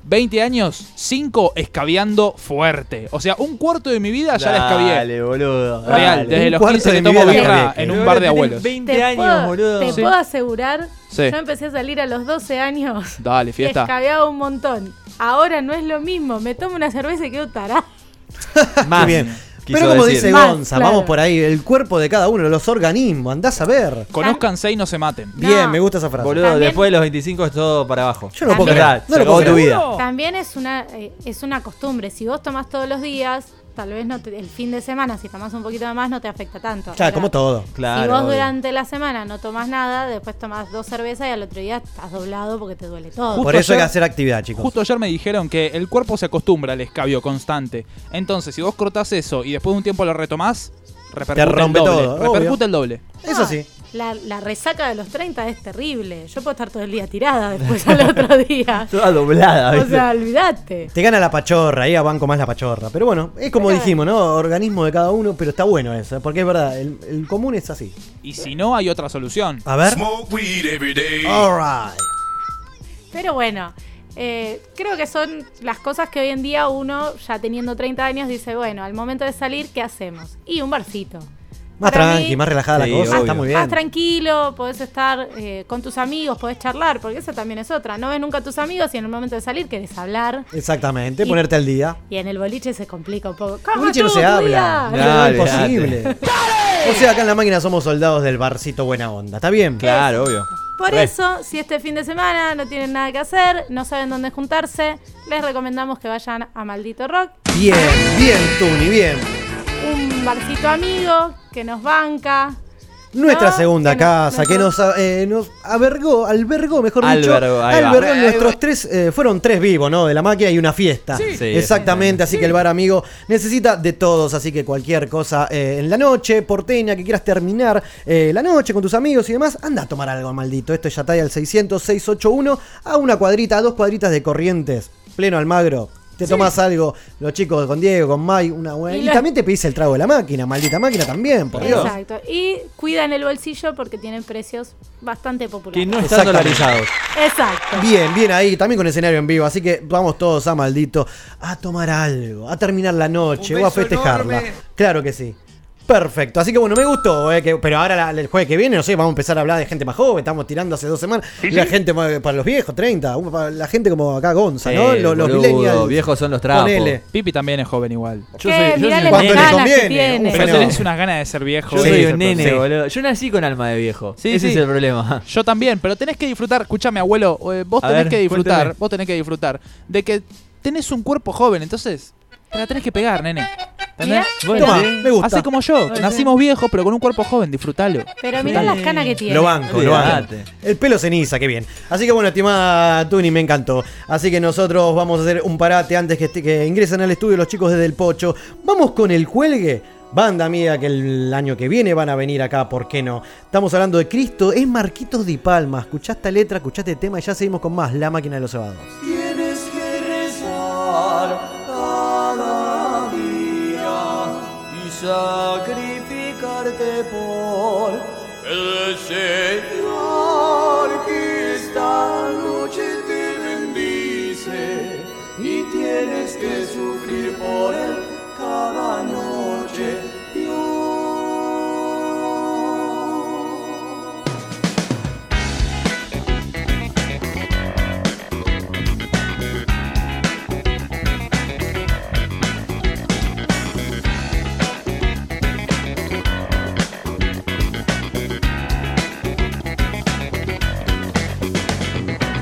Speaker 7: 20 años, 5 escabeando fuerte. O sea, un cuarto de mi vida ya la escabié.
Speaker 4: Dale, boludo.
Speaker 7: Real,
Speaker 4: dale.
Speaker 7: desde
Speaker 4: Un
Speaker 7: los
Speaker 4: cuarto
Speaker 7: 15
Speaker 4: de
Speaker 7: que
Speaker 4: mi
Speaker 7: tomo
Speaker 4: vida la
Speaker 7: birra
Speaker 4: escabié.
Speaker 7: en un
Speaker 4: Pero
Speaker 7: bar
Speaker 4: ahora
Speaker 7: de
Speaker 4: tenés
Speaker 7: abuelos.
Speaker 4: 20
Speaker 5: Te
Speaker 4: años,
Speaker 5: puedo-
Speaker 4: boludo.
Speaker 5: Te
Speaker 7: Sí.
Speaker 5: puedo asegurar,
Speaker 7: Sí.
Speaker 5: yo empecé a salir a los 12 años
Speaker 7: Dale,
Speaker 5: y
Speaker 7: fiesta.
Speaker 5: escabeaba un montón. Ahora no es lo mismo, me tomo una cerveza y quedo tarado.
Speaker 4: Más.
Speaker 3: bien.
Speaker 4: quiso
Speaker 3: Pero como
Speaker 4: decir.
Speaker 3: dice
Speaker 5: Más,
Speaker 3: Gonza,
Speaker 5: claro.
Speaker 3: vamos por ahí. El cuerpo de cada uno, los organismos. Andás a ver.
Speaker 7: Conózcanse y no se maten.
Speaker 3: Bien, me gusta esa frase.
Speaker 4: Boludo, después de los 25 es todo para abajo.
Speaker 3: Yo no puedo creer.
Speaker 4: También. Verdad,
Speaker 3: No
Speaker 4: se
Speaker 3: lo puedo
Speaker 4: acabó tu
Speaker 3: creer.
Speaker 4: vida.
Speaker 5: También es una, eh, es una costumbre. Si vos tomás todos los días, tal vez no te- el fin de semana, si tomás un poquito de más, no te afecta tanto.
Speaker 3: Ya,
Speaker 5: Pero
Speaker 3: como todo.
Speaker 5: si vos durante la semana no tomás nada, después tomás dos cervezas y al otro día estás doblado porque te duele todo.
Speaker 7: Justo
Speaker 3: Por eso hay
Speaker 7: ayer-
Speaker 3: que hacer actividad, chicos.
Speaker 7: Justo ayer me dijeron que el cuerpo se acostumbra al escabio constante. Entonces, si vos cortás eso y después de un tiempo lo retomás, repercute
Speaker 3: rompe
Speaker 7: el doble.
Speaker 3: todo,
Speaker 7: repercute
Speaker 3: obvio.
Speaker 7: el doble.
Speaker 3: Eso sí.
Speaker 5: La, la resaca de los 30 es terrible. Yo puedo estar todo el día tirada después al otro día.
Speaker 4: Toda doblada,
Speaker 5: o
Speaker 4: ¿viste?
Speaker 5: sea, olvídate.
Speaker 3: Te gana la pachorra, ahí banco más la pachorra. Pero bueno, es como dijimos, ¿no? Organismo de cada uno, pero está bueno eso, porque es verdad, el, el común es así.
Speaker 7: Y si no, hay otra solución.
Speaker 3: A ver.
Speaker 7: Smoke weed every day.
Speaker 3: Alright.
Speaker 5: Pero bueno, eh, creo que son las cosas que hoy en día uno, ya teniendo 30 años, dice, bueno, al momento de salir, ¿qué hacemos? Y un barcito.
Speaker 3: Más
Speaker 5: Para
Speaker 3: tranqui,
Speaker 5: mí-
Speaker 3: más relajada
Speaker 4: Sí,
Speaker 3: la cosa,
Speaker 4: obvio.
Speaker 3: está muy bien.
Speaker 5: Más tranquilo, podés estar eh, con tus amigos, podés charlar, porque eso también es otra. No ves nunca a tus amigos y en el momento de salir querés hablar.
Speaker 3: Exactamente,
Speaker 5: Y-
Speaker 3: ponerte al día.
Speaker 5: Y en el boliche se complica un poco.
Speaker 3: El
Speaker 5: ¿Cómo
Speaker 3: boliche no
Speaker 5: estuvo
Speaker 3: se
Speaker 5: tu
Speaker 3: habla,
Speaker 5: día?
Speaker 3: no,
Speaker 4: Dale,
Speaker 3: es imposible. O sea, acá en la máquina somos soldados del barcito buena onda, ¿está bien?
Speaker 4: Claro, obvio.
Speaker 5: Por
Speaker 3: Re.
Speaker 5: eso, si este fin de semana no tienen nada que hacer, no saben dónde juntarse, les recomendamos que vayan a Maldito Rock,
Speaker 3: Bien, bien, Tuni, bien.
Speaker 5: un barcito amigo que nos banca.
Speaker 3: Nuestra
Speaker 5: ¿no?
Speaker 3: segunda
Speaker 5: Que nos-
Speaker 3: casa, que nos, eh, nos albergó, albergó, mejor
Speaker 4: Albergó,
Speaker 3: dicho,
Speaker 4: ahí va.
Speaker 3: albergó
Speaker 4: Ahí
Speaker 3: nuestros tres, eh, fueron tres vivos, ¿no? De la máquina y una fiesta.
Speaker 4: Sí. Sí,
Speaker 3: Exactamente, así que el bar amigo necesita de todos, así que cualquier cosa eh, en la noche, porteña, que quieras terminar eh, la noche con tus amigos y demás, anda a tomar algo, maldito. Esto ya está ahí al 600, 681, a una cuadrita, a dos cuadritas de corrientes, pleno Almagro. Te tomás algo, los chicos con Diego, con Mai, una buena.
Speaker 5: Y
Speaker 3: Y,
Speaker 5: lo-
Speaker 3: también te pedís el trago de la máquina, maldita máquina también, por Dios.
Speaker 5: Exacto. Y cuidan el bolsillo porque tienen precios bastante populares.
Speaker 4: Que no están
Speaker 3: Exactamente.
Speaker 4: dolarizados.
Speaker 5: Exacto.
Speaker 3: Bien, bien ahí, también con escenario en vivo, así que vamos todos a maldito a tomar algo, a terminar la noche
Speaker 4: Un
Speaker 3: o a
Speaker 4: beso
Speaker 3: festejarla.
Speaker 4: enorme.
Speaker 3: Claro que sí. Perfecto, así que bueno, me gustó, eh, que- pero ahora la- el jueves que viene, no sé, vamos a empezar a hablar de gente más joven, estamos tirando hace dos semanas, la gente más- para los viejos, 30, un- para la gente como acá Gonza, ¿no?
Speaker 4: Sí,
Speaker 3: Los, los
Speaker 4: boludo,
Speaker 3: millennials.
Speaker 4: viejos son los trapos.
Speaker 3: Ponele.
Speaker 7: Pipi también es joven igual.
Speaker 4: Yo soy- yo
Speaker 5: Mirá
Speaker 4: soy
Speaker 5: las
Speaker 4: un
Speaker 5: ganas
Speaker 4: nene.
Speaker 5: que tiene.
Speaker 3: Un
Speaker 7: Pero
Speaker 3: fenómeno.
Speaker 7: tenés unas ganas de ser viejo.
Speaker 4: Yo
Speaker 7: Sí,
Speaker 4: soy
Speaker 7: sí,
Speaker 4: un nene,
Speaker 7: sí.
Speaker 4: boludo. Yo nací con alma de viejo.
Speaker 7: Sí,
Speaker 4: Ese
Speaker 7: sí.
Speaker 4: es el problema.
Speaker 7: Yo también, pero tenés que disfrutar, escuchame abuelo, eh, vos
Speaker 4: A
Speaker 7: tenés
Speaker 4: ver,
Speaker 7: que disfrutar,
Speaker 4: cuénteme.
Speaker 7: vos tenés que disfrutar de que tenés un cuerpo joven, entonces te la tenés que pegar, nene. ¿Entendés?
Speaker 5: Mirá, Bueno,
Speaker 3: Tomá, sí. me gusta.
Speaker 7: Así como yo, que nacimos viejos, pero con un cuerpo joven, disfrutalo.
Speaker 5: Pero mirá las canas que tiene.
Speaker 3: Lo banco, lo banco.
Speaker 4: Olvidate.
Speaker 3: El pelo ceniza, qué bien. Así que bueno, estimada Tuni, me encantó. Así que nosotros vamos a hacer un parate antes que, este- que ingresen al estudio los chicos desde el Pocho. Vamos con el cuelgue. Banda mía que el año que viene van a venir acá, ¿por qué no? Estamos hablando de Cristo, es Marquitos Di Palma. Escuchá esta letra, escuchá este tema y ya seguimos con más, La Máquina de los Cebados.
Speaker 17: Tienes que rezar cada día y sacrificarte por el Señor que esta noche te bendice y tienes que sufrir por él cada noche.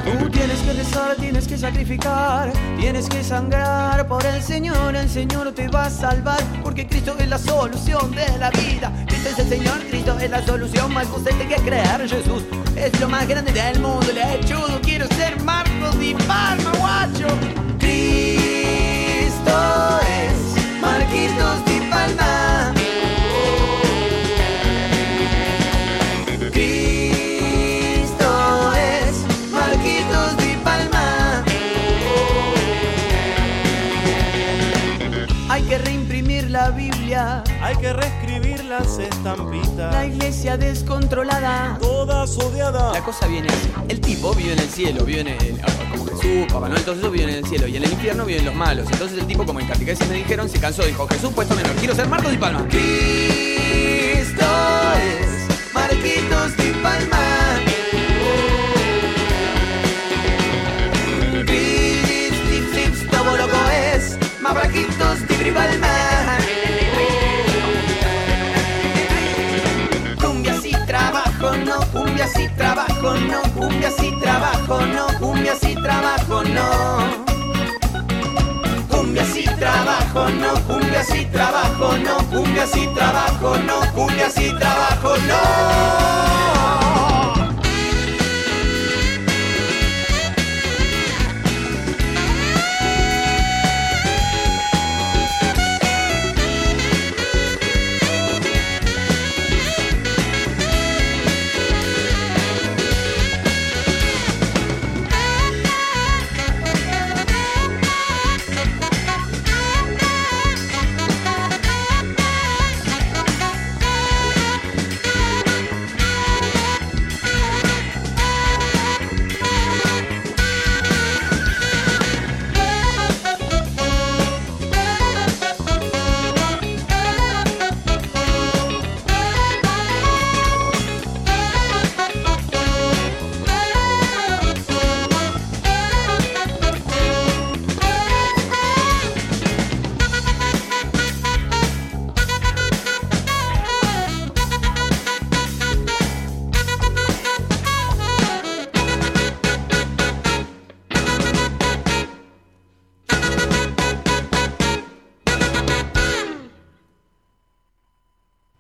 Speaker 27: Tú tienes que rezar, tienes que sacrificar,
Speaker 12: Tienes que sangrar por el Señor, el Señor te va a salvar, porque Cristo es la solución de la vida. Cristo es el Señor, Cristo es la solución, más usted tiene que creer, Jesús es lo más grande del mundo. Le ayudo, quiero ser Marcos Di Palma, guacho. Cristo es Marquitos Di Palma. Cristo es Marquitos Di Palma. Hay que reimprimir la Biblia.
Speaker 23: Hay que reescribir las estampitas.
Speaker 12: La iglesia descontrolada.
Speaker 23: Todas odiadas.
Speaker 12: La cosa viene así. El tipo vive en el cielo, vive en el, como Jesús, Papá Noel, todos ellos viven en el cielo. Y en el infierno viven los malos. Entonces el tipo, como en catequesis me dijeron, se cansó. Dijo, Jesús, puesto menor, quiero ser Marcos Di Palma. Cristo es Marquitos Di Palma. Cristo loco es Marquitos Di Palma. Cumbia si trabajo, no, cumbia si trabajo, no, cumbia si trabajo, no, cumbia si trabajo, no. Cumbia si trabajo, no, cumbia si trabajo, no, cumbia si trabajo, no, cumbia si trabajo, no.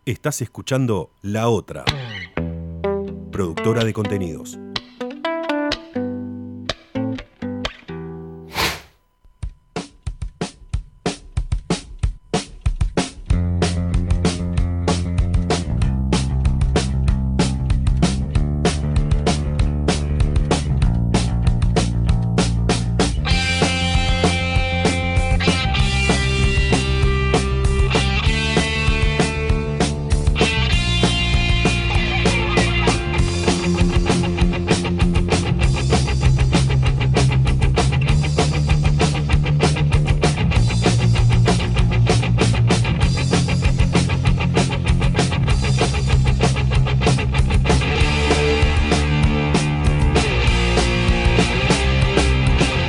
Speaker 1: Estás escuchando La Otra, productora de contenidos.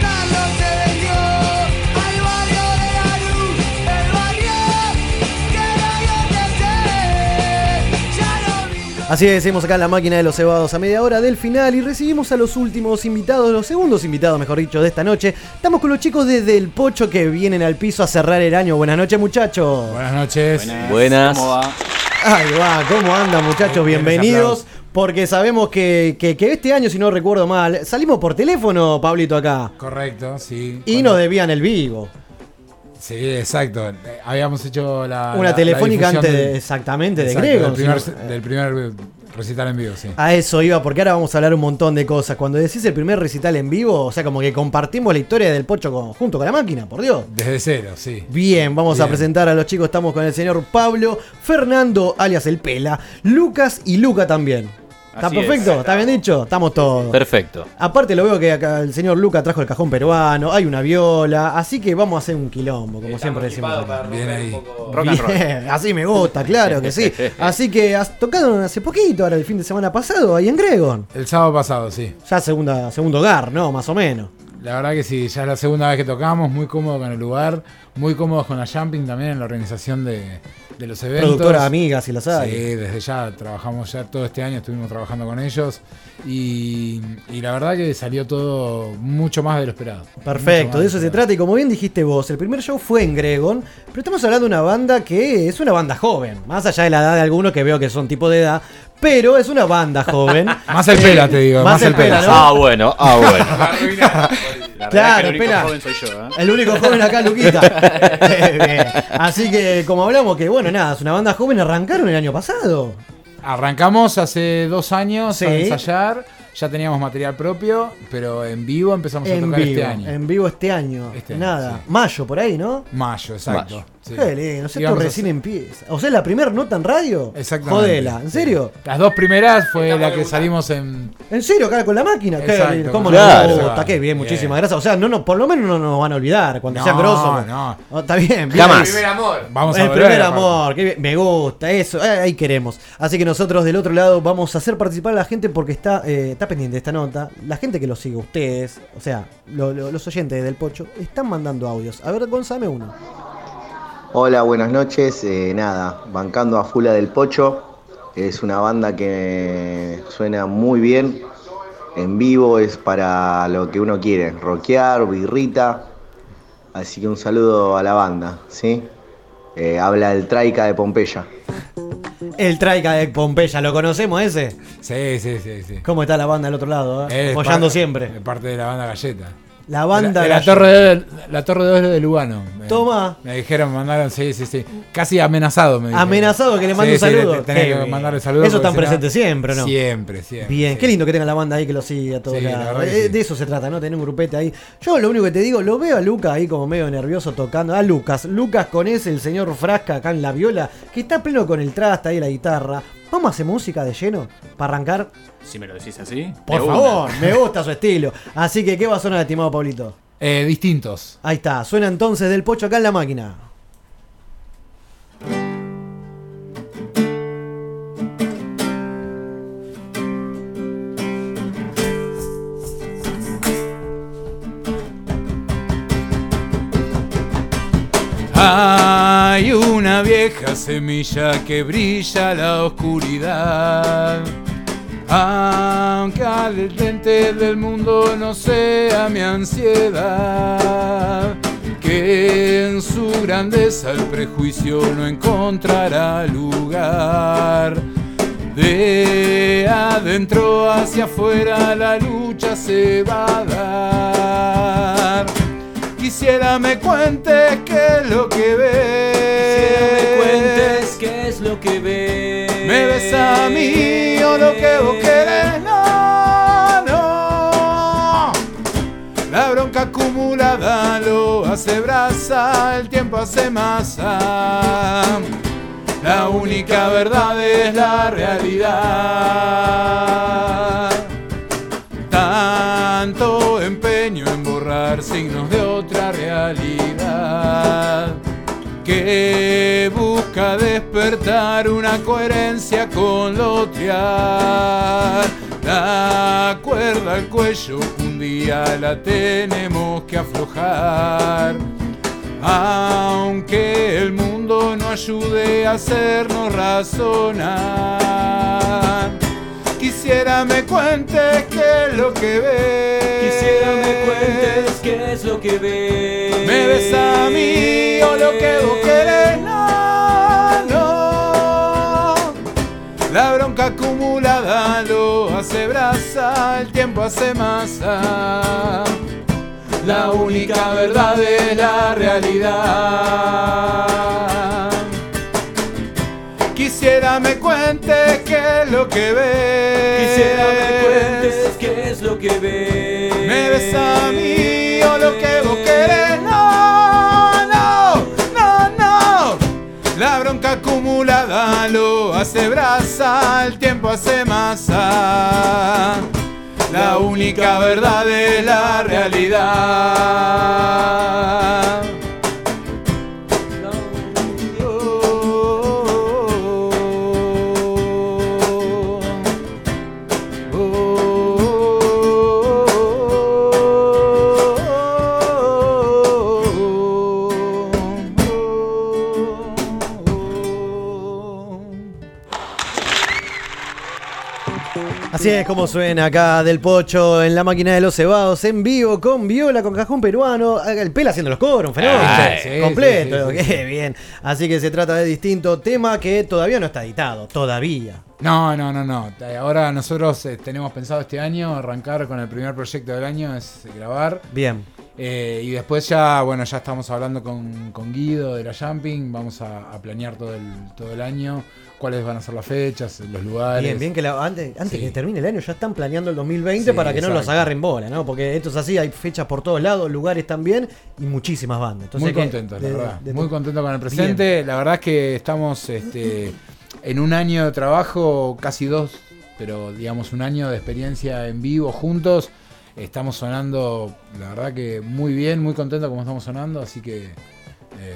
Speaker 17: Carlos se vendió al barrio de la luz, el barrio que no que ser. Ya no
Speaker 3: Así es, hemos acá la máquina de los cebados a media hora del final y recibimos a los últimos invitados, los segundos invitados, mejor dicho, de esta noche. Estamos con los chicos desde el Pocho que vienen al piso a cerrar el año. Buenas noches, muchachos. Buenas noches.
Speaker 4: Buenas.
Speaker 3: ¿Cómo va? Ahí va, ¿cómo andan, muchachos?
Speaker 4: bien,
Speaker 3: Bienvenidos. Porque sabemos que, que- que este año, si no recuerdo mal, salimos por teléfono, Pablito, acá.
Speaker 28: Correcto, sí.
Speaker 3: Y nos debían el vivo.
Speaker 28: Sí, exacto. Eh, Habíamos hecho la.
Speaker 3: Una
Speaker 28: la-
Speaker 3: telefónica
Speaker 28: la difusión
Speaker 3: antes de-
Speaker 28: del-
Speaker 3: exactamente, de
Speaker 28: Exacto,
Speaker 3: Grego,
Speaker 28: Del primer,
Speaker 3: sí.
Speaker 28: del primer recital en vivo, sí.
Speaker 3: A eso iba, porque ahora vamos a hablar un montón de cosas. Cuando decís el primer recital en vivo, o sea, como que compartimos la historia del pocho con- junto con la máquina, por Dios.
Speaker 28: Desde cero, sí.
Speaker 3: Bien, vamos a
Speaker 28: Bien.
Speaker 3: presentar a los chicos. Estamos con el señor Pablo, Fernando, alias el Pela, Lucas y Luca también. ¿Está
Speaker 18: Así
Speaker 3: perfecto?
Speaker 18: es.
Speaker 3: ¿Está bien dicho? Estamos todos.
Speaker 18: Perfecto.
Speaker 3: Aparte lo veo que acá el señor Luca trajo el cajón peruano, hay una viola, así que vamos a hacer un quilombo, como siempre decimos. acá.
Speaker 28: Bien ahí.
Speaker 3: Bien, así me gusta, claro que sí. Así que has- tocaron hace poquito, ahora el fin de semana pasado, ahí en Gregon.
Speaker 28: El sábado pasado, sí.
Speaker 3: Ya segunda, segundo hogar, ¿no? Más o menos.
Speaker 29: La verdad que sí, ya es la segunda vez que tocamos, muy cómodo con el lugar, muy cómodos con la Jumping también en la organización de, de los eventos.
Speaker 3: Productora amiga, si las hay.
Speaker 29: Sí, desde ya trabajamos ya todo este año, estuvimos trabajando con ellos y, y la verdad que salió todo mucho más de lo esperado.
Speaker 3: Perfecto, de eso se trata. Y como bien dijiste vos, el primer show fue en Gregon, pero estamos hablando de una banda que es una banda joven, más allá de la edad de algunos que veo que son tipo de edad, pero es una banda joven.
Speaker 29: Más el pela, te digo, más el pela.
Speaker 3: ¿no?
Speaker 6: Ah, bueno, ah, bueno.
Speaker 3: La verdad Claro, que el único espera. joven soy yo, ¿eh? El único joven acá, Luquita. Eh, bien. Así que, como hablamos, que bueno, nada, es una banda joven, arrancaron el año pasado.
Speaker 29: Arrancamos hace dos años
Speaker 3: Sí.
Speaker 29: a ensayar, ya teníamos material propio, pero en vivo empezamos a
Speaker 3: En
Speaker 29: tocar
Speaker 3: vivo,
Speaker 29: este año.
Speaker 3: en vivo este año.
Speaker 29: Este año,
Speaker 3: nada, mayo por ahí, ¿no?
Speaker 29: Mayo, exacto.
Speaker 3: Mayo.
Speaker 29: sí.
Speaker 3: Qué lindo,
Speaker 29: Y
Speaker 3: esto
Speaker 29: vamos a
Speaker 3: recién
Speaker 29: hacer-
Speaker 3: empieza. O sea, la primera nota en radio.
Speaker 29: Exactamente.
Speaker 3: Jodela, ¿en
Speaker 29: Sí.
Speaker 3: serio?
Speaker 29: Las dos primeras fue la que salimos en
Speaker 3: ¿En serio? Acá con la máquina. Qué
Speaker 29: Exacto,
Speaker 3: lindo, ¿Cómo
Speaker 29: claro.
Speaker 3: no? Puta, qué bien,
Speaker 29: Bien.
Speaker 3: muchísimas gracias. O sea, no, no, por lo menos no nos van a olvidar cuando
Speaker 29: No,
Speaker 3: sean grosos.
Speaker 29: no.
Speaker 3: Oh, está bien, bien.
Speaker 29: Jamás. El primer amor. Vamos a
Speaker 3: El
Speaker 29: volver,
Speaker 3: primer
Speaker 29: aparte.
Speaker 3: amor. qué bien. Me gusta, eso. eh, Ahí queremos. Así que nosotros del otro lado vamos a hacer participar a la gente porque está, eh, está pendiente esta nota. La gente que lo sigue, ustedes, o sea, lo- lo- los oyentes del Pocho, están mandando audios. A ver, Gonzame uno.
Speaker 30: Hola, buenas noches. Eh, nada, bancando a Fula del Pocho. Es una banda que suena muy bien. En vivo es para lo que uno quiere, rockear, birrita. Así que un saludo a la banda, ¿sí? Eh, habla el Traica de Pompeya.
Speaker 3: El Traica de Pompeya, ¿lo conocemos ese?
Speaker 29: Sí, sí, sí. sí.
Speaker 3: ¿Cómo está la banda del otro lado? eh?
Speaker 29: Eh, es
Speaker 3: Apoyando
Speaker 29: par-
Speaker 3: siempre.
Speaker 29: es parte de la banda Galleta.
Speaker 3: La banda
Speaker 29: de la,
Speaker 3: Galleta.
Speaker 29: torre de, la torre de Oro de Lugano. Me-
Speaker 3: Toma.
Speaker 29: Me dijeron, me mandaron, sí, sí, sí. Casi amenazado me dijeron.
Speaker 3: Amenazado que le mande
Speaker 29: Sí,
Speaker 3: un
Speaker 29: sí,
Speaker 3: saludo.
Speaker 29: le- tenés
Speaker 3: Qué
Speaker 29: que
Speaker 3: bien.
Speaker 29: mandarle saludos.
Speaker 3: Eso
Speaker 29: porque
Speaker 3: están
Speaker 29: si no-
Speaker 3: presentes siempre, ¿no?
Speaker 29: Siempre, siempre.
Speaker 3: Bien, qué lindo que tenga la banda ahí que lo sigue a todos.
Speaker 29: Sí, la
Speaker 3: lados.
Speaker 29: verdad que
Speaker 3: Eh,
Speaker 29: sí.
Speaker 3: De eso se trata, ¿no? Tener un grupete ahí. Yo lo único que te digo, lo veo a Lucas ahí como medio nervioso tocando. A Lucas, Lucas con ese, el señor Frasca acá en la viola, que está pleno con el traste ahí, la guitarra. Vamos a hacer música de lleno para arrancar.
Speaker 16: Si me lo decís así.
Speaker 3: Por
Speaker 16: de una.
Speaker 3: favor, me gusta su estilo. Así que, ¿qué va a sonar, estimado Pablito?
Speaker 29: Eh, distintos.
Speaker 3: Ahí está, suena entonces del pocho acá en la máquina.
Speaker 29: Hay una vieja semilla que brilla la oscuridad. Aunque al frente del mundo no sea mi ansiedad, que en su grandeza el prejuicio no encontrará lugar. De adentro hacia afuera la lucha se va a dar. Quisiera me cuentes qué es lo que ves.
Speaker 16: Cuentes qué es lo que ves.
Speaker 29: Me ves a mí o lo que vos querés. No, no. La bronca acumulada lo hace brasa, el tiempo hace masa. La única verdad es la realidad. Tanto empeño en borrar signos de otra realidad que busca despertar una coherencia con lo trial. La cuerda al cuello un día la tenemos que aflojar. Aunque el mundo no ayude a hacernos razonar. Quisiera me cuentes qué es lo que ves. Quisiera me cuentes
Speaker 16: qué es lo que ves.
Speaker 29: Me ves a mí o lo que vos querés. No, no. La bronca acumulada lo hace brasa, el tiempo hace masa. La única verdad es la realidad. Quisiera me cuentes qué es lo que ves.
Speaker 16: Quisiera me cuentes qué es lo que ves.
Speaker 29: Me ves a mí o lo que vos querés. No, no, no, no. La bronca acumulada lo hace brasa, el tiempo hace masa. La única verdad es la realidad.
Speaker 3: Así es como suena acá del Pocho en la máquina de los cebados, en vivo, con viola, con cajón peruano, eh, el pela haciendo los coros, un fenómeno
Speaker 31: Ay,
Speaker 3: sí,
Speaker 31: Ah, sí,
Speaker 3: completo,
Speaker 31: sí, sí, sí.
Speaker 3: qué bien. Así que se trata de distinto tema que todavía no está editado, todavía.
Speaker 31: No, no, no, no. Eh, Ahora nosotros eh, tenemos pensado este año arrancar con el primer proyecto del año, es grabar.
Speaker 3: Bien.
Speaker 31: Eh, y después ya, bueno, ya estamos hablando con, con Guido de la Jumping, vamos a, a planear todo el, todo el año, cuáles van a ser las fechas, los lugares.
Speaker 3: Bien, bien que la- antes, antes
Speaker 31: Sí.
Speaker 3: que termine el año ya están planeando el 2020
Speaker 31: Sí,
Speaker 3: para que no los
Speaker 31: exacto.
Speaker 3: agarren bola, ¿no? Porque esto es así, hay fechas por todos lados, lugares también y muchísimas bandas. Entonces
Speaker 31: Muy
Speaker 3: que-
Speaker 31: contento, la
Speaker 3: de-
Speaker 31: verdad.
Speaker 3: de-
Speaker 31: Muy contento con el presente. La verdad es que estamos este, en un año de trabajo, casi dos, pero digamos un año de experiencia en vivo juntos. Estamos sonando, la verdad que muy bien, muy contento como estamos sonando, así que eh,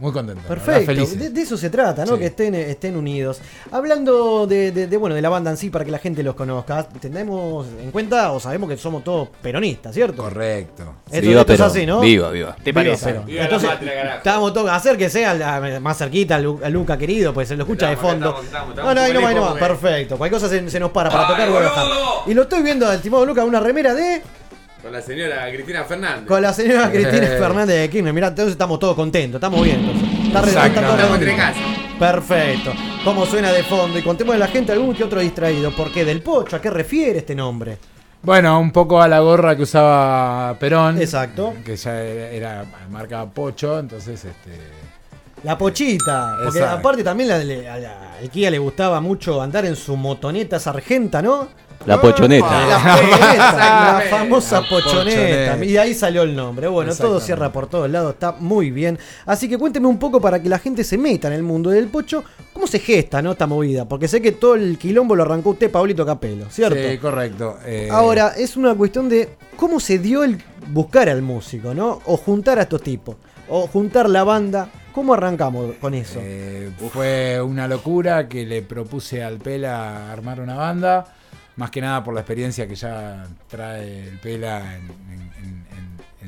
Speaker 31: muy contento. la verdad,
Speaker 3: Perfecto,
Speaker 31: felices.
Speaker 3: de, de eso se trata, ¿no?
Speaker 31: Sí.
Speaker 3: Que estén, estén unidos. Hablando de, de- de, bueno, de la banda en sí, para que la gente los conozca, tenemos en cuenta o sabemos que somos todos peronistas, ¿cierto?
Speaker 31: Correcto.
Speaker 3: Esto,
Speaker 6: Viva
Speaker 3: esto es
Speaker 6: Perón.
Speaker 3: así, ¿no?
Speaker 6: Viva, viva. ¿Te parece?
Speaker 3: Perón.
Speaker 6: Viva la
Speaker 3: Entonces,
Speaker 6: patria, carajo.
Speaker 3: estamos todos, acérquese al- a- más cerquita a, Lu- a Luca, querido, pues se lo escucha de fondo. no, no, ahí no, va, ahí no, va. perfecto. Cualquier cosa se, se nos para para
Speaker 21: ¡Ay,
Speaker 3: tocar.
Speaker 21: boludo!
Speaker 3: bueno, Y lo estoy viendo al estimado Luca, una remera de...
Speaker 21: Con la señora Cristina Fernández.
Speaker 3: Con la señora Cristina
Speaker 18: Eh,
Speaker 3: Fernández de Kirchner. Mirá, entonces estamos todos contentos, estamos bien. Entonces. Está re-
Speaker 21: Exacto.
Speaker 3: está todo
Speaker 21: Estamos
Speaker 3: bien.
Speaker 21: entre casa.
Speaker 3: Perfecto. ¿Cómo suena de fondo? Y contemos a la gente algún que otro distraído. ¿Por qué? Del Pocho, ¿a qué refiere este nombre?
Speaker 31: Bueno, un poco a la gorra que usaba Perón. Exacto. Que ya era, era marca Pocho, entonces este.
Speaker 3: La Pochita. Porque
Speaker 31: Exacto.
Speaker 3: aparte también la- le- a la- al Kia le gustaba mucho andar en su motoneta sargenta, ¿no?
Speaker 6: La pochoneta.
Speaker 3: La, pochoneta, la famosa
Speaker 6: La
Speaker 3: pochoneta.
Speaker 6: pochoneta.
Speaker 3: Y de ahí salió el nombre. Bueno, todo
Speaker 6: Exactamente.
Speaker 3: cierra por todos lados, está muy bien. Así que cuénteme un poco para que la gente se meta en el mundo del pocho, ¿cómo se gesta ¿no? esta movida? Porque sé que todo el quilombo lo arrancó usted, Pablito Capelo, ¿cierto?
Speaker 31: Sí, correcto. Eh,
Speaker 3: Ahora, es una cuestión de cómo se dio el buscar al músico, ¿no? O juntar a estos tipos, o juntar la banda. ¿Cómo arrancamos con eso?
Speaker 31: Eh, fue una locura que le propuse al Pela armar una banda, más que nada por la experiencia que ya trae el Pela en, en-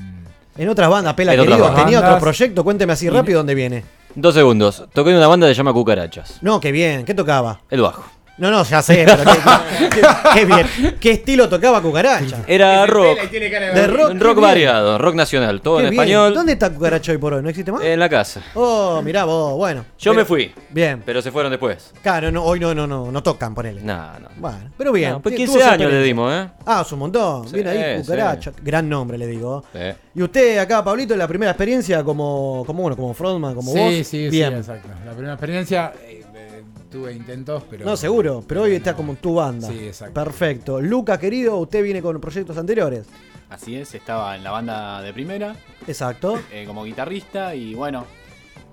Speaker 31: en-
Speaker 3: en otras bandas, Pela
Speaker 6: En otras
Speaker 3: querido,
Speaker 6: bandas.
Speaker 3: ¿tenía otro proyecto? Cuénteme así
Speaker 6: Y-
Speaker 3: rápido dónde viene.
Speaker 6: Dos segundos. Toqué en una banda que se llama Cucarachas.
Speaker 3: No, qué bien, ¿qué tocaba?
Speaker 6: El bajo.
Speaker 3: No, no, ya sé, pero qué, qué- qué bien. ¿Qué estilo tocaba Cucaracha?
Speaker 6: Era rock.
Speaker 3: De rock,
Speaker 6: rock
Speaker 3: qué bien,
Speaker 6: variado, rock nacional, todo
Speaker 3: qué
Speaker 6: en
Speaker 3: bien.
Speaker 6: español.
Speaker 3: ¿Dónde está Cucaracha hoy por hoy? ¿No existe más?
Speaker 6: En la casa.
Speaker 3: Oh, mirá vos, bueno.
Speaker 6: Yo
Speaker 3: Pero-
Speaker 6: me fui.
Speaker 3: Bien.
Speaker 6: Pero se fueron después.
Speaker 3: Claro, no, hoy no, no, no, no tocan, ponele.
Speaker 6: No, no.
Speaker 3: Bueno, pero bien.
Speaker 6: No, pues
Speaker 3: tuvo
Speaker 6: 15
Speaker 3: su
Speaker 6: años le
Speaker 3: experiencia.
Speaker 6: dimos, ¿eh?
Speaker 3: Ah, es un montón.
Speaker 6: Sí,
Speaker 3: Bien ahí,
Speaker 6: sí.
Speaker 3: Cucaracha. Gran nombre, le digo.
Speaker 6: Sí.
Speaker 3: Y usted acá, Pablito, la primera experiencia como, como bueno, como frontman, como
Speaker 31: sí,
Speaker 3: vos.
Speaker 31: sí, sí,
Speaker 3: bien.
Speaker 31: exacto. La primera experiencia eh, eh, tuve intentos, pero
Speaker 3: No, seguro, pero hoy está como tu banda.
Speaker 31: Sí, exacto.
Speaker 3: Perfecto. Luca, querido, usted viene con proyectos anteriores.
Speaker 16: Así es, estaba en la banda de primera
Speaker 3: Exacto.
Speaker 16: eh, como guitarrista y bueno,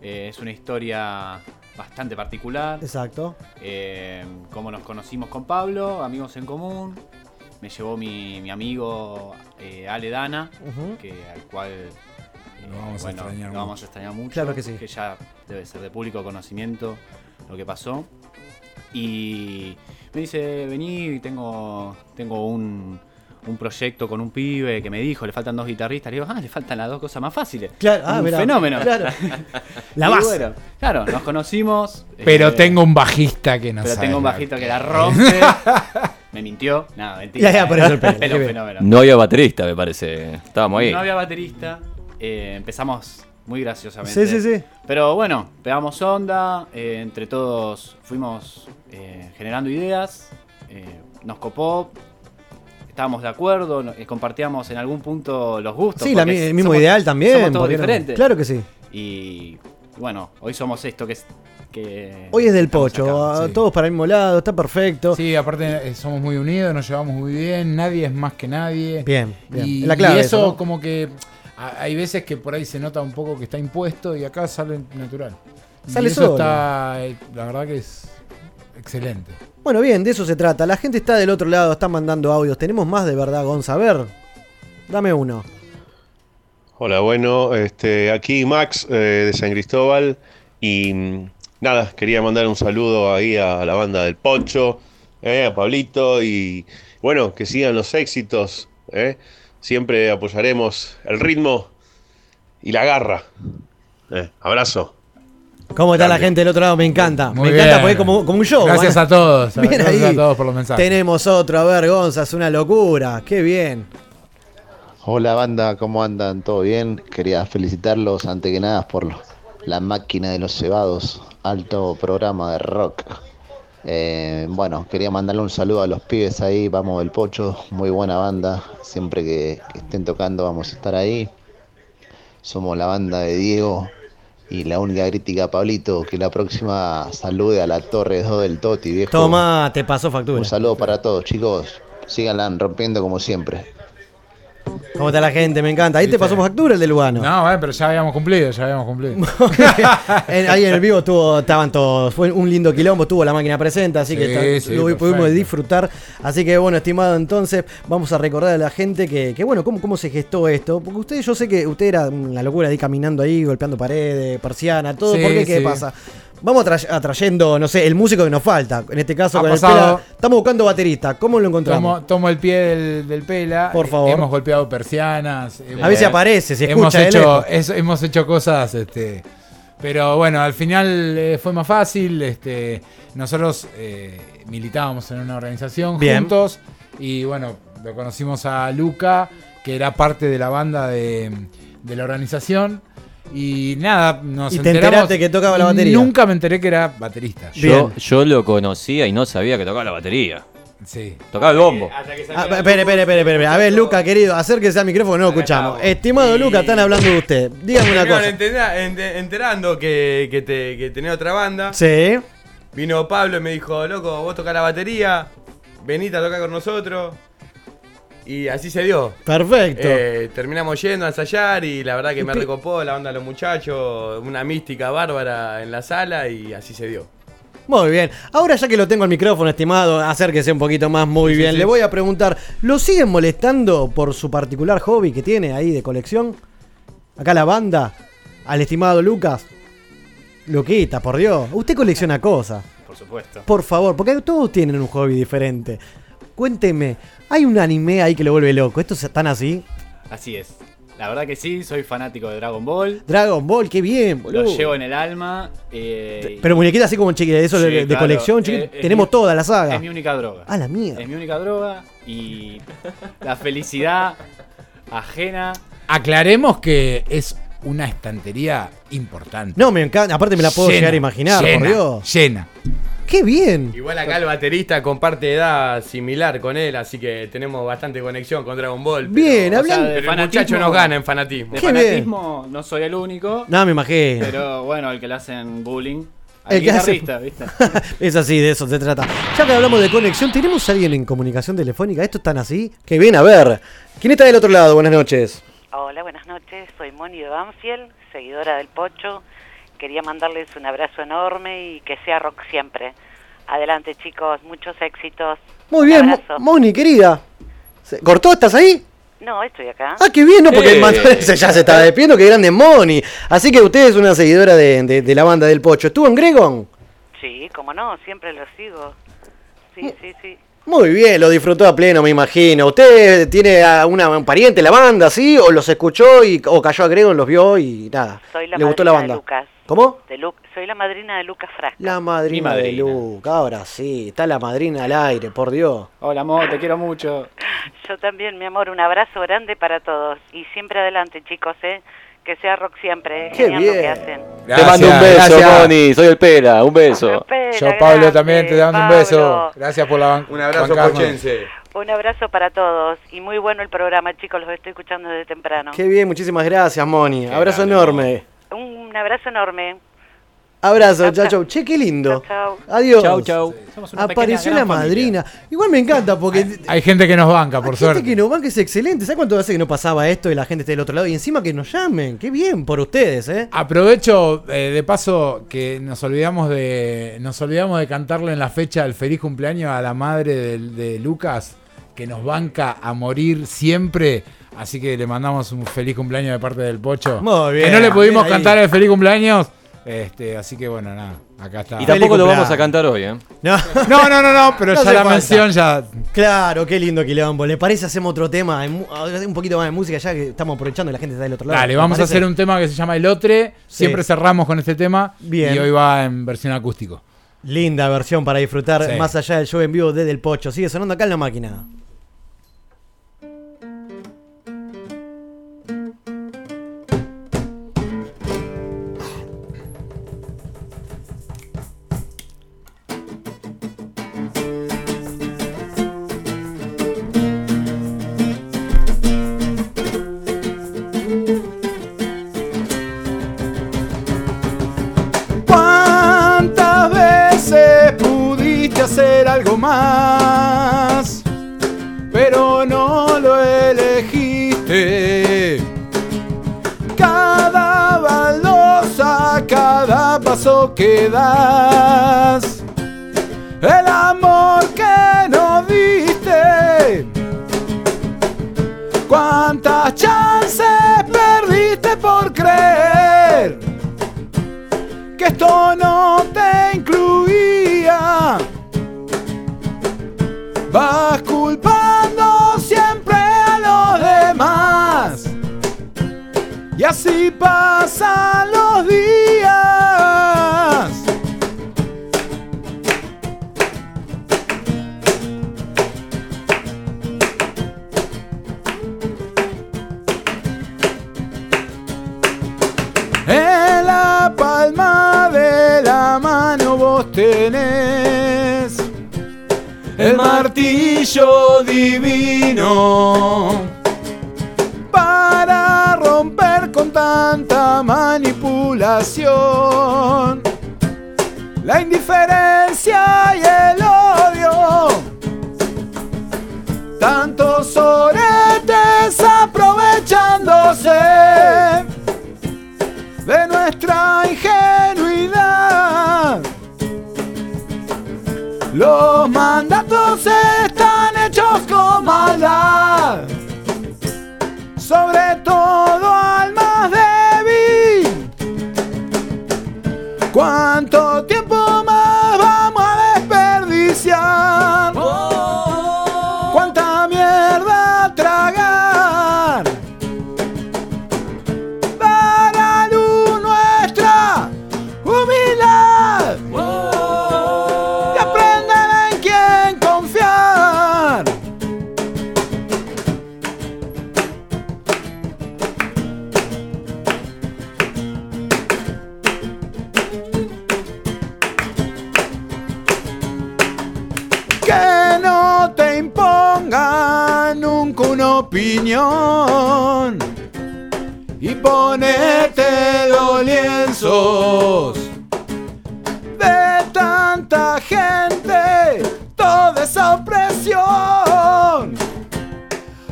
Speaker 16: eh, es una historia bastante particular.
Speaker 3: Exacto.
Speaker 16: Eh, como nos conocimos con Pablo, amigos en común. Me llevó mi, mi amigo eh, Ale Dana,
Speaker 32: ¿Mm?
Speaker 3: Ujú.
Speaker 16: que, al cual eh,
Speaker 31: vamos a
Speaker 16: bueno,
Speaker 31: extrañar
Speaker 16: lo vamos
Speaker 31: mucho.
Speaker 16: a extrañar mucho.
Speaker 3: Claro que sí.
Speaker 16: ya debe ser de público conocimiento lo que pasó. Y me dice, vení, tengo, tengo un, un proyecto con un pibe que me dijo, le faltan dos guitarristas. Le digo, ah, le faltan las dos cosas más fáciles.
Speaker 3: Claro, ah,
Speaker 16: un
Speaker 3: mirá,
Speaker 16: fenómeno.
Speaker 3: claro. La
Speaker 16: Y
Speaker 3: base.
Speaker 16: bueno, claro, nos conocimos.
Speaker 31: Pero
Speaker 16: eh,
Speaker 31: tengo un bajista que no
Speaker 16: pero
Speaker 31: sabe
Speaker 16: tengo un
Speaker 31: la-
Speaker 16: bajito que la rompe. me mintió. Nada, mentira.
Speaker 6: Ya, ya, por eso el pelo,
Speaker 16: Era
Speaker 6: qué
Speaker 16: un
Speaker 6: bien.
Speaker 16: fenómeno.
Speaker 6: No había baterista, me parece. Estábamos ahí.
Speaker 16: No había baterista. eh, empezamos muy graciosamente.
Speaker 3: Sí, sí, sí.
Speaker 16: Pero bueno, pegamos onda. eh, entre todos fuimos eh, generando ideas. eh, nos copó. Estábamos de acuerdo. no- eh, compartíamos en algún punto los gustos.
Speaker 3: Sí, la
Speaker 16: porque
Speaker 3: mi- el mismo
Speaker 16: somos-
Speaker 3: ideal también.
Speaker 16: Somos todos
Speaker 3: ¿por qué no?
Speaker 16: diferentes.
Speaker 3: Claro que sí.
Speaker 16: Y bueno, hoy somos esto que es. Que
Speaker 3: Hoy es del
Speaker 16: estamos
Speaker 3: pocho,
Speaker 16: acá.
Speaker 3: ah, todos para el mismo lado, está perfecto.
Speaker 31: Sí, aparte eh, somos muy unidos, nos llevamos muy bien, nadie es más que nadie.
Speaker 3: Bien, bien.
Speaker 31: Y,
Speaker 3: Es la clave
Speaker 31: y
Speaker 3: eso,
Speaker 31: eso,
Speaker 3: ¿no?
Speaker 31: como que a- hay veces que por ahí se nota un poco que está impuesto y acá sale natural. Y
Speaker 3: Sale
Speaker 31: eso
Speaker 3: solo.
Speaker 31: está, eh, la verdad que es excelente.
Speaker 3: Bueno, bien, de eso se trata. La gente está del otro lado, está mandando audios. Tenemos más de verdad, Gonza. A ver, dame uno.
Speaker 33: Hola, bueno, este, aquí Max eh, de San Cristóbal y mm, nada, quería mandar un saludo ahí a la banda del Pocho, eh, a Pablito y bueno, que sigan los éxitos, eh. siempre apoyaremos el ritmo y la garra. Eh, abrazo.
Speaker 3: ¿Cómo está la gente del otro lado? Me encanta.
Speaker 31: Muy
Speaker 3: me encanta
Speaker 31: bien.
Speaker 3: porque es como, como un show.
Speaker 31: Gracias
Speaker 3: ¿eh?
Speaker 31: a todos.
Speaker 3: Bien
Speaker 31: Gracias
Speaker 3: ahí.
Speaker 31: a todos por los mensajes.
Speaker 3: Tenemos otro, a ver, Gonzas, una locura. Qué bien.
Speaker 30: Hola banda, ¿cómo andan? ¿Todo bien? Quería felicitarlos antes que nada por lo- la máquina de los cebados, alto programa de rock. Eh, bueno, quería mandarle un saludo a los pibes ahí, vamos del pocho, muy buena banda, siempre que, que estén tocando vamos a estar ahí. Somos la banda de Diego y la única crítica a Pablito, que la próxima salude a la Torre 2 del Toti, viejo.
Speaker 3: Toma, te pasó factura.
Speaker 30: Un saludo para todos, chicos. Síganla rompiendo como siempre.
Speaker 3: ¿Cómo está la gente? Me encanta. Ahí te pasó factura el de Lugano.
Speaker 31: No, bueno, pero ya habíamos cumplido, ya habíamos cumplido.
Speaker 3: En- ahí en el vivo estuvo, estaban todos. Fue un lindo quilombo, estuvo la máquina presente, así
Speaker 31: Sí,
Speaker 3: que está-
Speaker 31: sí,
Speaker 3: lo pudimos
Speaker 31: perfecto.
Speaker 3: disfrutar. Así que bueno, estimado, entonces vamos a recordar a la gente que, que, bueno, cómo, cómo se gestó esto. Porque usted, yo sé que usted era una locura ahí caminando ahí, golpeando paredes, persiana, todo.
Speaker 31: Sí,
Speaker 3: ¿Por qué? ¿Qué
Speaker 31: sí.
Speaker 3: pasa? Vamos atra- atrayendo, no sé, el músico que nos falta. En este caso,
Speaker 31: Ha
Speaker 3: con
Speaker 31: pasado.
Speaker 3: el Pela. Estamos buscando baterista. ¿Cómo lo encontramos?
Speaker 31: Tomo, tomo el pie del, del pela. Eh,
Speaker 3: Por favor.
Speaker 31: Hemos golpeado persianas. hemos-
Speaker 3: veces aparece, se
Speaker 31: Eh, hemos
Speaker 3: escucha de
Speaker 31: hecho,
Speaker 3: lejos.
Speaker 31: es- hemos hecho cosas, este. Pero bueno, al final eh, fue más fácil. Este, nosotros eh, militábamos en una organización
Speaker 3: Bien.
Speaker 31: juntos. Y bueno, lo conocimos a Luca, que era parte de la banda de, de la organización. Y nada, nos
Speaker 3: Y te
Speaker 31: enteramos-
Speaker 3: enteraste que tocaba la batería.
Speaker 31: Nunca me enteré que era baterista.
Speaker 6: Yo, yo lo conocía y no sabía que tocaba la batería.
Speaker 31: Sí.
Speaker 6: Tocaba el bombo.
Speaker 3: Ah, espere, espere, espere, espere. A ver, Luca, querido, acérquese al micrófono, no lo escuchamos. Estimado Luca, están hablando de usted. Dígame una
Speaker 21: Terminaron
Speaker 3: cosa.
Speaker 21: entera- ente- enterando que, que, te- que tenía otra banda.
Speaker 3: Sí.
Speaker 21: Vino Pablo y me dijo, loco, vos tocás la batería, venite a tocar con nosotros. Y así se dio.
Speaker 3: Perfecto.
Speaker 21: Eh, terminamos yendo a ensayar y la verdad que me recopó la banda de los muchachos, una mística bárbara en la sala y así se dio.
Speaker 3: Muy bien. Ahora ya que lo tengo al micrófono, estimado, acérquese un poquito más. Muy
Speaker 21: Sí,
Speaker 3: bien.
Speaker 21: sí,
Speaker 3: Le
Speaker 21: sí.
Speaker 3: voy a preguntar, ¿lo siguen molestando por su particular hobby que tiene ahí de colección? Acá la banda, al estimado Lucas. Luquita, por Dios. Usted colecciona cosas.
Speaker 16: Por supuesto.
Speaker 3: Por favor, porque todos tienen un hobby diferente. Cuénteme, ¿hay un anime ahí que lo vuelve loco? ¿Estos están así?
Speaker 16: Así es. La verdad que sí, soy fanático de Dragon Ball.
Speaker 3: Dragon Ball, qué bien,
Speaker 16: Lo
Speaker 3: boludo.
Speaker 16: llevo en el alma. eh,
Speaker 3: Pero muñequita así como chiquita, eso
Speaker 16: Sí,
Speaker 3: de, de
Speaker 16: claro.
Speaker 3: colección, chiquita.
Speaker 16: Eh, es
Speaker 3: tenemos
Speaker 16: mi-
Speaker 3: toda la saga.
Speaker 16: Es mi única droga.
Speaker 3: Ah, la mía.
Speaker 16: Es mi única droga y la felicidad ajena.
Speaker 31: Aclaremos que es una estantería importante.
Speaker 3: No, me encanta. Aparte me la puedo
Speaker 31: Llena,
Speaker 3: llegar a imaginar,
Speaker 31: llena,
Speaker 3: por Dios.
Speaker 31: Llena.
Speaker 3: ¡Qué bien!
Speaker 21: Igual acá el baterista comparte edad similar con él, así que tenemos bastante conexión con Dragon Ball.
Speaker 3: Bien,
Speaker 21: pero,
Speaker 3: hablan-
Speaker 21: pero
Speaker 16: de
Speaker 21: el muchacho
Speaker 16: fanatismo-
Speaker 21: nos gana en fanatismo.
Speaker 16: De fanatismo no soy el único.
Speaker 3: No, me imagino.
Speaker 16: Pero bueno, el que le hacen bullying. Al
Speaker 3: El que hace-
Speaker 16: guitarrista, ¿viste?
Speaker 3: es así, de eso se trata. Ya que hablamos de conexión, ¿tenemos a alguien en comunicación telefónica? ¿Esto es tan así? Que bien, a ver. ¿Quién está del otro lado? Buenas noches.
Speaker 34: Hola, buenas noches. Soy Moni de Banfield, seguidora del Pocho. Quería mandarles un abrazo enorme y que sea rock siempre. Adelante, chicos. Muchos éxitos.
Speaker 3: Muy
Speaker 34: Un
Speaker 3: bien, Mo-
Speaker 34: abrazo.
Speaker 3: Moni, querida. ¿Se- ¿Cortó? ¿Estás ahí?
Speaker 34: No, estoy acá.
Speaker 3: Ah, qué bien, ¿no? Porque el
Speaker 34: Eh.
Speaker 3: mandó- se- ya se estaba despidiendo, qué grande Moni. Así que usted es una seguidora de, de- de la banda del Pocho. ¿Estuvo en Gregon?
Speaker 34: Sí, como no, siempre los sigo. Sí,
Speaker 4: Eh,
Speaker 34: sí, sí.
Speaker 3: Muy bien, lo disfrutó a pleno, me imagino. ¿Usted tiene a una, un pariente en la banda, sí? ¿O los escuchó y, o cayó a Gregon, los vio y nada?
Speaker 34: Soy la
Speaker 3: ¿Le gustó la
Speaker 34: madrina
Speaker 3: banda?
Speaker 34: de Lucas.
Speaker 3: ¿Cómo?
Speaker 34: De Lu- soy la madrina de Lucas Frasca.
Speaker 3: La madrina,
Speaker 34: Mi
Speaker 3: de Luca, ahora sí, está la madrina al aire, por Dios.
Speaker 16: Hola, amor, te quiero mucho.
Speaker 34: Yo también, mi amor, un abrazo grande para todos. Y siempre adelante, chicos, ¿eh? Que sea rock siempre.
Speaker 3: Qué
Speaker 34: Genial lo que
Speaker 3: bien.
Speaker 34: hacen.
Speaker 6: te mando un beso,
Speaker 31: gracias.
Speaker 6: Moni. Soy el Pela. Un beso.
Speaker 31: Yo, Pablo, también te dando un beso. Gracias por la banca.
Speaker 21: Un abrazo, pochense.
Speaker 34: Un abrazo para todos. Y muy bueno el programa, chicos, los estoy escuchando desde temprano.
Speaker 3: Qué bien, muchísimas gracias, Moni. Abrazo enorme.
Speaker 34: Un abrazo enorme.
Speaker 3: Abrazo, chau, chau. Che, qué lindo. Adiós.
Speaker 34: Chau,
Speaker 31: chau.
Speaker 3: Ah, Apareció
Speaker 31: pequeña
Speaker 3: la
Speaker 31: gran
Speaker 3: madrina. Igual me encanta porque
Speaker 31: Hay gente que nos banca, por
Speaker 3: gente
Speaker 31: suerte.
Speaker 3: que nos banca es excelente. ¿Sabes cuánto hace que no pasaba esto y la gente esté del otro lado? Y encima que nos llamen. Qué bien por ustedes, ¿eh?
Speaker 31: Aprovecho eh, de paso que nos olvidamos de nos olvidamos de cantarle en la fecha el feliz cumpleaños a la madre del- de, Lucas que nos banca a morir siempre. Así que le mandamos un feliz cumpleaños de parte del Pocho.
Speaker 3: Muy bien,
Speaker 31: Que no le pudimos
Speaker 3: bien ahí.
Speaker 31: cantar el feliz cumpleaños. Este, así que bueno, nada, acá está.
Speaker 6: Y tampoco lo vamos a cantar hoy, ¿eh?
Speaker 31: No, no, no, no, no, pero
Speaker 3: No
Speaker 31: ya
Speaker 3: hace
Speaker 31: la
Speaker 3: falta.
Speaker 31: mención ya.
Speaker 3: Claro, qué lindo quilombo. ¿Le parece hacemos otro tema? Hay mu- Un poquito más de música ya que estamos aprovechando y la gente está del otro lado.
Speaker 31: Dale,
Speaker 3: ¿Le
Speaker 31: vamos a
Speaker 3: parece?
Speaker 31: hacer un tema que se llama El Otre. Siempre cerramos con este tema.
Speaker 3: Bien.
Speaker 31: Y hoy va en versión acústico.
Speaker 3: Linda versión para disfrutar
Speaker 31: Sí.
Speaker 3: más allá del show en vivo desde el Pocho. Sigue sonando acá en la máquina.
Speaker 28: ¿Cuántas veces pudiste hacer algo más? Pero no lo elegiste. Cada baldosa, cada paso que das. El amor que no diste. ¿Cuántas chances perdiste por creer? que esto no te incluía. Vas culpando siempre a los demás. Y así pasan los días. En la palma de la mano vos tenés el martillo divino para romper con tanta manipulación la indiferencia y el odio. Tantos oretes aprovechándose de nuestra ingenuidad. Los mandatos están hechos con maldad, sobre todo al más débil. ¿Cuánto tiempo más vamos a desperdiciar? ¿Cuánta mierda tragar? para luz nuestra humildad y aprendan en quien confiar. Que no te impongan nunca una opinión y ponete los lienzos de tanta gente, toda esa opresión.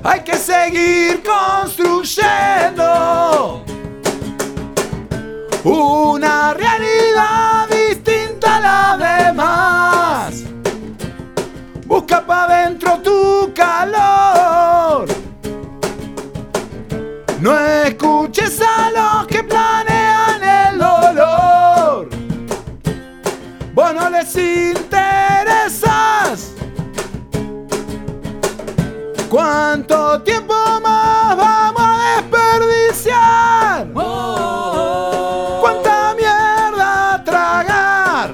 Speaker 28: Hay que seguir construyendo una realidad distinta a la demás. Busca para adentro tu calor. No escuches a los que planean el dolor. Vos no les interesas. ¿Cuánto tiempo más vamos a desperdiciar? ¿Cuánta mierda tragar?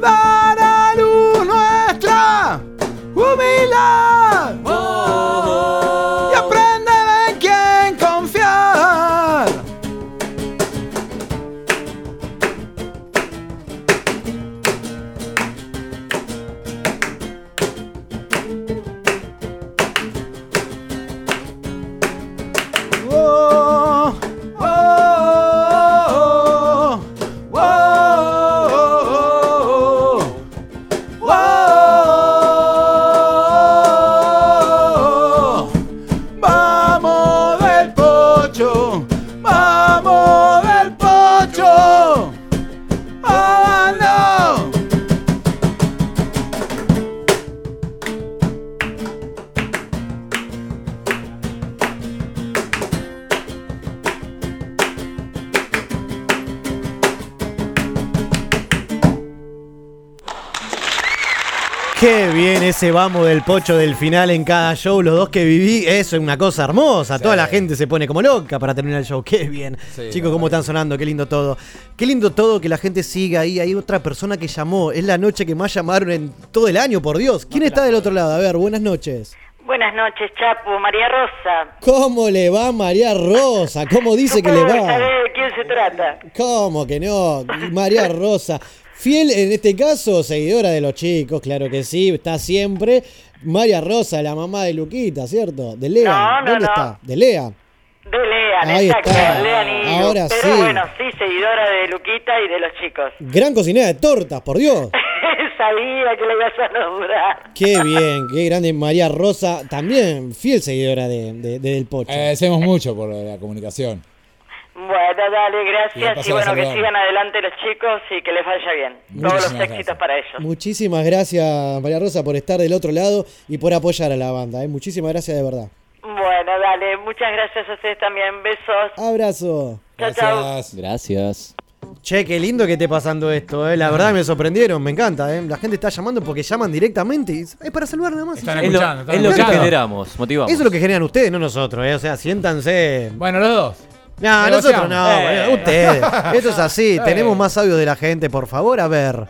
Speaker 28: Dar a luz nuestra humildad y aprender en quien confiar. Oh, oh,
Speaker 3: Qué bien ese vamos del pocho del final en cada show, los dos que viví, eso es una cosa hermosa. Toda la gente se pone como loca para terminar el show. Qué bien.
Speaker 22: Sí,
Speaker 3: Chicos,
Speaker 22: la
Speaker 3: cómo están sonando, qué lindo todo. Qué lindo todo que la gente siga ahí. Hay otra persona que llamó. Es la noche que más llamaron en todo el año, por Dios. ¿Quién está del otro lado? A ver, buenas noches.
Speaker 32: Buenas noches, Chapo. María Rosa.
Speaker 3: ¿Cómo le va María Rosa? ¿Cómo dice que le
Speaker 32: ¿Cómo
Speaker 3: va?
Speaker 32: sabés de Eh, quién se trata?
Speaker 3: ¿Cómo que no? María Rosa. Fiel en este caso, seguidora de los chicos, claro que sí, está siempre. María Rosa, la mamá de Luquita, ¿cierto? De Lea.
Speaker 32: No, no,
Speaker 3: ¿Dónde
Speaker 32: no.
Speaker 3: está? De Lea.
Speaker 32: De Lean,
Speaker 3: Ahí
Speaker 32: exacto.
Speaker 3: está.
Speaker 32: Lean y Lu.
Speaker 3: Ahora
Speaker 32: Pero
Speaker 3: sí.
Speaker 32: bueno, sí, seguidora de Luquita y de los chicos.
Speaker 3: Gran cocinera de tortas, por Dios.
Speaker 32: Sabía que le ibas a nombrar.
Speaker 3: Qué bien, qué grande María Rosa, también fiel seguidora de, de- de Del Pocho.
Speaker 31: Agradecemos mucho por la comunicación.
Speaker 32: Bueno, dale,
Speaker 31: Y la
Speaker 32: gracias. Y,
Speaker 31: pasada
Speaker 32: bueno, que
Speaker 31: saludable.
Speaker 32: sigan adelante los chicos y que les vaya bien. Todos los
Speaker 3: Muchísimas
Speaker 32: éxitos para ellos.
Speaker 3: Muchísimas gracias, María Rosa, por estar del otro lado y por apoyar a la banda. ¿eh? Muchísimas gracias de verdad.
Speaker 32: Bueno, dale. Muchas gracias a ustedes también. Besos.
Speaker 3: Abrazo.
Speaker 32: Chao, chao.
Speaker 4: Gracias.
Speaker 3: Che, qué lindo que esté pasando esto, eh. la verdad me sorprendieron, me encanta. Eh. La gente está llamando porque llaman directamente. y "Eh, Es para saludar nada más.
Speaker 6: es lo, es lo que generamos, motivamos.
Speaker 3: Eso es lo que generan ustedes, no nosotros. eh. O sea, siéntanse.
Speaker 31: Bueno, los dos.
Speaker 3: No,
Speaker 31: Negociamos.
Speaker 3: nosotros no,
Speaker 31: Eh.
Speaker 3: boludo, ustedes. Esto es así,
Speaker 31: Eh.
Speaker 3: tenemos más sabios de la gente, por favor, a ver.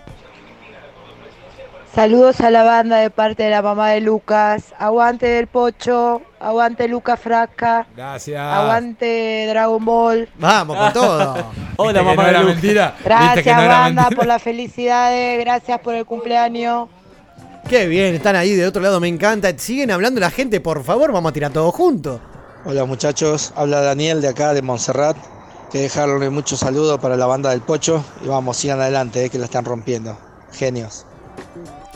Speaker 10: Saludos a la banda de parte de la mamá de Lucas. Aguante del pocho, aguante Lucas Frasca,
Speaker 31: Gracias.
Speaker 6: Ah.
Speaker 10: aguante Dragon Ball.
Speaker 3: Vamos con todo.
Speaker 31: Hola,
Speaker 3: mamá
Speaker 31: No
Speaker 3: de
Speaker 31: era
Speaker 3: Lucas.
Speaker 31: mentira.
Speaker 10: Gracias,
Speaker 31: Viste que no era
Speaker 10: banda,
Speaker 31: mentira.
Speaker 10: por las felicidades, gracias por el cumpleaños.
Speaker 3: Qué bien, están ahí de otro lado, me encanta. Siguen hablando la gente, por favor, vamos a tirar todo juntos.
Speaker 18: Hola muchachos, habla Daniel de acá de Montserrat. Que dejaron muchos saludos para la banda del Pocho y vamos, sigan adelante, eh, que la están rompiendo. Genios.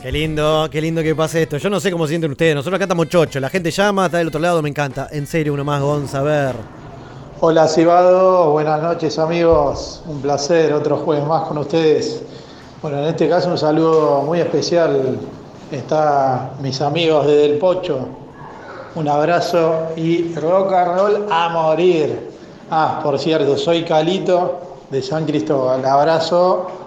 Speaker 3: Qué lindo, qué lindo que pase esto. Yo no sé cómo se sienten ustedes, nosotros acá estamos chocho, la gente llama, está del otro lado, me encanta. En serio, uno más, Gonza, a ver.
Speaker 19: Hola Cibado, buenas noches amigos, un placer otro jueves más con ustedes. Bueno, en este caso un saludo muy especial, está mis amigos de Del Pocho, un abrazo y rock and roll a morir. Ah, por cierto, soy Calito de San Cristóbal, abrazo.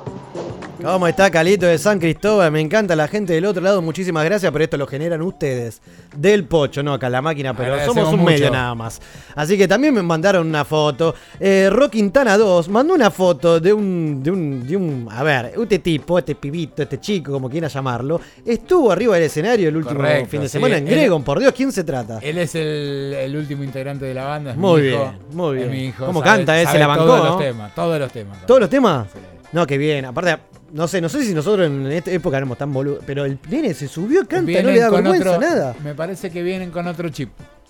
Speaker 3: ¿Cómo está Calito de San Cristóbal? Me encanta la gente del otro lado, muchísimas gracias, pero esto lo generan ustedes. Del pocho, no acá la máquina, pero
Speaker 22: Agradecemos
Speaker 3: somos un
Speaker 22: mucho.
Speaker 3: medio nada más. Así que también me mandaron una foto. Eh, Ro Quintana 2 mandó una foto de un, de un, de un, a ver, este tipo, este pibito, este chico, como quiera llamarlo, estuvo arriba del escenario el último
Speaker 31: Correcto,
Speaker 3: fin de
Speaker 31: sí.
Speaker 3: semana en
Speaker 31: Él-
Speaker 3: Gregon, por Dios, ¿quién se trata?
Speaker 31: Él es el, el último integrante de la banda. es
Speaker 3: Muy
Speaker 31: mi hijo,
Speaker 3: bien, muy
Speaker 31: es
Speaker 3: bien.
Speaker 31: mi hijo,
Speaker 3: ¿Cómo
Speaker 31: sabe-
Speaker 3: canta? eh?
Speaker 31: sabe
Speaker 3: Se la bancó,
Speaker 31: Todos
Speaker 3: ¿no?
Speaker 31: los temas, todos los temas.
Speaker 3: ¿Todos los temas? No, qué bien. Aparte, no sé, no sé si nosotros en esta época éramos tan boludos. Pero el nene se subió, canta, no le da vergüenza
Speaker 31: otro,
Speaker 3: nada.
Speaker 31: Me parece que vienen con otro chip.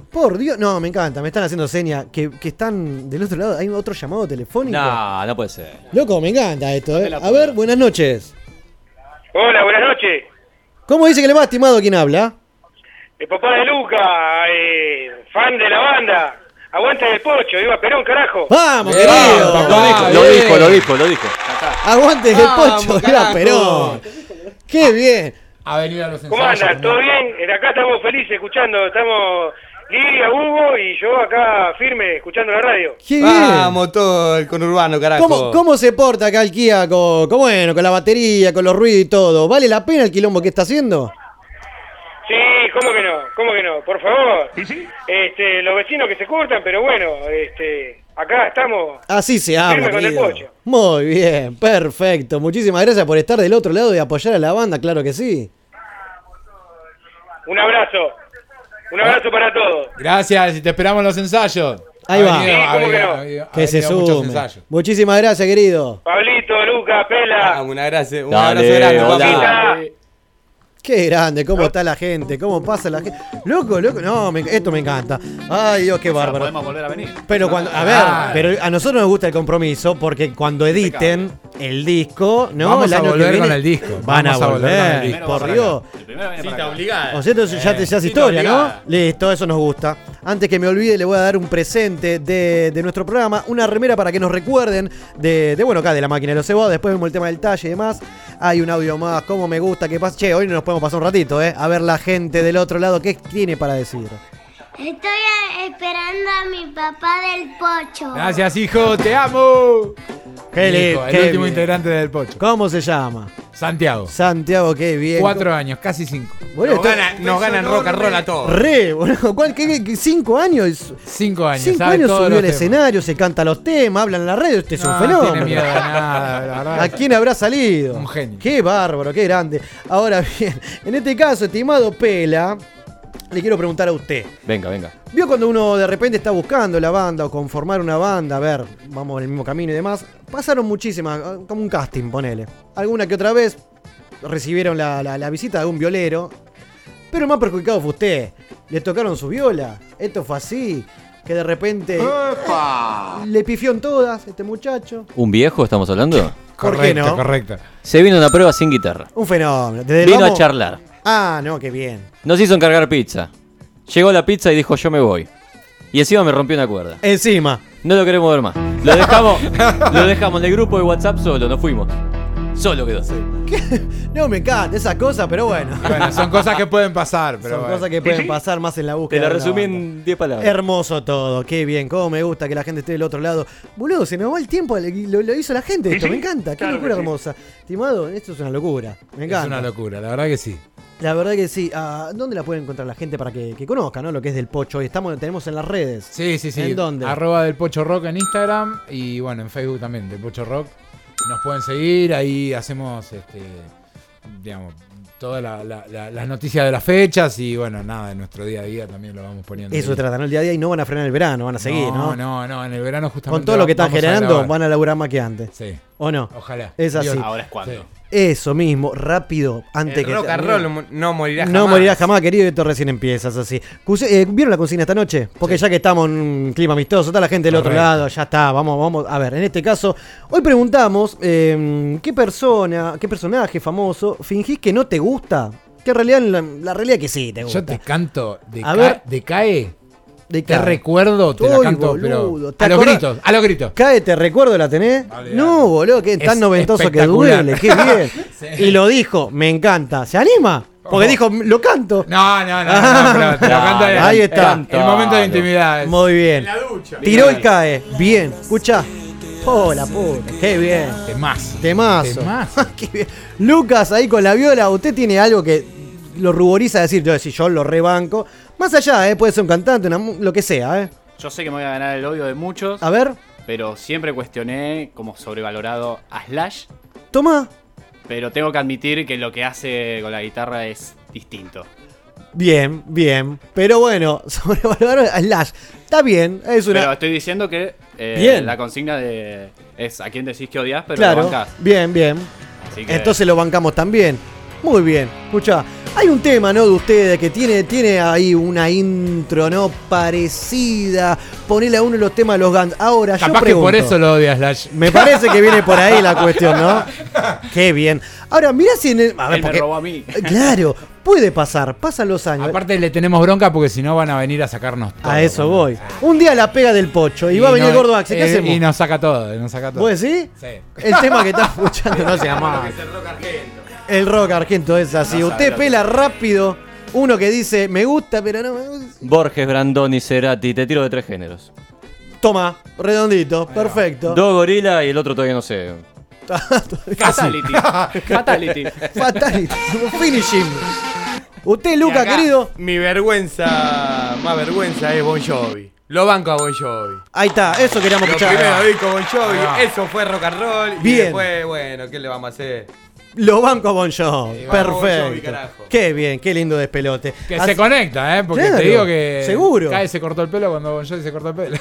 Speaker 3: Por Dios, no, me encanta, me están haciendo señas que, que están del otro lado, hay otro llamado telefónico.
Speaker 6: No, no puede ser.
Speaker 3: Loco, me encanta esto, eh. A ver, buenas noches.
Speaker 35: Hola, buenas noches.
Speaker 3: ¿Cómo dice que le va, estimado, quien habla?
Speaker 35: El papá de Luca, eh, fan de la banda. Aguante el pocho, viva Perón, carajo.
Speaker 3: ¡Vamos,
Speaker 6: Bien,
Speaker 3: querido!
Speaker 6: Oh. lo dijo, lo dijo, lo dijo, lo dijo.
Speaker 3: ¡Aguante el
Speaker 35: Vamos,
Speaker 3: pocho! ¡Viva
Speaker 35: carajo.
Speaker 3: Perón! ¡Qué bien!
Speaker 31: A venir a los
Speaker 35: ¿Cómo andan? ¿Todo bien? Eh, Acá estamos felices escuchando, estamos Lidia, Hugo y yo acá firme escuchando la radio. Ah,
Speaker 3: ¡Qué bien!
Speaker 21: Vamos todo el conurbano, carajo.
Speaker 3: ¿Cómo, cómo se porta acá el Kia con, con, bueno, con la batería, con los ruidos y todo? ¿Vale la pena el quilombo que está haciendo?
Speaker 35: Sí, ¿cómo que no? ¿Cómo que no? Por favor. Este, los vecinos que se cortan, pero bueno, este, acá estamos.
Speaker 3: Así se ama,
Speaker 35: Firme con el
Speaker 3: querido.
Speaker 35: pocho.
Speaker 3: Muy bien, perfecto. Muchísimas gracias por estar del otro lado y apoyar a la banda, claro que sí.
Speaker 35: Un abrazo. Un abrazo para todos.
Speaker 31: Gracias, y te esperamos en los ensayos.
Speaker 3: Ahí
Speaker 31: Ha
Speaker 3: va.
Speaker 31: venido-
Speaker 3: Sí,
Speaker 31: ha
Speaker 35: ¿cómo que
Speaker 31: venido-
Speaker 35: no?
Speaker 31: ha venido- ha
Speaker 3: Que se
Speaker 31: venido muchos
Speaker 3: sume.
Speaker 31: ensayos.
Speaker 3: Muchísimas gracias, querido.
Speaker 35: Pablito, Luca, Pela.
Speaker 21: una gracia, un
Speaker 3: Dale,
Speaker 21: abrazo grande,
Speaker 3: hola.
Speaker 21: papá.
Speaker 3: Qué grande, cómo está la gente, cómo pasa la gente. Loco, loco, no, me- esto me encanta. Ay, Dios, qué bárbaro.
Speaker 16: Podemos volver a venir.
Speaker 3: Pero cuando, a ver, pero a nosotros nos gusta el compromiso porque cuando editen el disco, ¿no?
Speaker 31: Vamos
Speaker 3: El
Speaker 31: a
Speaker 3: año que
Speaker 31: volver
Speaker 3: viene,
Speaker 31: con el disco.
Speaker 3: Van
Speaker 31: Vamos
Speaker 3: a
Speaker 31: a volver con el
Speaker 3: volver,
Speaker 31: disco.
Speaker 3: por
Speaker 31: Primero
Speaker 3: Dios.
Speaker 21: Cita obligada.
Speaker 3: O sea, entonces ya, te- ya es
Speaker 21: Cita
Speaker 3: historia, ¿no?
Speaker 21: obligada.
Speaker 3: Listo, eso nos gusta. Antes que me olvide, le voy a dar un presente de, de nuestro programa, una remera para que nos recuerden de, de, bueno, acá de la máquina de los cebados. Después vemos el tema del talle y demás. Hay un audio más, cómo me gusta que pase. Che, hoy no nos podemos pasar un ratito, ¿eh? A ver la gente del otro lado, ¿qué tiene para decir?
Speaker 36: Estoy a- esperando a mi papá del pocho.
Speaker 31: Gracias, hijo, te amo.
Speaker 3: Qué
Speaker 31: Mi hijo,
Speaker 3: lindo,
Speaker 31: el
Speaker 3: qué
Speaker 31: último
Speaker 3: bien.
Speaker 31: integrante del Pocho.
Speaker 3: ¿Cómo se llama?
Speaker 31: Santiago.
Speaker 3: Santiago, qué bien.
Speaker 31: Cuatro años, casi cinco.
Speaker 3: Boludo,
Speaker 21: Nos
Speaker 3: esto-
Speaker 21: ganan, nos ganan rock and roll a todos.
Speaker 3: Re, boludo. ¿Cuál- qué- qué- ¿Cinco años?
Speaker 31: Cinco años.
Speaker 3: Cinco
Speaker 31: sabe
Speaker 3: años
Speaker 31: todos
Speaker 3: subió
Speaker 31: los
Speaker 3: al
Speaker 31: temas.
Speaker 3: escenario, se canta los temas, habla en la radio. Este es un
Speaker 31: No,
Speaker 3: fenómeno.
Speaker 31: tiene miedo a nada, la verdad.
Speaker 3: ¿A quién habrá salido? Un
Speaker 31: genio.
Speaker 3: Qué bárbaro, qué grande. Ahora bien, en este caso, estimado Pela, le quiero preguntar a usted.
Speaker 6: Venga, venga.
Speaker 3: ¿Vio cuando uno de repente está buscando la banda o conformar una banda? A ver, vamos en el mismo camino y demás. Pasaron muchísimas, ah, como un casting, ponele. Alguna que otra vez recibieron la, la- la visita de un violero. Pero el más perjudicado fue usted. Le tocaron su viola. Esto fue así. Que de repente. Le pifió en todas este muchacho.
Speaker 6: ¿Un viejo estamos hablando?
Speaker 3: ¿Por qué Correcto, no?
Speaker 31: correcto.
Speaker 6: Se vino a una prueba sin guitarra.
Speaker 3: Un fenómeno. Desde el
Speaker 6: Vino a
Speaker 3: vamos-
Speaker 6: charlar.
Speaker 3: Ah, no, qué bien.
Speaker 6: Nos hizo encargar pizza. Llegó la pizza y dijo yo me voy. Y encima me rompió una cuerda.
Speaker 3: Encima.
Speaker 6: No lo queremos ver más. Lo dejamos, lo dejamos en el grupo de WhatsApp solo, nos fuimos. Solo quedó.
Speaker 3: No, me encanta esas cosas, pero bueno.
Speaker 31: Bueno, son cosas que pueden pasar, pero
Speaker 3: Son
Speaker 31: bueno.
Speaker 3: cosas que pueden pasar más en la
Speaker 6: Te
Speaker 3: búsqueda.
Speaker 6: lo
Speaker 3: de una
Speaker 6: resumí
Speaker 3: banda.
Speaker 6: en 10 palabras.
Speaker 3: Hermoso todo, qué bien, cómo me gusta que la gente esté del otro lado. Boludo, se nos va el tiempo, le- lo, lo hizo la gente esto,
Speaker 31: Sí,
Speaker 3: me
Speaker 31: sí,
Speaker 3: encanta, qué
Speaker 31: claro
Speaker 3: locura
Speaker 31: que sí.
Speaker 3: hermosa. Estimado, esto es una locura, me encanta.
Speaker 31: Es una locura, la verdad que sí.
Speaker 3: La verdad que sí, Ah, ¿dónde la puede encontrar la gente para que, que conozca ¿no? lo que es del pocho? Hoy Estamos, tenemos en las redes.
Speaker 31: Sí, sí, sí.
Speaker 3: ¿En dónde?
Speaker 31: Arroba del Pocho Rock en Instagram y bueno, en Facebook también, del Pocho Rock. Nos pueden seguir, ahí hacemos, este, digamos, todas la- la- la- las noticias de las fechas y bueno, nada, de nuestro día a día también lo vamos poniendo.
Speaker 3: Eso
Speaker 31: ahí.
Speaker 3: tratan el día a día y no van a frenar el verano, van a seguir,
Speaker 31: No,
Speaker 3: ¿no?
Speaker 31: no, no, en el verano justamente.
Speaker 3: Con todo lo que están
Speaker 31: vamos a
Speaker 3: generando,
Speaker 31: grabar.
Speaker 3: van a laburar más que antes.
Speaker 31: Sí.
Speaker 3: ¿O no?
Speaker 31: Ojalá.
Speaker 3: Es así.
Speaker 31: Dios, ahora es cuando. Sí.
Speaker 3: Eso mismo, rápido, antes
Speaker 21: El
Speaker 3: que.
Speaker 21: rock and
Speaker 3: termine.
Speaker 21: roll mo- no morirá
Speaker 3: No
Speaker 21: jamás.
Speaker 3: morirá jamás, querido, y esto recién empiezas así. Cuse- eh, ¿Vieron la consigna esta noche? Porque ya que estamos en un clima amistoso, está la gente del otro
Speaker 31: Correcto.
Speaker 3: lado, ya está, vamos, vamos. A ver, en este caso, hoy preguntamos eh, qué persona, qué personaje famoso fingís que no te gusta, que en realidad, la, la realidad es que sí te gusta.
Speaker 31: Yo te canto de,
Speaker 3: A ver.
Speaker 31: cae.
Speaker 3: De
Speaker 31: Te recuerdo, te la
Speaker 3: Uy,
Speaker 31: canto,
Speaker 3: boludo,
Speaker 31: pero.
Speaker 3: ¿te
Speaker 31: A los
Speaker 3: acordás?
Speaker 31: gritos, a los gritos.
Speaker 3: Cae, te recuerdo, la tenés. No, boludo, que tan
Speaker 31: Es
Speaker 3: noventoso que
Speaker 31: espectacular.
Speaker 3: duele, qué bien. Y lo dijo, me encanta. ¿Se anima? Porque dijo, lo canto. Ah.
Speaker 31: No, no, no, no, pero te lo canto bien.
Speaker 3: Ahí está.
Speaker 31: El- el momento de intimidad es-
Speaker 3: Muy bien.
Speaker 31: En la ducha.
Speaker 3: Tiró y
Speaker 31: Bien.
Speaker 3: cae. Bien. Escucha. Oh, la puta. Qué bien.
Speaker 31: Temazo.
Speaker 3: Temazo. Qué bien. Lucas ahí con la viola. Usted tiene algo que lo ruboriza decir, yo decir, yo lo rebanco. Más allá, ¿eh? puede ser un cantante, una mu- lo que sea. ¿eh?
Speaker 16: Yo sé que me voy a ganar el odio de muchos.
Speaker 3: A ver,
Speaker 16: Pero siempre cuestioné como sobrevalorado a Slash.
Speaker 3: toma.
Speaker 16: Pero tengo que admitir que lo que hace con la guitarra es distinto.
Speaker 3: Bien, bien. Pero bueno, sobrevaloraron a Slash. Está bien, es una.
Speaker 16: Pero estoy diciendo que eh,
Speaker 3: Bien.
Speaker 16: la consigna de es a quién decís que odias, pero lo
Speaker 3: claro.
Speaker 16: bancás.
Speaker 3: Bien, bien.
Speaker 16: Así que-
Speaker 3: Entonces lo bancamos también. Muy bien. Escucha, hay un tema, ¿no? De ustedes que tiene, tiene ahí una intro, ¿no? Parecida. Ponele a uno de los temas de los Guns. Ahora, yo
Speaker 31: Capaz que
Speaker 3: pregunto.
Speaker 31: por eso lo odias, Slash.
Speaker 3: Me parece que viene por ahí la cuestión, ¿no? Qué bien. Ahora, mirá si en el. A ver,
Speaker 31: Él me
Speaker 3: porque-
Speaker 31: robó a mí.
Speaker 3: Eh, Claro, puede pasar, pasan los años.
Speaker 31: Aparte le tenemos bronca porque si no van a venir a sacarnos todo.
Speaker 3: a eso voy. Un día la pega del pocho y, va a venir el
Speaker 31: no-
Speaker 3: gordo Axel. ¿Qué
Speaker 31: eh,
Speaker 3: hacemos?
Speaker 31: Y nos saca todo, eh, nos saca todo.
Speaker 3: ¿Vos decís? El tema que está escuchando no se llama. El rock argento es así.
Speaker 6: No
Speaker 3: Usted
Speaker 6: sabe.
Speaker 3: pela rápido uno que dice, me gusta, pero no me gusta.
Speaker 6: Borges, Brandoni, Cerati, te tiro de tres géneros.
Speaker 3: Toma, redondito, perfecto.
Speaker 6: Dos gorila y el otro todavía no sé.
Speaker 16: Fatality. Fatality.
Speaker 3: Fatality. Finishing. Usted, Luca,
Speaker 21: acá,
Speaker 3: querido.
Speaker 21: Mi vergüenza, más vergüenza es Bon Jovi. Lo banco a Bon Jovi.
Speaker 3: Ahí está, eso queríamos
Speaker 21: Lo
Speaker 3: escuchar. Eh,
Speaker 21: primero disco Bon Jovi,
Speaker 3: Ahí
Speaker 31: Ah.
Speaker 3: va.
Speaker 21: eso fue rock and roll.
Speaker 3: Bien.
Speaker 21: Y después, bueno, ¿qué le vamos a hacer?
Speaker 3: Lo banco a Bon Jovi.
Speaker 21: vamos, Bon Jovi,
Speaker 3: Perfecto.
Speaker 21: carajo.
Speaker 3: Qué bien, qué lindo despelote.
Speaker 31: Que
Speaker 3: Así-
Speaker 31: se conecta, ¿eh? Porque
Speaker 3: Claro,
Speaker 31: te digo que.
Speaker 3: Seguro.
Speaker 31: Cae se cortó el pelo cuando Bon Jovi se cortó el pelo.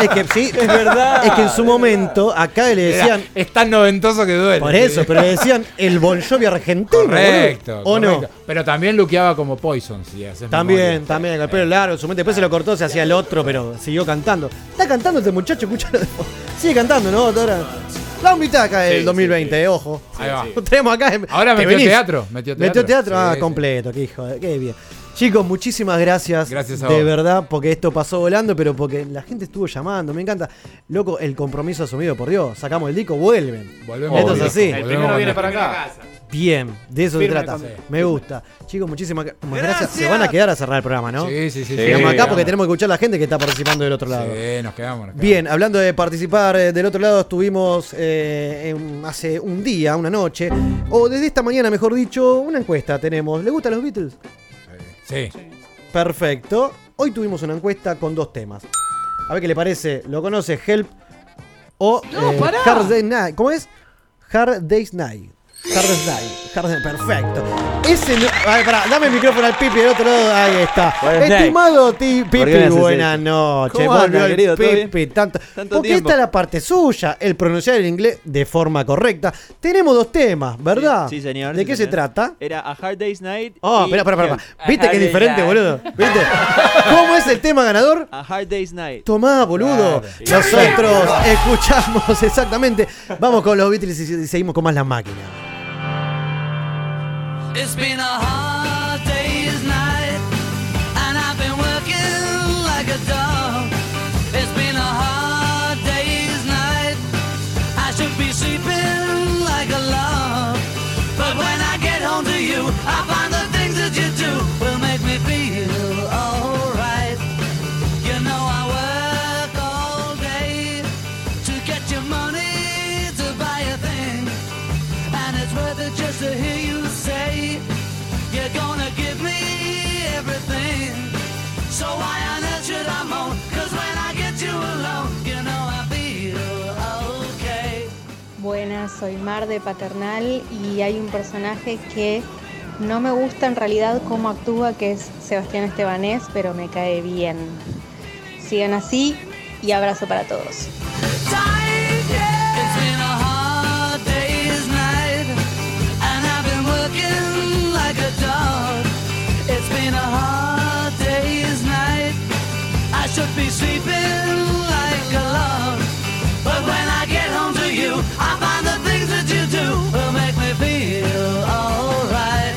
Speaker 3: Es que sí, es verdad. Es que en su momento, acá le
Speaker 31: Era-
Speaker 3: decían.
Speaker 31: es tan noventoso que duele.
Speaker 3: Por eso, pero le decían el Bon Jovi argentino. boludo.
Speaker 31: Correcto.
Speaker 3: ¿O no?
Speaker 31: correcto. Pero también luqueaba como Poison, si haces memoria.
Speaker 3: También, también, con el pelo largo, en su mente. Después se lo cortó, se hacía el otro, pero siguió cantando. Está cantando este muchacho, escúchalo. Sigue cantando, ¿no, Dora? La mitad acá del 2020, eh, ojo.
Speaker 31: Ahí va.
Speaker 3: Lo tenemos acá. eh,
Speaker 31: Ahora
Speaker 3: ¿Te
Speaker 31: metió teatro, metió
Speaker 3: Metió
Speaker 31: teatro.
Speaker 3: teatro, ah,
Speaker 31: Sí,
Speaker 3: completo, qué hijo, de- qué bien. Chicos, muchísimas gracias.
Speaker 31: Gracias a
Speaker 3: De
Speaker 31: vos.
Speaker 3: verdad, porque esto pasó volando, pero porque la gente estuvo llamando. Me encanta. Loco, el compromiso asumido, por Dios. Sacamos el disco, vuelven.
Speaker 31: Volvemos
Speaker 3: Esto es
Speaker 31: al disco,
Speaker 3: así.
Speaker 31: El volvemos primero al viene disco. para
Speaker 37: acá.
Speaker 3: Bien, de eso
Speaker 37: Firme
Speaker 3: se trata.
Speaker 37: con- Sí.
Speaker 3: Me gusta. Chicos, muchísimas gra- muchas gracias. Se van a quedar a cerrar el programa, ¿no?
Speaker 31: Sí, sí, sí, sí.
Speaker 3: Sigamos
Speaker 31: Sí,
Speaker 3: acá porque
Speaker 31: vamos.
Speaker 3: tenemos que escuchar a la gente que está participando del otro lado.
Speaker 31: Sí, nos quedamos.
Speaker 3: Bien, hablando de participar eh, del otro lado, estuvimos eh, en- hace un día, una noche, o desde esta mañana, mejor dicho, una encuesta tenemos. ¿Le gustan los Beatles?
Speaker 31: Sí.
Speaker 3: Perfecto. Hoy tuvimos una encuesta con dos temas. A ver qué le parece. ¿Lo conoce Help o eh, Hard Day's Night? ¿Cómo es? Hard Day's Night. Hard Day's Night. Hard Day's- Perfecto. Ese no- A ver, pará, dame el micrófono al Pipi del otro lado. Ahí está.
Speaker 4: Buenas
Speaker 3: Estimado ti-
Speaker 4: ¿Por qué me
Speaker 3: Pipi,
Speaker 4: haces
Speaker 3: buenas
Speaker 4: esto?
Speaker 3: noches.
Speaker 4: ¿Cómo andas,
Speaker 3: Volvió el
Speaker 4: querido? ¿Todo bien?
Speaker 3: Pipi, tanto.
Speaker 4: Tanto
Speaker 3: Porque
Speaker 4: tiempo.
Speaker 3: esta es la parte suya, el pronunciar el inglés de forma correcta. Tenemos dos temas, ¿verdad?
Speaker 4: Sí, señor.
Speaker 3: ¿De
Speaker 4: sí,
Speaker 3: qué se
Speaker 4: señor.
Speaker 3: trata?
Speaker 4: Era A Hard Day's Night.
Speaker 3: Oh,
Speaker 4: y-
Speaker 3: espera, espera, espera.
Speaker 4: A
Speaker 3: ¿Viste
Speaker 4: Hard
Speaker 3: que es
Speaker 4: Day's
Speaker 3: diferente,
Speaker 4: Night.
Speaker 3: boludo? ¿Viste? ¿Cómo es el tema ganador?
Speaker 4: A Hard Day's Night.
Speaker 3: Tomá, boludo.
Speaker 4: Claro.
Speaker 3: Nosotros escuchamos exactamente. Vamos con los Beatles y y seguimos con más la máquina.
Speaker 8: It's been a hard day's night, and I've been working like a dog. It's been a hard day's night, I should be sleeping like a log. But when I get home to you, I find the things that you do will make me feel alright. You know I work all day to get your money to buy a thing. And it's worth it just to hear you say You're gonna give me everything So why on earth should I moan? Cause when I get you alone You know I feel okay
Speaker 38: Buenas, soy Mar de Paternal y hay un personaje que no me gusta en realidad cómo actúa, que es Sebastián Estebanés, pero me cae bien. Sigan así y abrazo para todos.
Speaker 8: It's been a hard day's night And I've been working like a dog It's been a hard day's night I should be sleeping like a log But when I get home to you I find the things that you do Will make me feel alright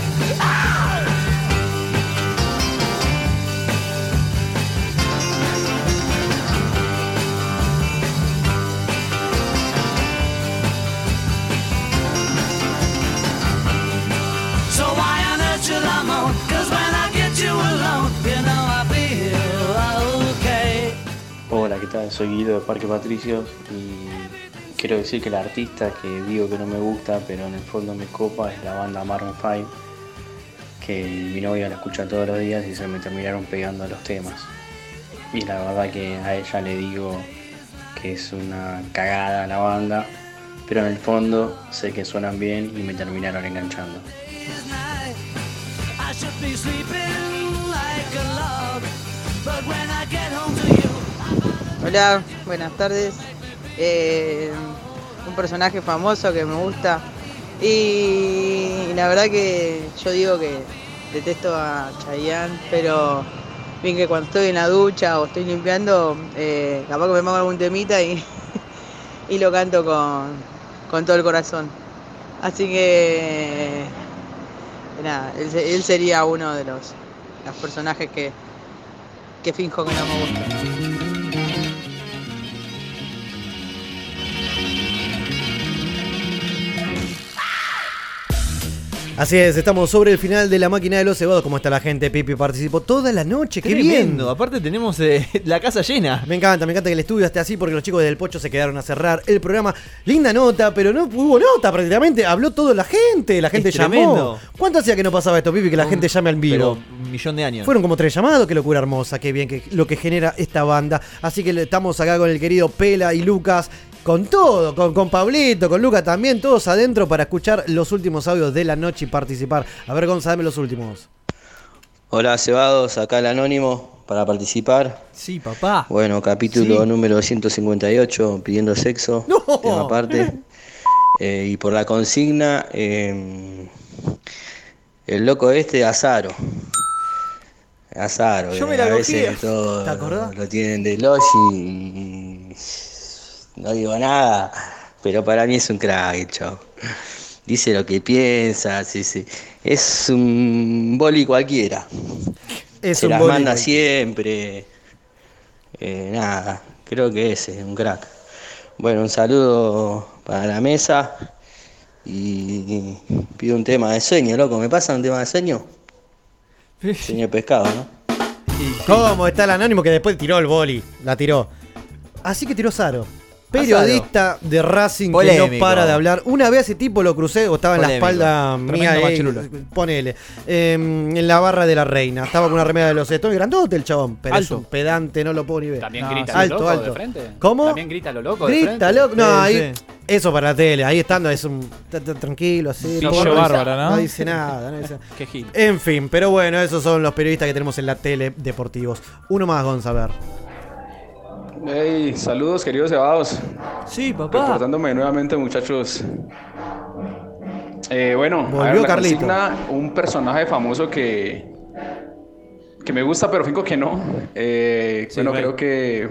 Speaker 8: So why on earth should I moan? Cause when I get you alone You know I feel okay
Speaker 39: Hola, ¿qué tal? Soy Guido de Parque Patricios y quiero decir que el artista que digo que no me gusta, pero en el fondo me copa, es la banda Maroon 5, que mi novia la escucha todos los días y se me terminaron pegando los temas. Y la verdad que a ella le digo que es una cagada la banda, pero en el fondo sé que suenan bien y me terminaron enganchando.
Speaker 8: I should be sleeping like a log But when I get home to you
Speaker 23: Hola, buenas tardes. Eh, un personaje famoso que me gusta. Y la verdad que yo digo que detesto a Chayanne, pero bien que cuando estoy en la ducha o estoy limpiando, eh, capaz que me pongo algún temita y, y lo canto con, con todo el corazón. Así que eh, nada, él, se- él sería uno de los, los personajes que, que finjo que no me gusta.
Speaker 3: Así es, estamos sobre el final de la máquina de los cebados. ¿Cómo está la gente, Pipi? Participó toda la noche, qué
Speaker 4: Tremendo.
Speaker 3: bien.
Speaker 4: Aparte tenemos eh, la casa llena.
Speaker 3: Me encanta, me encanta que el estudio esté así porque los chicos del Pocho se quedaron a cerrar el programa. Linda nota, pero no hubo nota prácticamente. Habló toda la gente, la gente llamó.
Speaker 4: tremendo.
Speaker 3: ¿Cuánto hacía que no pasaba esto, Pipi, que la gente llame al vivo?
Speaker 4: Pero un millón de años.
Speaker 3: Fueron como tres llamados, qué locura hermosa, qué bien que, lo que genera esta banda. Así que le- estamos acá con el querido Pela y Lucas, con todo, con, con Pablito, con Lucas también, todos adentro para escuchar los últimos audios de la noche y participar. A ver, Gonzalo, dame los últimos.
Speaker 27: Hola Cebados, acá el anónimo para participar.
Speaker 4: Sí, papá.
Speaker 27: Bueno, capítulo número 158, pidiendo sexo, tema aparte. Eh, y por la consigna, eh, el loco este, Azaro. Azaro,
Speaker 3: Yo
Speaker 27: que
Speaker 3: me la
Speaker 27: a
Speaker 3: cogía.
Speaker 27: veces todo
Speaker 3: ¿Te acordás?
Speaker 27: lo tienen de logi y no digo nada, pero para mí es un crack, chao. dice lo que piensa, sí, sí. es un boli cualquiera.
Speaker 3: Es
Speaker 27: Se
Speaker 3: un
Speaker 27: las
Speaker 3: boli
Speaker 27: manda
Speaker 3: cualquiera.
Speaker 27: siempre. Eh, nada, creo que ese es eh, un crack. Bueno, un saludo para la mesa y pido un tema de sueño, loco. ¿Me pasa un tema de sueño? Sueño de pescado, ¿no?
Speaker 3: ¿Cómo está el anónimo que después tiró el boli? La tiró. Así que tiró Saro. Periodista de Racing que no
Speaker 4: Polémico.
Speaker 3: para de hablar. Una vez a ese tipo lo crucé o estaba en
Speaker 4: Polémico.
Speaker 3: la espalda
Speaker 4: Tremendo
Speaker 3: mía. eh,
Speaker 4: machirulo.
Speaker 3: ponele. eh, en la barra de la reina. Estaba con una remera de los Stones. Grandote el chabón. Pero es
Speaker 4: Alto.
Speaker 3: un pedante, no lo puedo ni ver.
Speaker 4: También
Speaker 3: No,
Speaker 4: grita
Speaker 3: sí.
Speaker 4: lo
Speaker 3: alto,
Speaker 4: loco de
Speaker 3: alto.
Speaker 4: frente.
Speaker 3: ¿Cómo?
Speaker 4: También grita lo loco de
Speaker 3: Grita
Speaker 4: frente.
Speaker 3: loco. No,
Speaker 4: Sí,
Speaker 3: ahí. Eso para la tele. Ahí estando es un. ta- ta- Tranquilo, así.
Speaker 4: Pillo
Speaker 3: dice-
Speaker 4: bárbara, ¿no?
Speaker 3: No dice nada. No dice nada.
Speaker 4: Qué gil.
Speaker 3: En fin, pero bueno, esos son los periodistas que tenemos en la tele deportivos. Uno más, Gonzalo. a ver.
Speaker 21: Hey, saludos queridos cebados.
Speaker 4: Sí, papá.
Speaker 21: Reportándome nuevamente, muchachos. Eh, bueno, a ver,
Speaker 3: Volvió
Speaker 21: la
Speaker 3: Carlito.
Speaker 21: consigna, un personaje famoso que que me gusta, pero finco que no. Eh, bueno, creo que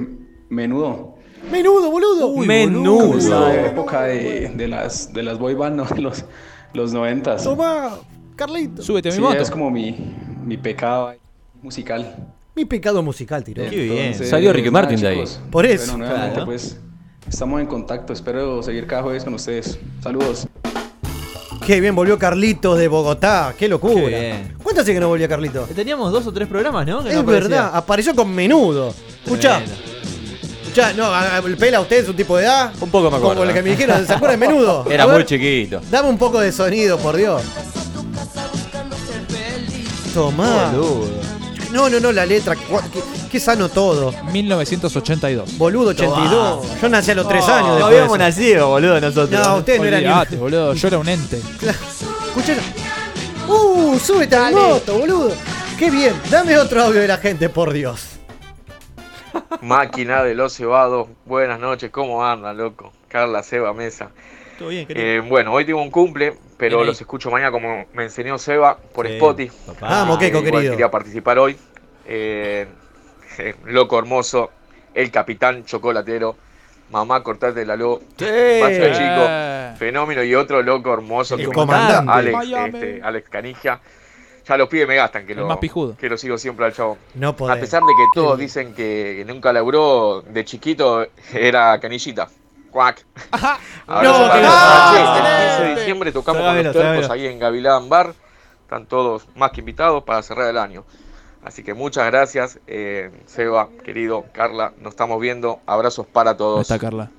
Speaker 21: menudo.
Speaker 3: Menudo, boludo.
Speaker 21: Esa época de, de las de las boy band, ¿no? los los noventas.
Speaker 3: Tomá, Carlito.
Speaker 21: Sí, Es como mi, mi pecado musical.
Speaker 3: Mi pecado musical, tiró.
Speaker 21: Entonces, nada, chicos.
Speaker 3: Por eso.
Speaker 21: Bueno, nuevamente, pues, estamos en contacto. Espero seguir cada jueves con ustedes. Saludos.
Speaker 3: Qué bien, volvió Carlitos de Bogotá. Qué locura.
Speaker 21: Qué bien.
Speaker 3: ¿Cuánto hace que no volvió Carlitos?
Speaker 4: Eh, Teníamos dos o tres programas, ¿no? Que
Speaker 3: es
Speaker 4: no aparecía.
Speaker 3: verdad, apareció con menudo. Escuchá. Escuchá, no, a- a- el pela usted es un tipo de edad. Un
Speaker 6: poco me acuerdo.
Speaker 3: Como el que me dijeron, ¿se acuerdan de menudo?
Speaker 6: Era
Speaker 3: A ver,
Speaker 6: muy chiquito.
Speaker 3: Dame un poco de sonido, por Dios. Tomá. No, no, no, la letra. Cu- Qué, qué sano todo.
Speaker 7: 1982.
Speaker 3: Boludo, 82.
Speaker 7: Tomá.
Speaker 3: Yo nací a los 3
Speaker 7: No,
Speaker 3: años.
Speaker 7: no
Speaker 3: después de
Speaker 7: habíamos
Speaker 3: eso.
Speaker 7: nacido, boludo, nosotros.
Speaker 3: No, ustedes no eran ni un-
Speaker 7: Olvidate, boludo, yo era un ente.
Speaker 3: Escuchá. Uh, súbete al moto, boludo. Qué bien. Dame otro audio de la gente, por Dios.
Speaker 18: Máquina de los cebados, buenas noches, ¿cómo andan, loco? Carla Seba Mesa.
Speaker 4: Todo bien, querido.
Speaker 18: Eh, bueno, hoy tengo un cumple, pero
Speaker 4: Bien ahí.
Speaker 18: los escucho mañana como me enseñó Seba por
Speaker 4: Sí,
Speaker 18: Spotify.
Speaker 4: papá.
Speaker 7: Ah,
Speaker 4: Vamos,
Speaker 18: que
Speaker 4: Keiko,
Speaker 18: igual
Speaker 4: querido.
Speaker 18: quería participar hoy. Eh, loco hermoso, el capitán chocolatero, mamá cortate la luz, Pacho el
Speaker 4: Ah.
Speaker 18: chico, fenómeno y otro loco hermoso
Speaker 7: El
Speaker 18: que me
Speaker 7: comandante.
Speaker 18: encanta, Alex,
Speaker 7: Miami.
Speaker 18: este, Alex Canija. Ya los pibes me gastan que
Speaker 7: El
Speaker 18: lo,
Speaker 7: más pijudo.
Speaker 18: que lo sigo siempre al chavo.
Speaker 3: No podés.
Speaker 4: Ah,
Speaker 18: A pesar de que todos dicen que nunca laburó, de chiquito era canillita. Cuac. Ahora
Speaker 35: No,
Speaker 18: se
Speaker 35: que
Speaker 18: va
Speaker 35: no.
Speaker 18: a- che, el 15 de
Speaker 35: Excelente.
Speaker 18: diciembre tocamos con
Speaker 35: Tráemelo,
Speaker 18: los tuercos
Speaker 35: tráemelo.
Speaker 18: ahí en Gavilán Bar. Están todos más que invitados para cerrar el año. Así que muchas gracias, eh, Seba, querido Carla. Nos estamos viendo. Abrazos para
Speaker 7: No
Speaker 18: todos.
Speaker 7: está Carla.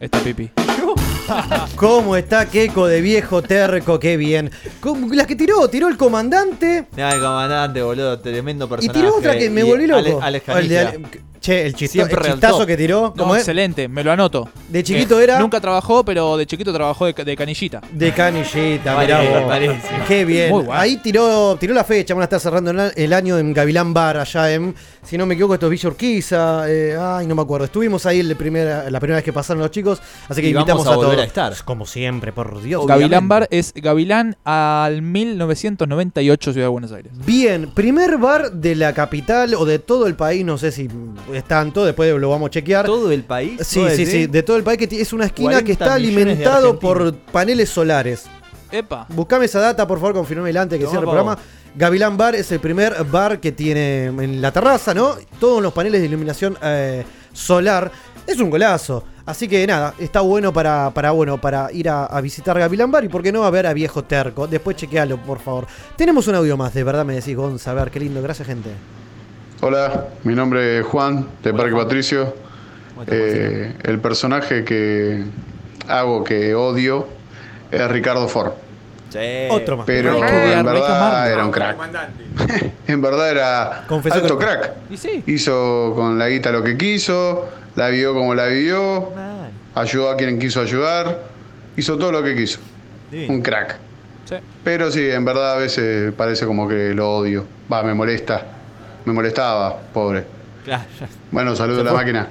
Speaker 7: Está Pipi.
Speaker 3: ¿Cómo está Keiko de viejo terco? Qué bien. ¿Cómo- Las que tiró, tiró el comandante.
Speaker 4: Mirá, el comandante, boludo, tremendo personaje.
Speaker 3: Y tiró otra que me
Speaker 4: Y
Speaker 3: volví loco.
Speaker 4: Ale- Alex
Speaker 3: O el de
Speaker 4: Canilla.
Speaker 3: Ale- Che, el, chisto-
Speaker 7: Siempre
Speaker 3: el
Speaker 7: al
Speaker 3: chistazo
Speaker 7: top.
Speaker 3: que tiró.
Speaker 7: No,
Speaker 3: ¿Cómo es?
Speaker 7: Excelente, me lo anoto. Eh,
Speaker 3: De chiquito era-
Speaker 7: Nunca trabajó, pero de chiquito trabajó de, ca- de canillita.
Speaker 3: De canillita, mirá
Speaker 7: Malísimo,
Speaker 3: vos.
Speaker 7: malísimo.
Speaker 3: Qué bien.
Speaker 7: Muy bueno.
Speaker 3: Ahí tiró, tiró la fecha. Van a estar cerrando el a- el año en Gavilán Bar, allá en. Si no me equivoco, esto es Villa Urquiza. eh, ay, no me acuerdo. Estuvimos ahí el primera- la primera vez que pasaron los chicos. Así que
Speaker 4: Y vamos
Speaker 3: invitamos
Speaker 4: a
Speaker 3: a,
Speaker 4: volver
Speaker 3: todos.
Speaker 4: a estar.
Speaker 3: Como siempre, por Dios.
Speaker 7: Gavilán Bar es Gavilán al 1998 Ciudad de Buenos Aires.
Speaker 3: Bien, primer bar de la capital o de todo el país, no sé si es tanto, después lo vamos a chequear. ¿Todo
Speaker 4: el país?
Speaker 3: Sí,
Speaker 4: ¿Puedo
Speaker 3: sí,
Speaker 4: decir?
Speaker 3: sí, de todo el país que ti- es una esquina que
Speaker 4: 40
Speaker 3: está
Speaker 4: millones de
Speaker 3: alimentado
Speaker 4: argentinos.
Speaker 3: por paneles solares.
Speaker 7: Epa.
Speaker 3: Buscame esa data, por favor, confirmame antes que
Speaker 7: Tomá
Speaker 3: cierre el
Speaker 7: pa'
Speaker 3: programa. Gavilán Bar es el primer bar que tiene en la terraza, ¿no? Todos los paneles de iluminación eh, solar. Es un golazo. Así que nada, está bueno para, para, bueno, para ir a, a visitar Gavilán Bar y por qué no a ver a Viejo Terco. Después chequealo, por favor. Tenemos un audio más, de verdad me decís, Gonza. A ver, qué lindo. Gracias, gente.
Speaker 14: Hola, mi nombre es Juan, de Parque Patricio. Eh, el personaje que hago que odio es Ricardo Ford.
Speaker 4: Eh,
Speaker 3: Otro más.
Speaker 14: Pero
Speaker 3: Hay que
Speaker 14: en
Speaker 3: odiarlo, hay que
Speaker 14: verdad
Speaker 3: amarlo.
Speaker 14: era un crack. en verdad era
Speaker 3: Confesó
Speaker 14: alto
Speaker 3: que-
Speaker 14: crack. Hizo con la guita lo que quiso, la vivió como la vivió, ayudó a quien quiso ayudar, hizo todo lo que quiso.
Speaker 4: Divino.
Speaker 14: Un crack.
Speaker 7: Sí.
Speaker 14: Pero sí, en verdad a veces parece como que lo odio. Va, me molesta. Me molestaba, pobre.
Speaker 4: Claro, ya.
Speaker 14: Bueno, saludos a la
Speaker 7: Se fue.
Speaker 14: máquina.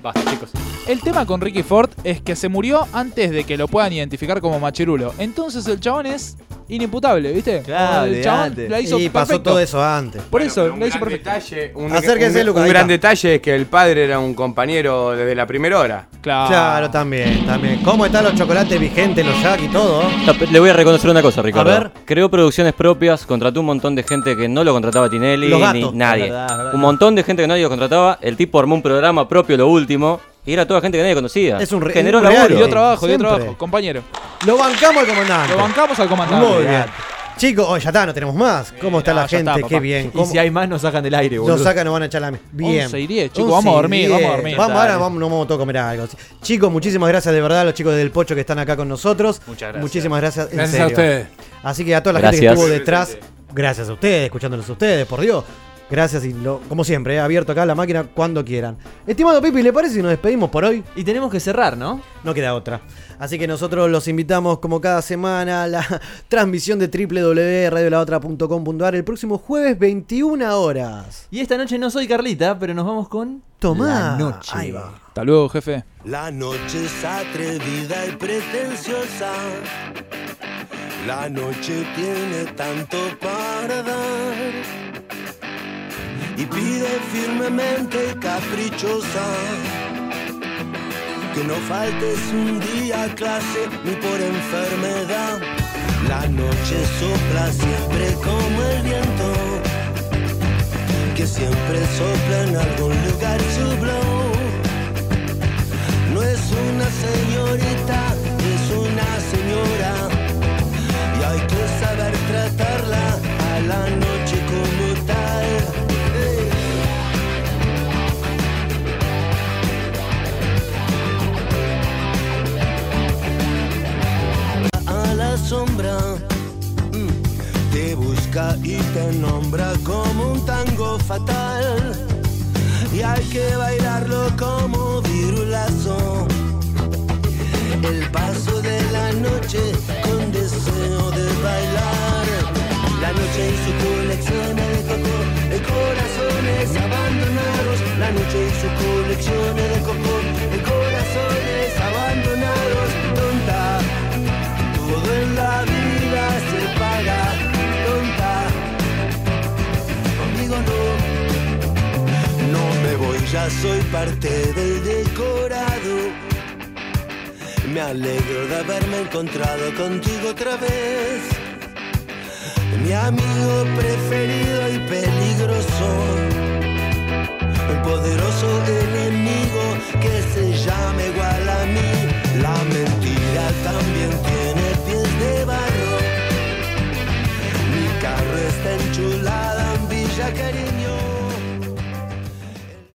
Speaker 6: Basta, chicos.
Speaker 7: El tema con Ricky Ford es que se murió antes de que lo puedan identificar como machirulo. Entonces el chabón es inimputable, ¿viste?
Speaker 3: Claro,
Speaker 7: El chabón
Speaker 3: olvidate.
Speaker 7: la hizo
Speaker 3: Y pasó
Speaker 7: perfecto.
Speaker 3: todo eso antes.
Speaker 7: Por eso, la hizo
Speaker 21: gran
Speaker 7: perfecto.
Speaker 21: detalle, un,
Speaker 3: Acérquese,
Speaker 21: un-
Speaker 3: Luca,
Speaker 21: un
Speaker 3: ahí
Speaker 21: gran
Speaker 3: está.
Speaker 21: detalle es que el padre era un compañero desde la primera hora.
Speaker 7: Claro.
Speaker 3: Claro, también, también. ¿Cómo están los chocolates vigentes, los Jack y todo?
Speaker 6: No, pero le voy a reconocer una cosa, Ricardo.
Speaker 3: A ver.
Speaker 6: Creó producciones propias, contrató un montón de gente que no lo contrataba Tinelli
Speaker 3: Los gatos.
Speaker 6: ni nadie.
Speaker 3: Es verdad, es verdad.
Speaker 6: un montón de gente que nadie lo contrataba. El tipo armó un programa propio, lo último. Y era toda gente que nadie conocía.
Speaker 3: Es un re-
Speaker 6: Generó
Speaker 3: un
Speaker 6: laburo.
Speaker 3: regalo.
Speaker 7: Dio trabajo, dio
Speaker 3: Siempre.
Speaker 7: trabajo, compañero.
Speaker 3: Lo bancamos al comandante.
Speaker 7: Lo bancamos al comandante.
Speaker 3: Muy bien. Chicos, oh, ya está, no tenemos más. ¿Cómo está
Speaker 4: no,
Speaker 3: la
Speaker 4: Ah, ya
Speaker 3: gente?
Speaker 4: está, papá.
Speaker 3: Qué bien.
Speaker 4: Y
Speaker 3: ¿Cómo?
Speaker 4: si hay más, nos sacan del aire, boludo.
Speaker 3: Lo sacan, nos van a echar la Bien.
Speaker 7: 11 y 10, chicos, vamos a
Speaker 3: 11 y
Speaker 7: dormir,
Speaker 3: 10.
Speaker 7: vamos a dormir.
Speaker 3: Vamos,
Speaker 7: Dale.
Speaker 3: ahora vamos, nos vamos todos a comer algo. Chicos, muchísimas gracias de verdad a los chicos del Pocho que están acá con nosotros.
Speaker 21: Muchas gracias.
Speaker 3: Muchísimas gracias. en
Speaker 15: Gracias a
Speaker 3: serio.
Speaker 15: ustedes.
Speaker 3: Así que a toda la gente que
Speaker 15: Gracias.
Speaker 3: estuvo detrás, gracias a ustedes, escuchándonos a ustedes, por Dios. Gracias y lo- como siempre, eh, abierto acá la máquina cuando quieran. Estimado Pipi, ¿le parece si nos despedimos por hoy?
Speaker 4: Y tenemos que cerrar, ¿no?
Speaker 3: No queda otra. Así que nosotros los invitamos como cada semana a la transmisión de www.radiolaotra.com.ar el próximo jueves 21 horas.
Speaker 4: Y esta noche no soy Carlita, pero nos vamos con.
Speaker 3: Tomá.
Speaker 4: La noche.
Speaker 3: Ahí va.
Speaker 7: Hasta luego, jefe.
Speaker 40: La noche es atrevida y pretenciosa. La noche tiene tanto para dar. Y pide firmemente y caprichosa. Que no faltes un día a clase ni por enfermedad. La noche sopla siempre como el viento. Que siempre sopla en algún lugar su blow. No es una señorita, es una señora. Y hay que saber tratarla a la noche como tal. Ey. A la sombra mm, te busca y te nombra como un tango fatal y hay que bailarlo como virulazo. El paso de la noche con deseo de bailar. La noche y su colección de coco, de corazones abandonados. La noche y su colección de coco, de corazones abandonados. Tonta, todo en la vida se paga. Tonta, conmigo no. No me voy, ya soy parte del decorado. Me alegro de haberme encontrado contigo otra vez. Mi amigo preferido y peligroso. El poderoso enemigo que se llama igual a mí. La mentira también tiene.